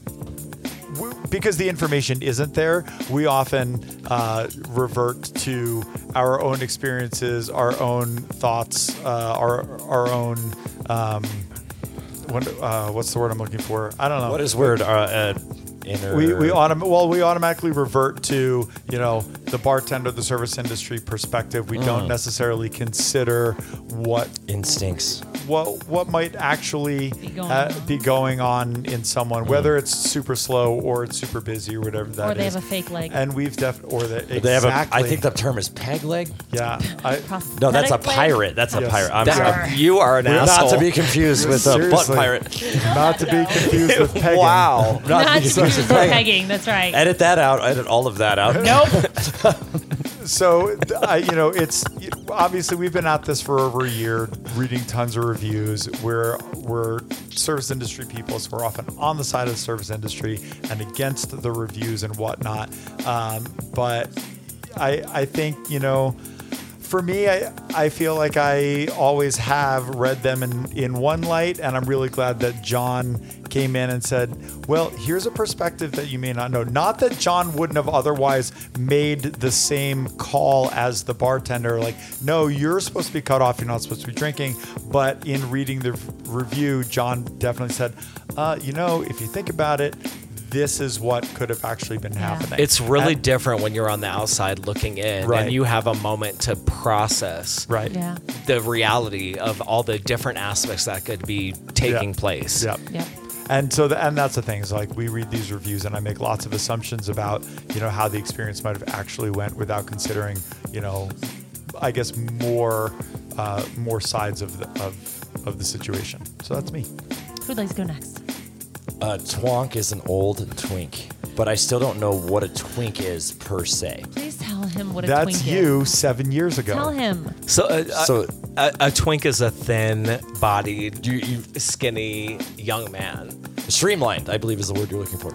Speaker 2: we- because the information isn't there, we often uh, revert to our own experiences, our own thoughts, uh, our our own. Um, what, uh, what's the word I'm looking for? I don't know.
Speaker 5: What is word? Uh, uh, inner.
Speaker 2: we we autom- well we automatically revert to you know the bartender, the service industry perspective. We
Speaker 5: Mm.
Speaker 2: don't necessarily consider what
Speaker 5: instincts.
Speaker 2: what what might actually be
Speaker 4: going
Speaker 2: going,
Speaker 4: on.
Speaker 2: on. be going on in someone,
Speaker 5: Mm.
Speaker 2: whether it's super slow or it's super busy or whatever that is.
Speaker 4: they have a fake leg.
Speaker 2: And we've def or that exactly.
Speaker 5: They have a, I think the term is peg leg.
Speaker 2: yeah. I,
Speaker 5: No, that's a
Speaker 4: Prosthetic leg?
Speaker 5: pirate. That's a
Speaker 2: Yes.
Speaker 5: pirate. I'm
Speaker 3: That's
Speaker 5: sorry.
Speaker 3: a- you are an asshole.
Speaker 5: Not to be confused with a butt
Speaker 2: Seriously.
Speaker 5: pirate.
Speaker 2: not to be confused with pegging.
Speaker 3: Wow.
Speaker 5: Not to
Speaker 4: Not
Speaker 5: be confused
Speaker 4: screws
Speaker 5: with
Speaker 4: for
Speaker 5: pegging.
Speaker 4: pegging. That's right.
Speaker 5: Edit that out. Edit all of that out. No.
Speaker 2: so th- I, you know it's obviously we've been at this for over a year reading tons of reviews we're we're service industry people so we're often on the side of the service industry and against the reviews and whatnot um, but i i think you know for me, I, I feel like I always have read them in, in one light, and I'm really glad that John came in and said, Well, here's a perspective that you may not know. Not that John wouldn't have otherwise made the same call as the bartender, like, No, you're supposed to be cut off, you're not supposed to be drinking. But in reading the review, John definitely said, uh, You know, if you think about it, this is what could have actually been happening.
Speaker 3: It's really different when you're on the outside looking in
Speaker 2: Right.
Speaker 3: and you have a moment to process
Speaker 2: right.
Speaker 4: yeah.
Speaker 3: the reality of all the different aspects that could be taking
Speaker 2: Yeah.
Speaker 3: place.
Speaker 2: Yep.
Speaker 4: Yep.
Speaker 2: And so, the, and that's the thing is like we read these reviews, and I make lots of assumptions about you know how the experience might have actually went without considering you know, I guess more uh, more sides of the, of of the situation. So that's me.
Speaker 4: Who'd like to go next?
Speaker 5: A Uh, twonk is an old twink, but I still don't know what a twink is per se.
Speaker 4: Please tell him what a
Speaker 2: that's
Speaker 4: twink
Speaker 2: you
Speaker 4: is.
Speaker 2: seven years ago.
Speaker 4: Tell him.
Speaker 3: So, uh,
Speaker 5: So-
Speaker 3: a, a, a twink is a thin bodied, skinny young man.
Speaker 5: Streamlined, I believe, is the word you're looking for.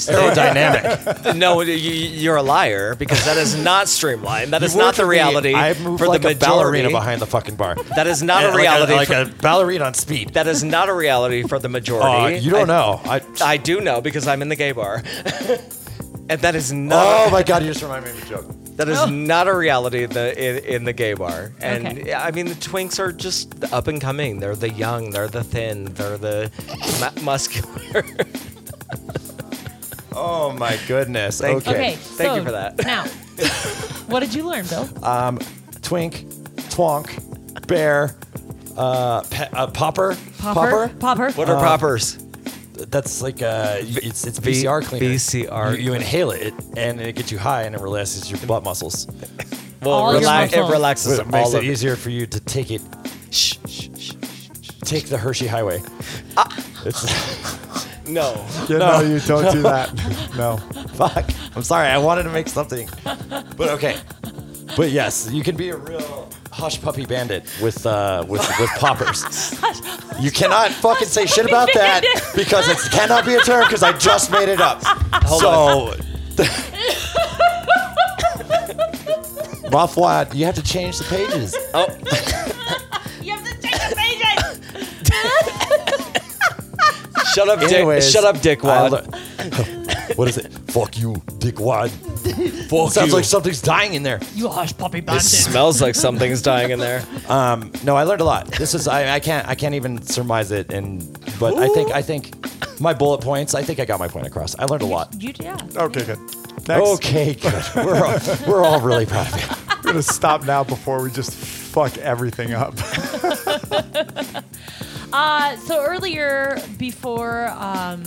Speaker 5: Aerodynamic.
Speaker 3: no, you, you're a liar because that is not streamlined. That is not the reality.
Speaker 5: I move
Speaker 3: for
Speaker 5: like
Speaker 3: the
Speaker 5: a ballerina
Speaker 3: majority.
Speaker 5: behind the fucking bar.
Speaker 3: That is not a
Speaker 5: Like
Speaker 3: reality.
Speaker 5: Like a,
Speaker 3: for-
Speaker 5: ballerina on speed.
Speaker 3: that is not a reality for the
Speaker 5: Uh,
Speaker 3: majority.
Speaker 5: you don't
Speaker 3: I-
Speaker 5: know. I,
Speaker 3: I do know because I'm in the gay bar. and that is not
Speaker 5: oh my god, you just reminded me of a joke.
Speaker 3: that is
Speaker 4: Oh.
Speaker 3: not a reality in the in, in the gay bar. And
Speaker 4: Okay.
Speaker 3: yeah, I mean the twinks are just the up and coming. They're the young, they're the thin, they're the mu- muscular.
Speaker 5: Oh my goodness.
Speaker 3: Thank you.
Speaker 5: okay.
Speaker 4: Okay.
Speaker 3: Okay, thank
Speaker 4: so
Speaker 3: you for that.
Speaker 4: Now, what did you learn, Bill?
Speaker 5: Twink, twonk, bear, uh, pe- uh popper,
Speaker 4: Popper. Popper.
Speaker 3: What are
Speaker 5: Uh,
Speaker 3: poppers?
Speaker 5: That's like uh, it's it's
Speaker 3: B-
Speaker 5: VCR cleaner.
Speaker 3: VCR.
Speaker 5: You, you inhale it, and it gets you high, and it relaxes your butt muscles.
Speaker 3: Well,
Speaker 4: All your
Speaker 3: relax- it
Speaker 4: muscles.
Speaker 3: relaxes
Speaker 5: It makes
Speaker 3: all
Speaker 5: it
Speaker 3: of
Speaker 5: easier for you to take it.
Speaker 3: Shh, shh, shh.
Speaker 5: Take the Hershey Highway. It's
Speaker 3: No.
Speaker 2: Yeah, no. you don't do that. No.
Speaker 5: fuck. I'm sorry. I wanted to make something, but okay. But yes, you can be a real hush puppy bandit with uh, with with poppers. You cannot fucking say shit about that because it cannot be a term because I just made it up. so, Mafwad, you have to change the pages.
Speaker 3: Oh,
Speaker 4: You have to take the pages.
Speaker 3: shut up, Dick.
Speaker 5: Anyways,
Speaker 3: Shut up, Dick.
Speaker 5: I
Speaker 3: Wad.
Speaker 5: lear- what is it? Fuck you, dickwad.
Speaker 3: Fuck
Speaker 5: Sounds
Speaker 3: you.
Speaker 5: like something's dying in there.
Speaker 4: you hush puppy
Speaker 3: It
Speaker 4: bandit.
Speaker 3: smells like something's dying in there.
Speaker 5: Um, No, I learned a lot. This is I, I can't I can't even surmise it and but I think I think my bullet points, I think I got my point across. I learned a lot.
Speaker 4: You, yeah.
Speaker 2: Okay. Good. Next.
Speaker 5: Okay, good. We're all, we're all really proud of you.
Speaker 2: I'm gonna stop now before we just fuck everything up.
Speaker 4: Uh, so earlier, before um,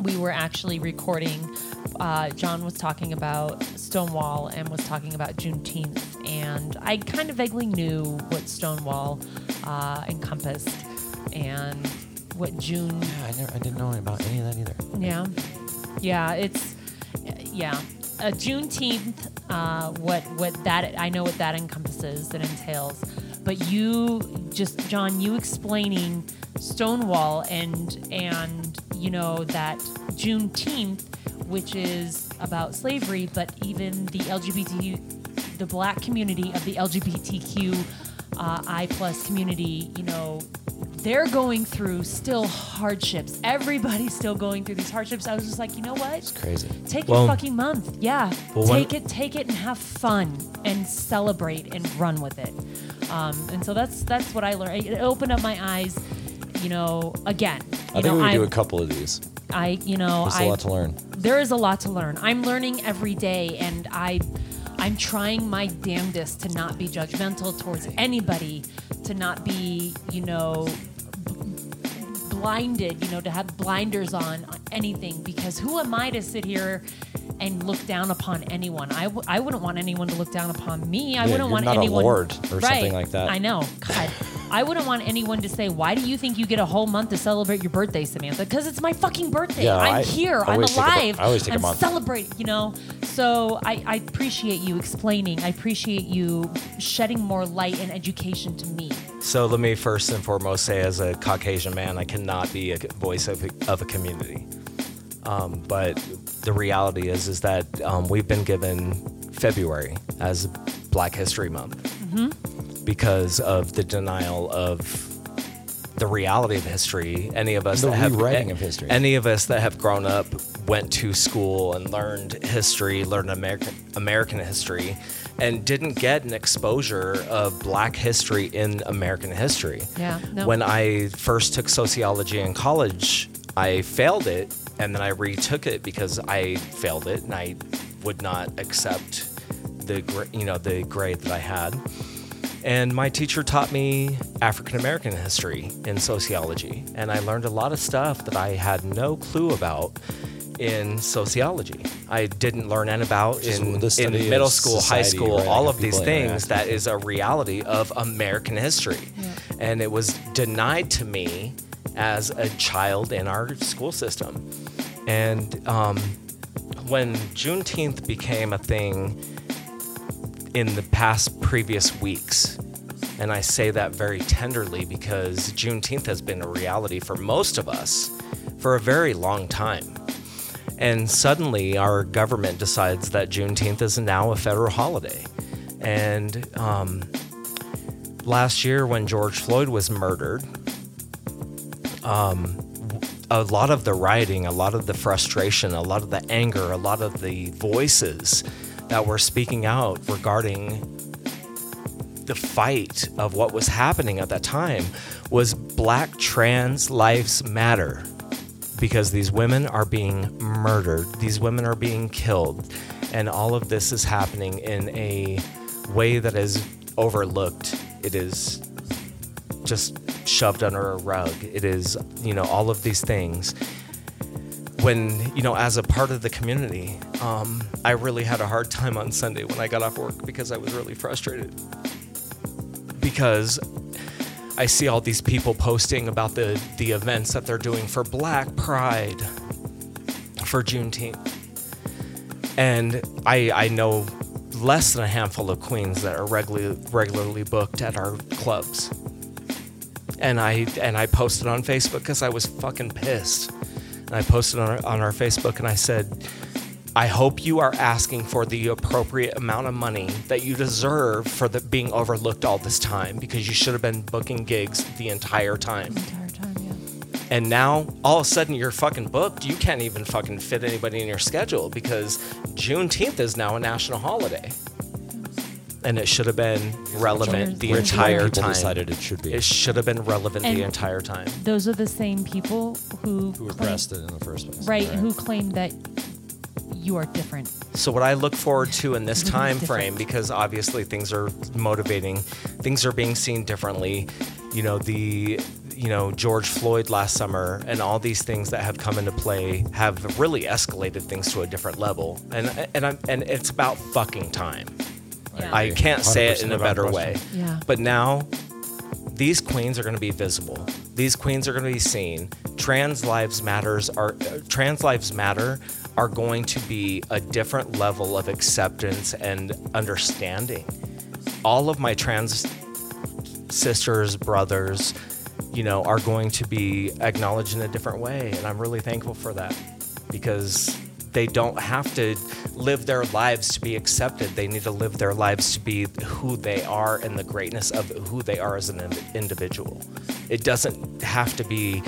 Speaker 4: we were actually recording, uh, John was talking about Stonewall and was talking about Juneteenth, and I kind of vaguely knew what Stonewall uh, encompassed and what June.
Speaker 5: I, never, I didn't know about any of that either.
Speaker 4: Yeah, yeah, it's yeah. Uh, Juneteenth, uh, what what that I know what that encompasses and entails, but you just John, you explaining Stonewall and and you know that Juneteenth, which is about slavery, but even the LGBT, the Black community of the LGBTQ uh, I plus community, you know, they're going through still hardships. Everybody's still going through these hardships. I was just like, you know what? It's
Speaker 5: crazy.
Speaker 4: Take
Speaker 3: Well-
Speaker 4: your fucking month. Yeah.
Speaker 3: Well, one-
Speaker 4: take it, take it and have fun and celebrate and run with it. Um, and so that's that's what I learned. It opened up my eyes, you know, again.
Speaker 5: I
Speaker 4: You
Speaker 5: think
Speaker 4: know,
Speaker 5: we would do
Speaker 4: I'm-
Speaker 5: a couple of these.
Speaker 4: I, you know,
Speaker 5: There's
Speaker 4: I
Speaker 5: a lot to learn.
Speaker 4: there is a lot to learn. I'm learning every day, and I, I'm trying my damnedest to not be judgmental towards anybody, to not be, you know, b- blinded, you know, to have blinders on, on anything. Because who am I to sit here? And look down upon anyone. I, w- I wouldn't want anyone to look down upon me. I
Speaker 5: Yeah,
Speaker 4: wouldn't
Speaker 5: you're
Speaker 4: want
Speaker 5: not a
Speaker 4: anyone
Speaker 5: lord or
Speaker 4: right.
Speaker 5: something like that.
Speaker 4: I know. God, I wouldn't want anyone to say, "Why do you think you get a whole month to celebrate your birthday, Samantha?" Because it's my fucking birthday.
Speaker 5: Yeah,
Speaker 4: I'm
Speaker 5: I-
Speaker 4: here.
Speaker 5: I
Speaker 4: I'm
Speaker 5: always take a bu-
Speaker 4: alive.
Speaker 5: I always take a
Speaker 4: I'm
Speaker 5: month.
Speaker 4: Celebrate, you know. So I, I appreciate you explaining. I appreciate you shedding more light and education to me.
Speaker 3: So let me first and foremost say, as a Caucasian man, I cannot be a voice of a, of a community. Um, but the reality is, is that um, we've been given February as Black History Month because of the denial of the reality of history. Any of us
Speaker 5: The
Speaker 3: that have
Speaker 5: rewriting of history.
Speaker 3: Any of us that have grown up, went to school and learned history, learned American American history, and didn't get an exposure of Black history in American history.
Speaker 4: Yeah, no.
Speaker 3: When I first took sociology in college, I failed it, and then I retook it because I failed it, and I would not accept the gra- you know the grade that I had. And my teacher taught me African American history in sociology. And I learned a lot of stuff that I had no clue about in sociology. I didn't learn any about
Speaker 5: Just
Speaker 3: in,
Speaker 5: the study
Speaker 3: in middle
Speaker 5: of
Speaker 3: school, high
Speaker 5: society,
Speaker 3: school,
Speaker 5: right,
Speaker 3: all
Speaker 5: of
Speaker 3: of these
Speaker 5: people interact
Speaker 3: things
Speaker 5: with
Speaker 3: that is a reality of American history. And it was denied to me as a child in our school system. And um, when Juneteenth became a thing, in the past previous weeks. And I say that very tenderly because Juneteenth has been a reality for most of us for a very long time. And suddenly our government decides that Juneteenth is now a federal holiday. And um, last year, when George Floyd was murdered, a lot of the writing, a lot of the frustration, a lot of the anger, a lot of the voices that were speaking out regarding the fight of what was happening at that time was black trans lives matter because these women are being murdered, these women are being killed, and all of this is happening in a way that is overlooked. It is just shoved under a rug. It is, you know, all of these things. When, you know, as a part of the community, um, I really had a hard time on Sunday when I got off work because I was really frustrated. Because I see all these people posting about the, the events that they're doing for Black Pride, for Juneteenth. And I, I know less than a handful of queens that are regularly, regularly booked at our clubs and I and I posted on Facebook because I was fucking pissed. And I posted on our, on our Facebook and I said, I hope you are asking for the appropriate amount of money that you deserve for the, being overlooked all this time because you should have been booking gigs the entire time.
Speaker 4: Entire time, yeah.
Speaker 3: And now all of a sudden you're fucking booked. You can't even fucking fit anybody in your schedule because Juneteenth is now a national holiday. And it should have been relevant the
Speaker 4: Rich
Speaker 3: entire
Speaker 5: people
Speaker 3: time.
Speaker 5: decided it should be.
Speaker 3: It should have been relevant
Speaker 4: And-
Speaker 3: the entire time.
Speaker 4: Those are the same people who
Speaker 5: Who
Speaker 4: claim-
Speaker 5: repressed it in the first place?
Speaker 4: right, Who claim that you are different.
Speaker 3: So what I look forward to in this time frame,
Speaker 4: Different.
Speaker 3: because obviously things are motivating, things are being seen differently. You know the, you know George Floyd last summer, and all these things that have come into play have really escalated things to a different level, and and I'm, and it's about fucking time.
Speaker 4: Yeah.
Speaker 3: I can't say it in
Speaker 2: 100%
Speaker 3: a
Speaker 2: about
Speaker 3: better way.
Speaker 2: question.
Speaker 4: Yeah.
Speaker 3: But now, these queens are going to be visible. These queens are going to be seen. Trans lives matters are uh, trans lives matter are going to be a different level of acceptance and understanding. All of my trans sisters, brothers, you know, are going to be acknowledged in a different way, and I'm really thankful for that because they don't have to live their lives to be accepted. They need to live their lives to be who they are and the greatness of who they are as an in- individual. It doesn't have to be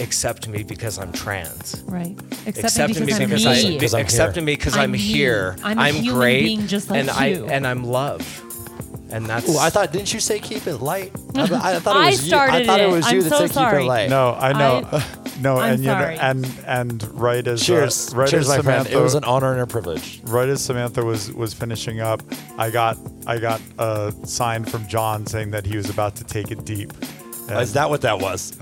Speaker 3: accept me because I'm trans.
Speaker 4: Right.
Speaker 3: Accepting
Speaker 4: Accepting
Speaker 3: me
Speaker 4: because, I'm
Speaker 3: because
Speaker 4: me.
Speaker 3: I
Speaker 5: Because I'm
Speaker 3: accepting
Speaker 5: here.
Speaker 3: me because
Speaker 4: I'm
Speaker 3: I'm
Speaker 4: me.
Speaker 3: here.
Speaker 4: I'm a human
Speaker 3: great
Speaker 4: being just like
Speaker 3: and I
Speaker 4: you.
Speaker 3: and I'm love. And that's
Speaker 5: Ooh, I thought didn't you say keep it light? I, th- I thought it
Speaker 4: I
Speaker 5: was you.
Speaker 4: started
Speaker 5: I thought it
Speaker 4: it.
Speaker 5: was you
Speaker 4: I'm
Speaker 5: that
Speaker 4: so
Speaker 5: said keep
Speaker 4: sorry.
Speaker 5: it light.
Speaker 2: No, I know.
Speaker 4: I-
Speaker 2: no,
Speaker 4: I'm
Speaker 2: and you know,
Speaker 4: sorry.
Speaker 2: and and right as uh,
Speaker 5: Cheers.
Speaker 2: right
Speaker 5: Cheers,
Speaker 2: as
Speaker 5: my
Speaker 2: Samantha,
Speaker 5: friend. It was an honor and a privilege.
Speaker 2: right as Samantha was was finishing up, I got I got a sign from John saying that he was about to take it deep. And,
Speaker 5: Is that what that was?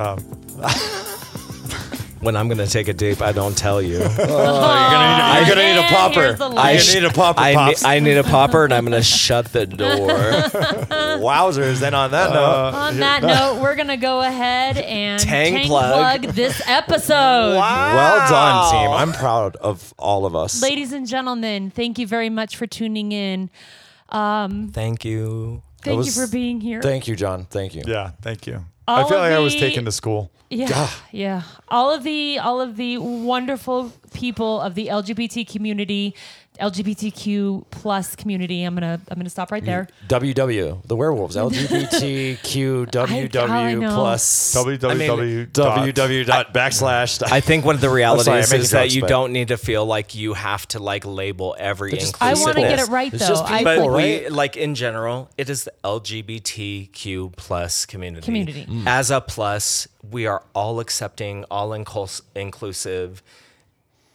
Speaker 3: when I'm gonna take a deep, I don't tell you.
Speaker 5: I'm gonna need a popper.
Speaker 4: Here's the
Speaker 5: I
Speaker 4: link.
Speaker 5: need a popper.
Speaker 3: I,
Speaker 5: pops.
Speaker 3: ne- I need a popper and I'm gonna shut the door.
Speaker 5: Wowzers! And on that note,
Speaker 4: On that note, we're going to go ahead and
Speaker 3: Tang
Speaker 4: tang
Speaker 3: plug.
Speaker 4: plug this episode.
Speaker 5: well done, team. I'm proud of all of us.
Speaker 4: Ladies and gentlemen, thank you very much for tuning in. Um,
Speaker 3: Thank you.
Speaker 4: thank
Speaker 5: was-
Speaker 4: you for being here.
Speaker 5: Thank you, John. Thank you.
Speaker 2: yeah, thank you.
Speaker 4: All
Speaker 2: I feel
Speaker 4: of
Speaker 2: like I was
Speaker 4: the-
Speaker 2: taken to school.
Speaker 4: Yeah, yeah. All of the all of the wonderful people of the LGBT community, LGBTQ plus community. I'm gonna I'm gonna stop right there.
Speaker 5: WW, the werewolves, LGBTQWW
Speaker 4: know.
Speaker 5: plus
Speaker 2: www.
Speaker 5: www dot backslash.
Speaker 3: I think one of the realities
Speaker 5: I'm
Speaker 3: is,
Speaker 5: making
Speaker 3: that
Speaker 5: jokes,
Speaker 3: you
Speaker 5: but-
Speaker 3: don't need to feel like you have to like label every
Speaker 5: just-
Speaker 4: I
Speaker 5: It's
Speaker 4: want to
Speaker 5: simple.
Speaker 4: get it right
Speaker 5: It's
Speaker 4: though.
Speaker 5: just
Speaker 4: I
Speaker 5: people,
Speaker 4: like-
Speaker 3: but
Speaker 5: right?
Speaker 3: we like in general it is the lgbtq plus community Mm.
Speaker 4: Community.
Speaker 3: as a plus we are all accepting all inclus- inclusive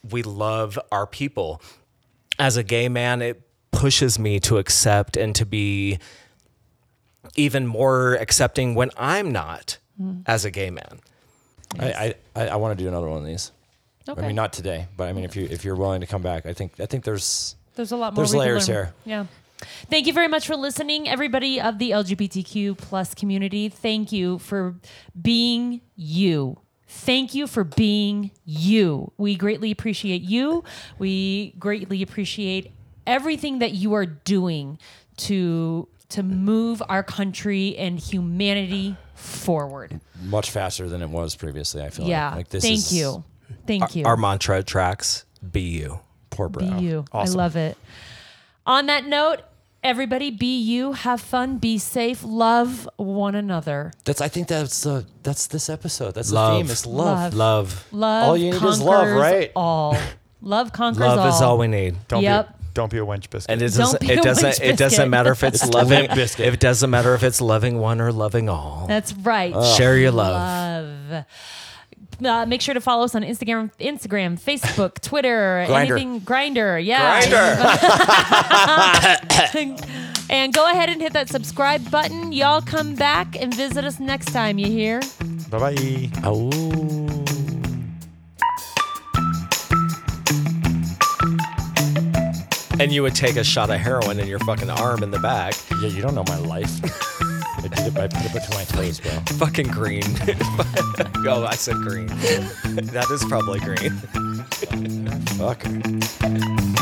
Speaker 3: we love our people as a gay man it pushes me to accept and to be even more accepting when i'm not
Speaker 4: Mm.
Speaker 3: as a gay man
Speaker 5: I I, I, I want to do another one of these.
Speaker 4: Okay.
Speaker 5: I mean, not today, but I mean, if you if you're willing to come back, I think I think there's
Speaker 4: There's a lot more.
Speaker 5: There's
Speaker 4: we can
Speaker 5: layers
Speaker 4: learn.
Speaker 5: here.
Speaker 4: Yeah. Thank you very much for listening, everybody of the LGBTQ plus community. Thank you for being you. Thank you for being you. We greatly appreciate you. We greatly appreciate everything that you are doing to to move our country and humanity forward.
Speaker 5: much faster than it was previously. I feel
Speaker 4: Yeah.
Speaker 5: like, like this
Speaker 4: Thank
Speaker 5: is
Speaker 4: you. Thank you.
Speaker 3: our mantra tracks be you
Speaker 5: poor
Speaker 4: Be
Speaker 5: brow.
Speaker 4: you. I love it. On that note, everybody be you, have fun, be safe, love one another.
Speaker 5: That's I think that's uh, that's this episode. That's
Speaker 3: Love.
Speaker 5: the theme. It's love.
Speaker 4: Love.
Speaker 3: love
Speaker 4: Love
Speaker 5: All you need
Speaker 4: conquers
Speaker 5: is love, right?
Speaker 4: all. Love conquers
Speaker 3: love
Speaker 4: all.
Speaker 3: is all we need
Speaker 2: Don't
Speaker 4: Yep.
Speaker 2: be don't be a wench biscuit.
Speaker 3: And it
Speaker 4: Don't
Speaker 3: doesn't.
Speaker 4: be
Speaker 3: It
Speaker 4: a
Speaker 3: doesn't.
Speaker 4: witch
Speaker 3: It doesn't
Speaker 4: biscuit.
Speaker 3: matter if it's loving. if it doesn't matter if it's loving one or loving all.
Speaker 4: That's right.
Speaker 3: Share your love.
Speaker 4: Love. Uh, make sure to follow us on Instagram, Instagram, Facebook, Twitter,
Speaker 5: Grindr.
Speaker 4: anything grinder. Yeah. and go ahead and hit that subscribe button. Y'all come back and visit us next time, you hear?
Speaker 2: bye bye.
Speaker 5: Oh.
Speaker 3: And you would take a shot of heroin in your fucking arm in the back.
Speaker 5: Yeah, you don't know my life. I did it by put it between my toes, bro.
Speaker 3: Fucking green. oh, I said green. that is probably green.
Speaker 5: Fuck.